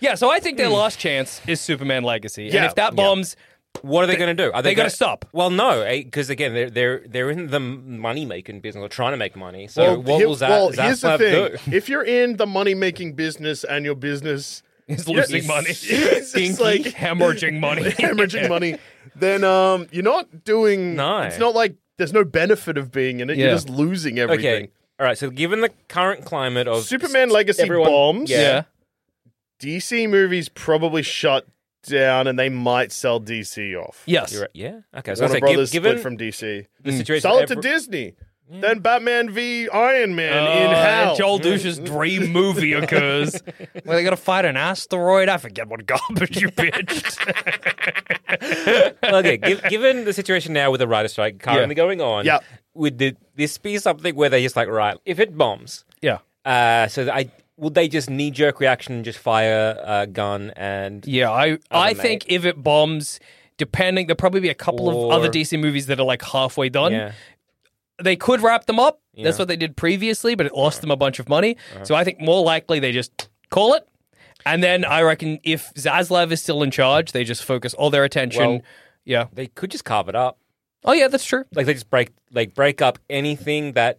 Speaker 3: Yeah, so I think their last chance is Superman Legacy. And
Speaker 4: Yeah.
Speaker 3: if that bombs,
Speaker 5: What are they going to do? Are
Speaker 3: they gotta stop.
Speaker 5: Well, no, because again, they're they're they're in the money making business. They're trying to make money. So
Speaker 4: Well,
Speaker 5: what
Speaker 4: he-
Speaker 5: will Zap,
Speaker 4: well,
Speaker 5: Zap
Speaker 4: here's the
Speaker 5: Lab
Speaker 4: thing.
Speaker 5: do?
Speaker 4: If you're in the money making business and your business
Speaker 3: is losing
Speaker 4: Yeah.
Speaker 3: money.
Speaker 4: It's
Speaker 3: Stinky,
Speaker 4: just like-
Speaker 3: hemorrhaging money.
Speaker 4: hemorrhaging money, then um, you're not doing.
Speaker 5: No.
Speaker 4: It's not like there's no benefit of being in it.
Speaker 3: Yeah.
Speaker 4: You're just losing everything.
Speaker 5: Okay, all right. So given the current climate of
Speaker 4: Superman Legacy
Speaker 5: everyone-
Speaker 4: bombs.
Speaker 5: yeah.
Speaker 3: Yeah.
Speaker 4: DC movies probably shut down, and they might sell DC off.
Speaker 3: Yes.
Speaker 5: You're right, yeah, okay. So I was
Speaker 4: Warner
Speaker 5: like, gi-
Speaker 4: Brothers
Speaker 5: given
Speaker 4: split from DC.
Speaker 3: Hmm.
Speaker 5: the situation,
Speaker 4: Sell it
Speaker 5: every-
Speaker 4: to Disney. Then Batman v Iron Man
Speaker 3: Uh,
Speaker 4: in hell.
Speaker 3: Joel Douche's dream movie occurs where they got to fight an asteroid. I forget what garbage you pitched.
Speaker 5: okay, giv given the situation now with the writer strike currently going on,
Speaker 4: Yeah.
Speaker 5: would the, this be something where they're just like, right, if it bombs,
Speaker 3: yeah.
Speaker 5: uh, so that I would they just knee jerk reaction and just fire a gun and
Speaker 3: Yeah, I I
Speaker 5: mate.
Speaker 3: think if it bombs, depending, there'll probably be a couple
Speaker 5: Or-
Speaker 3: of other DC movies that are like halfway done.
Speaker 5: yeah.
Speaker 3: They could wrap them up. That's what they did previously, but it lost
Speaker 5: Uh-huh.
Speaker 3: them a bunch of money. So I think more likely they just call it. And then I reckon if Zaslav is still in charge, they just focus all their attention.
Speaker 5: Well-
Speaker 3: yeah.
Speaker 5: they could just carve it up.
Speaker 3: Oh yeah, that's true.
Speaker 5: like they just break like break up anything that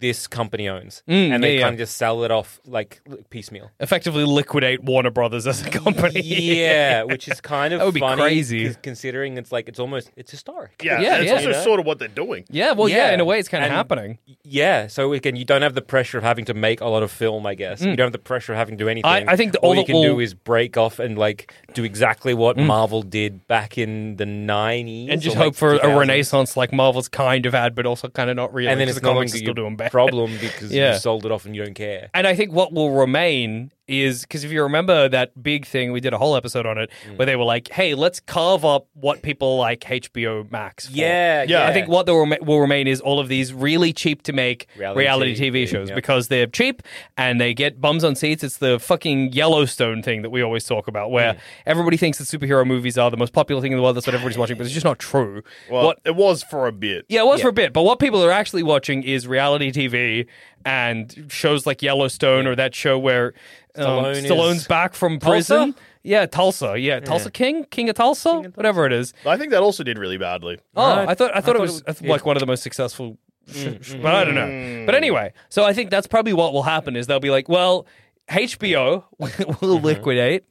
Speaker 5: this company owns
Speaker 3: Mm,
Speaker 5: and they
Speaker 3: yeah,
Speaker 5: kind of just sell it off like li- piecemeal
Speaker 3: Effectively liquidate Warner Brothers as a company.
Speaker 5: yeah which is kind of
Speaker 3: That would be
Speaker 5: funny
Speaker 3: crazy.
Speaker 5: cons- considering it's like it's almost it's historic
Speaker 3: Yeah,
Speaker 4: Yeah, yeah, it's
Speaker 3: yeah.
Speaker 4: also sort of what they're doing.
Speaker 3: Yeah, well, yeah,
Speaker 5: Yeah.
Speaker 3: in a way, it's kind of
Speaker 5: And-
Speaker 3: happening.
Speaker 5: yeah so again you don't have the pressure of having to make a lot of film i guess you don't have the pressure of having to do anything
Speaker 3: Mm. I think that
Speaker 5: all,
Speaker 3: all
Speaker 5: you
Speaker 3: that
Speaker 5: can do
Speaker 3: will- Mm.
Speaker 5: is break off and like do exactly what marvel did back in the 90s
Speaker 3: And just
Speaker 5: or, like,
Speaker 3: hope for a
Speaker 5: 2000s.
Speaker 3: renaissance like Marvel's kind of had, but also kind of not really.
Speaker 5: and then
Speaker 3: 'cause
Speaker 5: it's
Speaker 3: the
Speaker 5: no
Speaker 3: comics
Speaker 5: longer
Speaker 3: are
Speaker 5: your
Speaker 3: still doing bad.
Speaker 5: problem because
Speaker 3: Yeah.
Speaker 5: you sold it off and you don't care
Speaker 3: And I think what will remain is because if you remember that big thing, we did a whole episode on it
Speaker 5: Mm.
Speaker 3: where they were like, "Hey, let's carve up what people like HBO Max." For.
Speaker 5: yeah
Speaker 4: Yeah.
Speaker 3: I think what there will, ma- will remain is all of these really cheap to make reality,
Speaker 5: Reality
Speaker 3: TV
Speaker 5: TV,
Speaker 3: shows
Speaker 5: yeah.
Speaker 3: because they're cheap and they get bums on seats. It's the fucking Yellowstone thing that we always talk about,
Speaker 5: Mm.
Speaker 3: where everybody thinks that superhero movies are the most popular thing in the world. That's what everybody's watching, but it's just not true.
Speaker 4: Well,
Speaker 3: what
Speaker 4: it was for a bit.
Speaker 3: yeah, it was for a bit, but what people are actually watching is reality TV and shows like Yellowstone or that show where um,
Speaker 5: Stallone
Speaker 3: Stallone's
Speaker 5: is-
Speaker 3: back from prison. Yeah, Tulsa. Yeah, Tulsa King, King of Tulsa, whatever it is.
Speaker 4: I think that also did really badly.
Speaker 3: Oh,
Speaker 5: Right.
Speaker 3: I thought I thought it
Speaker 5: thought
Speaker 3: was
Speaker 5: it was- Mm,
Speaker 3: I th- like one of the most successful, sh- sh- but I don't know. But anyway, so I think that's probably what will happen is they'll be like, well, HBO will
Speaker 5: Mm-hmm.
Speaker 3: liquidate,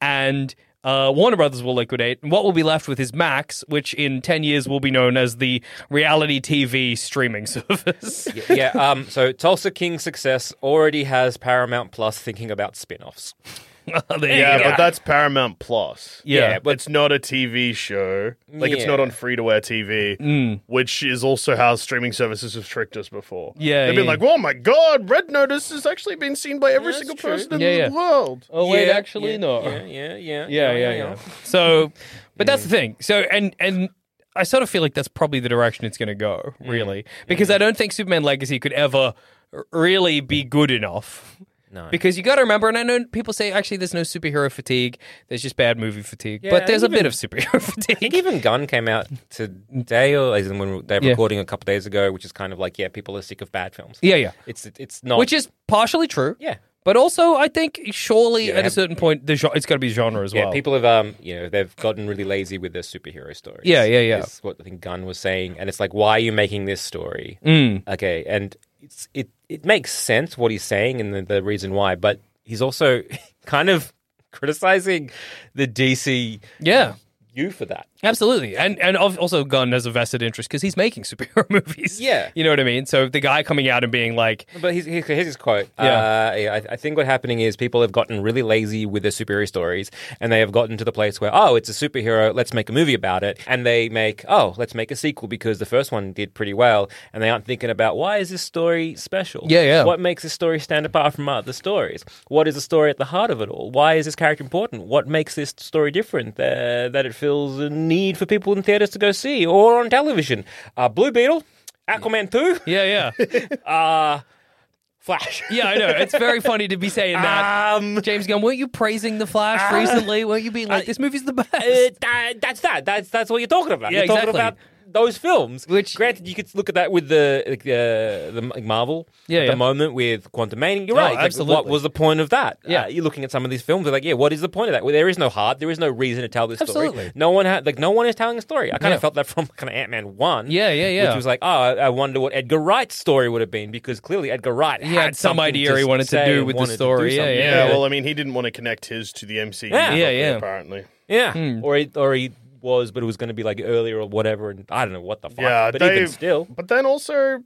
Speaker 3: and uh, Warner Brothers will liquidate, and what will be left with is Max, which in ten years will be known as the reality TV streaming service.
Speaker 5: yeah. Um, so Tulsa King's success already has Paramount Plus thinking about spin-offs.
Speaker 3: There you
Speaker 4: Yeah,
Speaker 3: go.
Speaker 4: but that's Paramount Plus.
Speaker 3: Yeah. Yeah,
Speaker 4: but it's not a TV show. Like it's not on free to air TV,
Speaker 3: Mm.
Speaker 4: which is also how streaming services have tricked us before.
Speaker 3: Yeah,
Speaker 4: they've been
Speaker 3: yeah.
Speaker 4: like, "Oh my god, Red Notice has actually been seen by every single person in
Speaker 3: Yeah,
Speaker 4: the
Speaker 3: yeah.
Speaker 4: world."
Speaker 3: Oh wait,
Speaker 5: Yeah,
Speaker 3: actually,
Speaker 5: yeah,
Speaker 3: no.
Speaker 5: Yeah, yeah, yeah,
Speaker 3: yeah, yeah, yeah. So, but that's the thing. So, and and I sort of feel like that's probably the direction it's going to go,
Speaker 5: Mm.
Speaker 3: really, because I don't think Superman Legacy could ever r- really be good enough.
Speaker 5: No.
Speaker 3: Because you got to remember, and I know people say actually there's no superhero fatigue. There's just bad movie fatigue, but
Speaker 5: Yeah,
Speaker 3: there's a bit
Speaker 5: even-
Speaker 3: of superhero
Speaker 5: I think
Speaker 3: fatigue.
Speaker 5: even Gun came out today, or as in when they're
Speaker 3: Yeah.
Speaker 5: recording a couple days ago, which is kind of like, yeah, people are sick of bad films.
Speaker 3: Yeah, yeah.
Speaker 5: It's it's not
Speaker 3: Which is partially true.
Speaker 5: Yeah.
Speaker 3: But also, I think surely at a
Speaker 5: and-
Speaker 3: certain point, the genre, it's got to be genre as
Speaker 5: yeah.
Speaker 3: well.
Speaker 5: People have um you know they've gotten really lazy with their superhero stories.
Speaker 3: Yeah, yeah, yeah.
Speaker 5: Is what I think Gunn was saying, and it's like, why are you making this story?
Speaker 3: Mm.
Speaker 5: Okay, and it's it it makes sense what he's saying and the, the reason why, but he's also kind of criticizing the DCU
Speaker 3: yeah.
Speaker 5: for that.
Speaker 3: Absolutely, and and al- also Gunn has a vested interest because he's making superhero movies.
Speaker 5: Yeah.
Speaker 3: you know what I mean. So the guy coming out and being like,
Speaker 5: But here's, here's here's his quote.
Speaker 3: Yeah.
Speaker 5: Uh, yeah, I, I think what's happening is people have gotten really lazy with their superhero stories, and they have gotten to the place where, oh, it's a superhero, let's make a movie about it. And they make, oh, let's make a sequel because the first one did pretty well, and they aren't thinking about why is this story special?
Speaker 3: Yeah, yeah.
Speaker 5: What makes this story stand apart from other stories? What is the story at the heart of it all? Why is this character important? What makes this story different uh, that it feels a need for people in theaters to go see or on television? Uh, Blue Beetle, Aquaman 2.
Speaker 3: yeah, yeah,
Speaker 5: Flash.
Speaker 3: yeah. I know it's very funny to be saying that.
Speaker 5: Um,
Speaker 3: James Gunn, weren't you praising The Flash
Speaker 5: Ah.
Speaker 3: recently? Weren't you being like, this movie's the best?
Speaker 5: uh, that, that's that. That's that's what you're talking about.
Speaker 3: Yeah,
Speaker 5: you're talking
Speaker 3: exactly.
Speaker 5: about those films.
Speaker 3: Which-
Speaker 5: granted, you could look at that with the like, uh, the like, Marvel
Speaker 3: Yeah,
Speaker 5: at
Speaker 3: yeah.
Speaker 5: the moment with Quantum Mania. You're
Speaker 3: Oh,
Speaker 5: right. It's like, what
Speaker 3: absolutely.
Speaker 5: was the point of that?
Speaker 3: Yeah.
Speaker 5: Uh, you're looking at some of these films. They're like, yeah, what is the point of that? Well, there is no heart. There is no reason to tell this
Speaker 3: Absolutely.
Speaker 5: story. No one had like no one is telling a story. I kind
Speaker 3: Yeah.
Speaker 5: of felt that from kind of Ant Man one.
Speaker 3: Yeah, yeah, yeah.
Speaker 5: Which was like, oh, I I wonder what Edgar Wright's story would have been because clearly Edgar Wright
Speaker 3: He had some
Speaker 5: something
Speaker 3: idea
Speaker 5: to
Speaker 3: he wanted to
Speaker 5: say
Speaker 3: do
Speaker 5: and
Speaker 3: with the
Speaker 5: wanted to do
Speaker 3: story. Yeah,
Speaker 5: something.
Speaker 3: yeah.
Speaker 4: Yeah, well, I mean, he didn't want to connect his to the MCU.
Speaker 5: Yeah. Yeah,
Speaker 4: properly,
Speaker 3: yeah.
Speaker 4: Apparently,
Speaker 5: Yeah,
Speaker 3: Hmm.
Speaker 5: or he, or he was, but it was going to be like earlier or whatever, and I don't know what the fuck.
Speaker 4: yeah.
Speaker 5: but
Speaker 4: they-
Speaker 5: even still,
Speaker 4: but then also,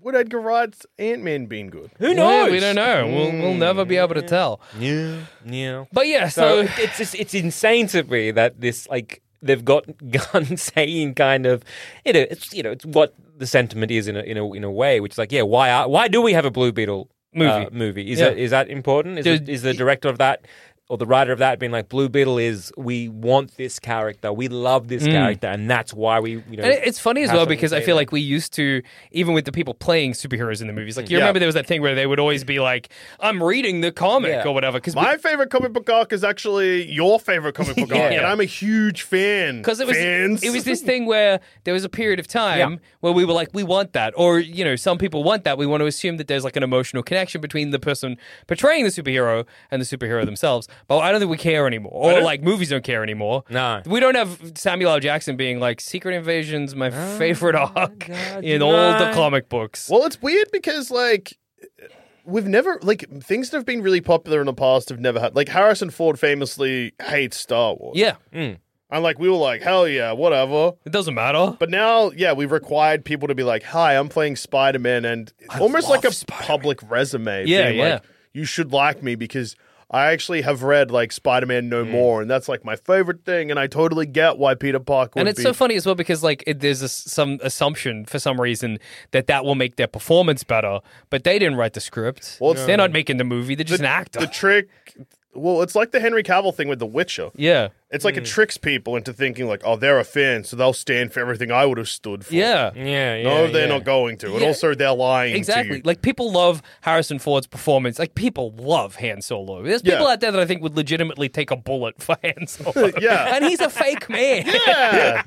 Speaker 4: would Edgar Wright's Ant Man been good?
Speaker 5: who
Speaker 3: Yeah,
Speaker 5: knows?
Speaker 3: we don't know. We'll, we'll never be able to tell.
Speaker 5: Yeah, yeah.
Speaker 3: But yeah,
Speaker 5: So
Speaker 3: so
Speaker 5: it- it's just, it's insane to me that this like they've got gun saying kind of you know it's you know it's what the sentiment is in a in a in a way, which is like yeah, why are, why do we have a Blue Beetle
Speaker 3: Movie.
Speaker 5: Uh, movie is
Speaker 3: Yeah.
Speaker 5: that is that important? Is the,
Speaker 3: Dude,
Speaker 5: is the director of that? Or the writer of that being like Blue Beetle is we want this character, we love this character, and that's why we you know.
Speaker 3: Hmm. And it- it's funny as
Speaker 5: have
Speaker 3: well
Speaker 5: something
Speaker 3: because
Speaker 5: to
Speaker 3: I
Speaker 5: say
Speaker 3: feel
Speaker 5: about it.
Speaker 3: like we used to, even with the people playing superheroes in the movies, like you
Speaker 4: Yeah.
Speaker 3: remember there was that thing where they would always be like, "I'm reading the comic"
Speaker 5: Yeah.
Speaker 3: or whatever. Because
Speaker 4: My favorite comic book arc is actually your favorite comic book arc,
Speaker 3: Yeah.
Speaker 4: and I'm a huge fan.
Speaker 3: because it was
Speaker 4: Fans.
Speaker 3: it was this thing where there was a period of time
Speaker 5: Yeah.
Speaker 3: where we were like we want that or you know some people want that we want to assume that there's like an emotional connection between the person portraying the superhero and the superhero themselves but I don't think we care anymore or like movies don't care anymore
Speaker 5: No.
Speaker 3: we don't have Samuel L Jackson being like Secret Invasion's my favorite arc
Speaker 5: Oh God,
Speaker 3: in all the
Speaker 5: no.
Speaker 3: comic books
Speaker 4: Well, it's weird because like we've never like things that have been really popular in the past have never had like Harrison Ford famously hates Star Wars.
Speaker 3: yeah
Speaker 4: And like we were like, hell yeah, whatever.
Speaker 3: it doesn't matter
Speaker 4: But now, yeah, we've required people to be like, hi, I'm playing Spider Man and almost like a public resume.
Speaker 3: Yeah,
Speaker 4: being like,
Speaker 3: yeah.
Speaker 4: you should like me because I actually have read like Spider Man
Speaker 3: Mm.
Speaker 4: No More, and that's like my favorite thing, and I totally get why Peter Parker
Speaker 3: and
Speaker 4: would
Speaker 3: it's
Speaker 4: be
Speaker 3: so funny as well because like it, there's a s some assumption for some reason that that will make their performance better, but they didn't write the script.
Speaker 4: Well, it's-
Speaker 3: they're not making the movie; they're just
Speaker 4: the,
Speaker 3: an actor.
Speaker 4: The trick, well, it's like the Henry Cavill thing with The Witcher.
Speaker 3: yeah, Mm.
Speaker 4: It's like it tricks people into thinking like, oh, they're a fan, so they'll stand for everything I would have stood for.
Speaker 3: yeah,
Speaker 5: yeah, yeah,
Speaker 4: No, they're
Speaker 5: yeah.
Speaker 4: not going to. And
Speaker 3: Yeah.
Speaker 4: also, they're lying to
Speaker 3: exactly.
Speaker 4: you.
Speaker 3: Like people love Harrison Ford's performance. Like people love Han Solo. There's people
Speaker 4: Yeah.
Speaker 3: out there that I think would legitimately take a bullet for Han Solo.
Speaker 4: Yeah.
Speaker 3: and he's a fake man.
Speaker 4: Yeah.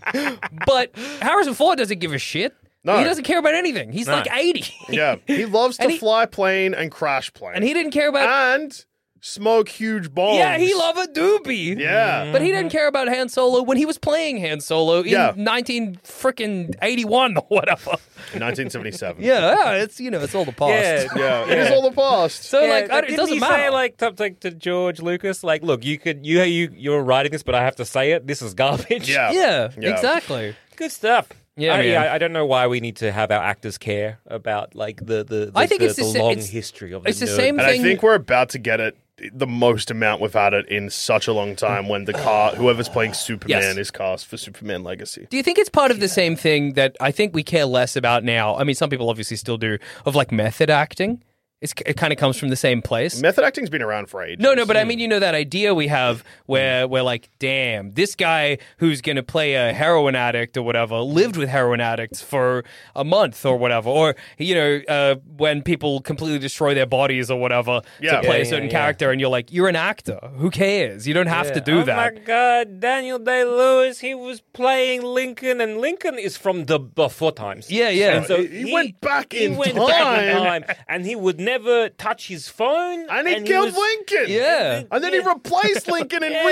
Speaker 3: But Harrison Ford doesn't give a shit.
Speaker 4: No.
Speaker 3: He doesn't care about anything. He's like eighty,
Speaker 4: yeah. He loves to
Speaker 3: And he-
Speaker 4: fly plane and crash plane.
Speaker 3: and he didn't care about.
Speaker 4: and smoke huge bombs.
Speaker 3: yeah, he loved a doobie.
Speaker 4: Yeah.
Speaker 3: But he didn't care about Han Solo when he was playing Han Solo in
Speaker 4: Yeah.
Speaker 3: 19 freaking 81 or whatever.
Speaker 4: 1977.
Speaker 3: Yeah, yeah, it's you know, it's all the past.
Speaker 5: Yeah,
Speaker 4: Yeah. It is all the past.
Speaker 3: So
Speaker 5: Yeah,
Speaker 3: like I,
Speaker 5: didn't
Speaker 3: it doesn't
Speaker 5: he
Speaker 3: matter.
Speaker 5: Say, like to, like to George Lucas, like, look, you could you you you're writing this, but I have to say it. This is garbage.
Speaker 4: yeah.
Speaker 3: yeah,
Speaker 4: Yeah.
Speaker 3: exactly.
Speaker 5: good stuff.
Speaker 3: Yeah,
Speaker 5: I,
Speaker 3: man.
Speaker 5: I, I don't know why we need to have our actors care about like the the, the
Speaker 3: I think
Speaker 5: the,
Speaker 3: it's
Speaker 5: the
Speaker 3: the sa-
Speaker 5: long
Speaker 3: it's-
Speaker 5: history of the
Speaker 3: it's the
Speaker 5: nerd.
Speaker 3: same
Speaker 4: And I
Speaker 3: thing-
Speaker 4: think we're about to get it the most amount we've had it in such a long time when the car, whoever's playing Superman,
Speaker 3: Yes.
Speaker 4: is cast for Superman Legacy.
Speaker 3: Do you think it's part of the same thing that I think we care less about now? I mean, some people obviously still do of like method acting. It's, it kind of comes from the same place.
Speaker 4: Method acting's been around for ages.
Speaker 3: No, no, but I mean, you know that idea we have where we're like, damn, this guy who's going to play a heroin addict or whatever lived with heroin addicts for a month or whatever, or you know, uh, when people completely destroy their bodies or whatever to
Speaker 4: Yeah.
Speaker 3: play
Speaker 4: Yeah,
Speaker 3: a certain
Speaker 5: yeah, yeah.
Speaker 3: character, and you're like, you're an actor. Who cares? You don't have to do
Speaker 5: oh
Speaker 3: that.
Speaker 5: my god, Daniel Day Lewis, he was playing Lincoln, and Lincoln is from the before times.
Speaker 3: Yeah, yeah.
Speaker 5: And so
Speaker 4: He- he went back
Speaker 5: he
Speaker 4: in
Speaker 5: went back in
Speaker 4: time.
Speaker 5: time, and he would never touch his phone.
Speaker 4: And he killed
Speaker 5: was-
Speaker 4: Lincoln.
Speaker 3: Yeah. Ah!
Speaker 4: And then he replaced Lincoln in
Speaker 5: Yeah.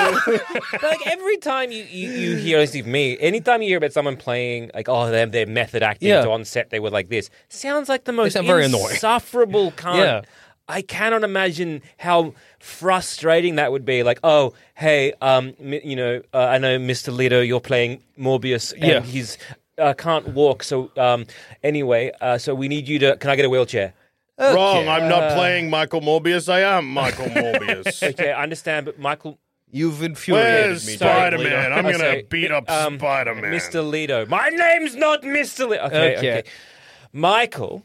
Speaker 4: real life.
Speaker 5: like every time you, you, you hear, at least me, anytime you hear about someone playing, like, oh, they're, they're method acting,
Speaker 3: Yeah.
Speaker 5: so on set they were like this, sounds like the most
Speaker 3: sound very annoying.
Speaker 5: insufferable cunt.
Speaker 3: Yeah.
Speaker 5: I cannot imagine how frustrating that would be. Like, oh, hey, um, m- you know, uh, I know Mr. Leto, you're playing Morbius, and
Speaker 3: Yeah.
Speaker 5: he's uh, can't walk. So, um, anyway, uh, so we need you to. Can I get a wheelchair?
Speaker 4: Wrong. I'm not playing Michael Morbius. I am Michael Morbius.
Speaker 5: Okay, I understand, but Michael,
Speaker 3: You've infuriated
Speaker 4: Where's
Speaker 3: me.
Speaker 5: Sorry,
Speaker 4: Spider Man? I'm
Speaker 5: I
Speaker 4: going
Speaker 5: say,
Speaker 4: to beat up
Speaker 5: um,
Speaker 4: Spider Man.
Speaker 5: Mr. Lido. My name's not Mr. Lido. Okay, okay.
Speaker 3: Okay.
Speaker 5: Michael,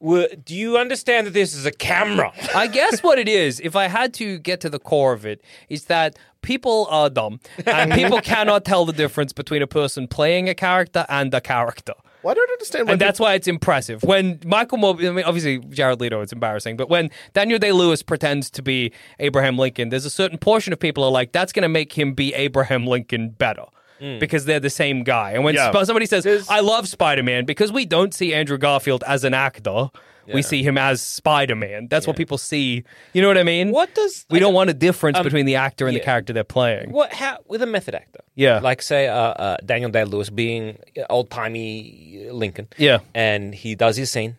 Speaker 5: were, do you understand that this is a camera?
Speaker 3: I guess what it is, if I had to get to the core of it, is that people are dumb and people cannot tell the difference between a person playing a character and a character.
Speaker 4: Well, I don't understand why
Speaker 3: And that's why it's impressive. When Michael Mob, I mean, obviously Jared Leto, it's embarrassing, but when Daniel Day Lewis pretends to be Abraham Lincoln, there's a certain portion of people are like, that's going to make him be Abraham Lincoln better.
Speaker 5: Mm.
Speaker 3: Because they're the same guy, and when
Speaker 4: Yeah.
Speaker 3: sp- somebody says, "I love Spider-Man," because we don't see Andrew Garfield as an actor, we see him as Spider-Man. That's what people see. You know what I mean?
Speaker 5: What does-
Speaker 3: we don't want a difference between the actor and
Speaker 5: yeah.
Speaker 3: the character they're playing?
Speaker 5: What? How? With a method actor?
Speaker 3: Yeah.
Speaker 5: Like say, uh, uh, Daniel Day Lewis being old timey Lincoln.
Speaker 3: Yeah.
Speaker 5: And he does his scene,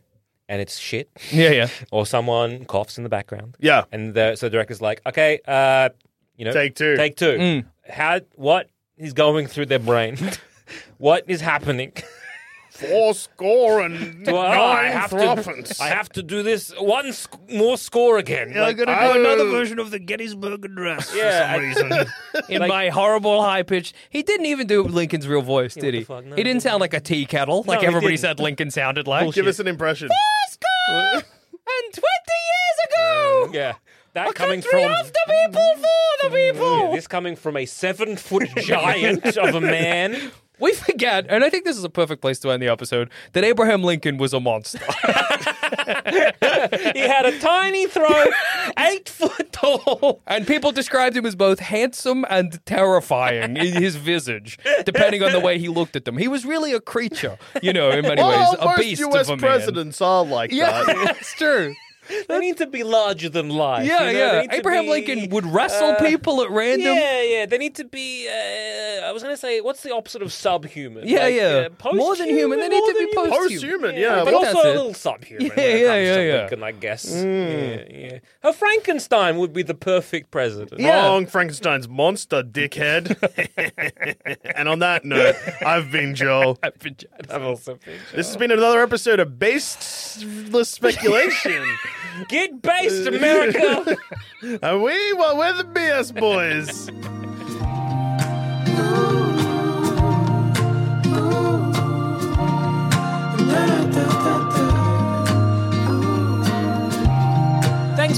Speaker 5: and it's shit.
Speaker 3: Yeah, yeah.
Speaker 5: Or someone coughs in the background.
Speaker 4: Yeah.
Speaker 5: And the, so the director's like, okay, uh, you know,
Speaker 4: Take two.
Speaker 5: take two. How? What is going through their brain? what is happening?
Speaker 4: Four score and
Speaker 5: Do I, I
Speaker 4: nine
Speaker 5: have
Speaker 4: threepence.
Speaker 5: to, I have to do this one sc- more score again. Like,
Speaker 4: gotta do another version
Speaker 3: of the Gettysburg Address.
Speaker 5: yeah, I-
Speaker 3: in my horrible high pitch. He didn't even do Lincoln's real voice, did
Speaker 5: the
Speaker 3: he?
Speaker 5: fuck? No,
Speaker 3: he didn't sound like a tea kettle, like
Speaker 5: he
Speaker 3: everybody
Speaker 5: didn't.
Speaker 3: said Lincoln sounded like.
Speaker 4: Give us an impression.
Speaker 3: and twenty years ago,
Speaker 5: Mm-hmm. yeah. That
Speaker 3: a
Speaker 5: coming
Speaker 3: country
Speaker 5: from Mm-hmm.
Speaker 3: of the people for the people.
Speaker 5: Yeah, this coming from a seven foot giant of a man.
Speaker 3: we forget, and I think this is a perfect place to end the episode. That Abraham Lincoln was a monster.
Speaker 5: He had a tiny throat, eight foot tall.
Speaker 3: And people described him as both handsome and terrifying in his visage, depending on the way he looked at them. He was really a creature, you know, in many ways,
Speaker 4: Well,
Speaker 3: a
Speaker 4: most
Speaker 3: beast of
Speaker 4: US
Speaker 3: a man.
Speaker 4: presidents are like
Speaker 3: Yeah,
Speaker 4: that.
Speaker 3: that's true.
Speaker 5: They need to be larger than life.
Speaker 3: Yeah,
Speaker 5: you know? They
Speaker 3: yeah.
Speaker 5: need to
Speaker 3: Abraham
Speaker 5: be,
Speaker 3: Lincoln would wrestle
Speaker 5: uh,
Speaker 3: people at random.
Speaker 5: Yeah, yeah. They need to be. Uh, I was going to say, what's the opposite of subhuman?
Speaker 3: Yeah,
Speaker 5: Like,
Speaker 3: yeah.
Speaker 5: Uh,
Speaker 3: More than human. They need
Speaker 5: more
Speaker 3: to
Speaker 5: than
Speaker 3: be
Speaker 5: human.
Speaker 3: post-
Speaker 4: Post-human,
Speaker 5: Yeah,
Speaker 4: yeah.
Speaker 5: but
Speaker 4: well,
Speaker 3: that's
Speaker 5: also
Speaker 3: it.
Speaker 5: a little subhuman.
Speaker 3: Yeah,
Speaker 5: when it
Speaker 3: yeah,
Speaker 5: comes to
Speaker 3: yeah, Mm. yeah.
Speaker 5: Lincoln, I guess. Yeah, yeah. A Frankenstein would be the perfect president.
Speaker 3: Yeah.
Speaker 4: Wrong, Frankenstein's monster, dickhead. and on that note, I've been Joel.
Speaker 5: I've also been-
Speaker 4: This has been another episode of Baseless Speculation.
Speaker 5: Get based, America.
Speaker 4: and we, well, we're the BS Boys.
Speaker 1: Thanks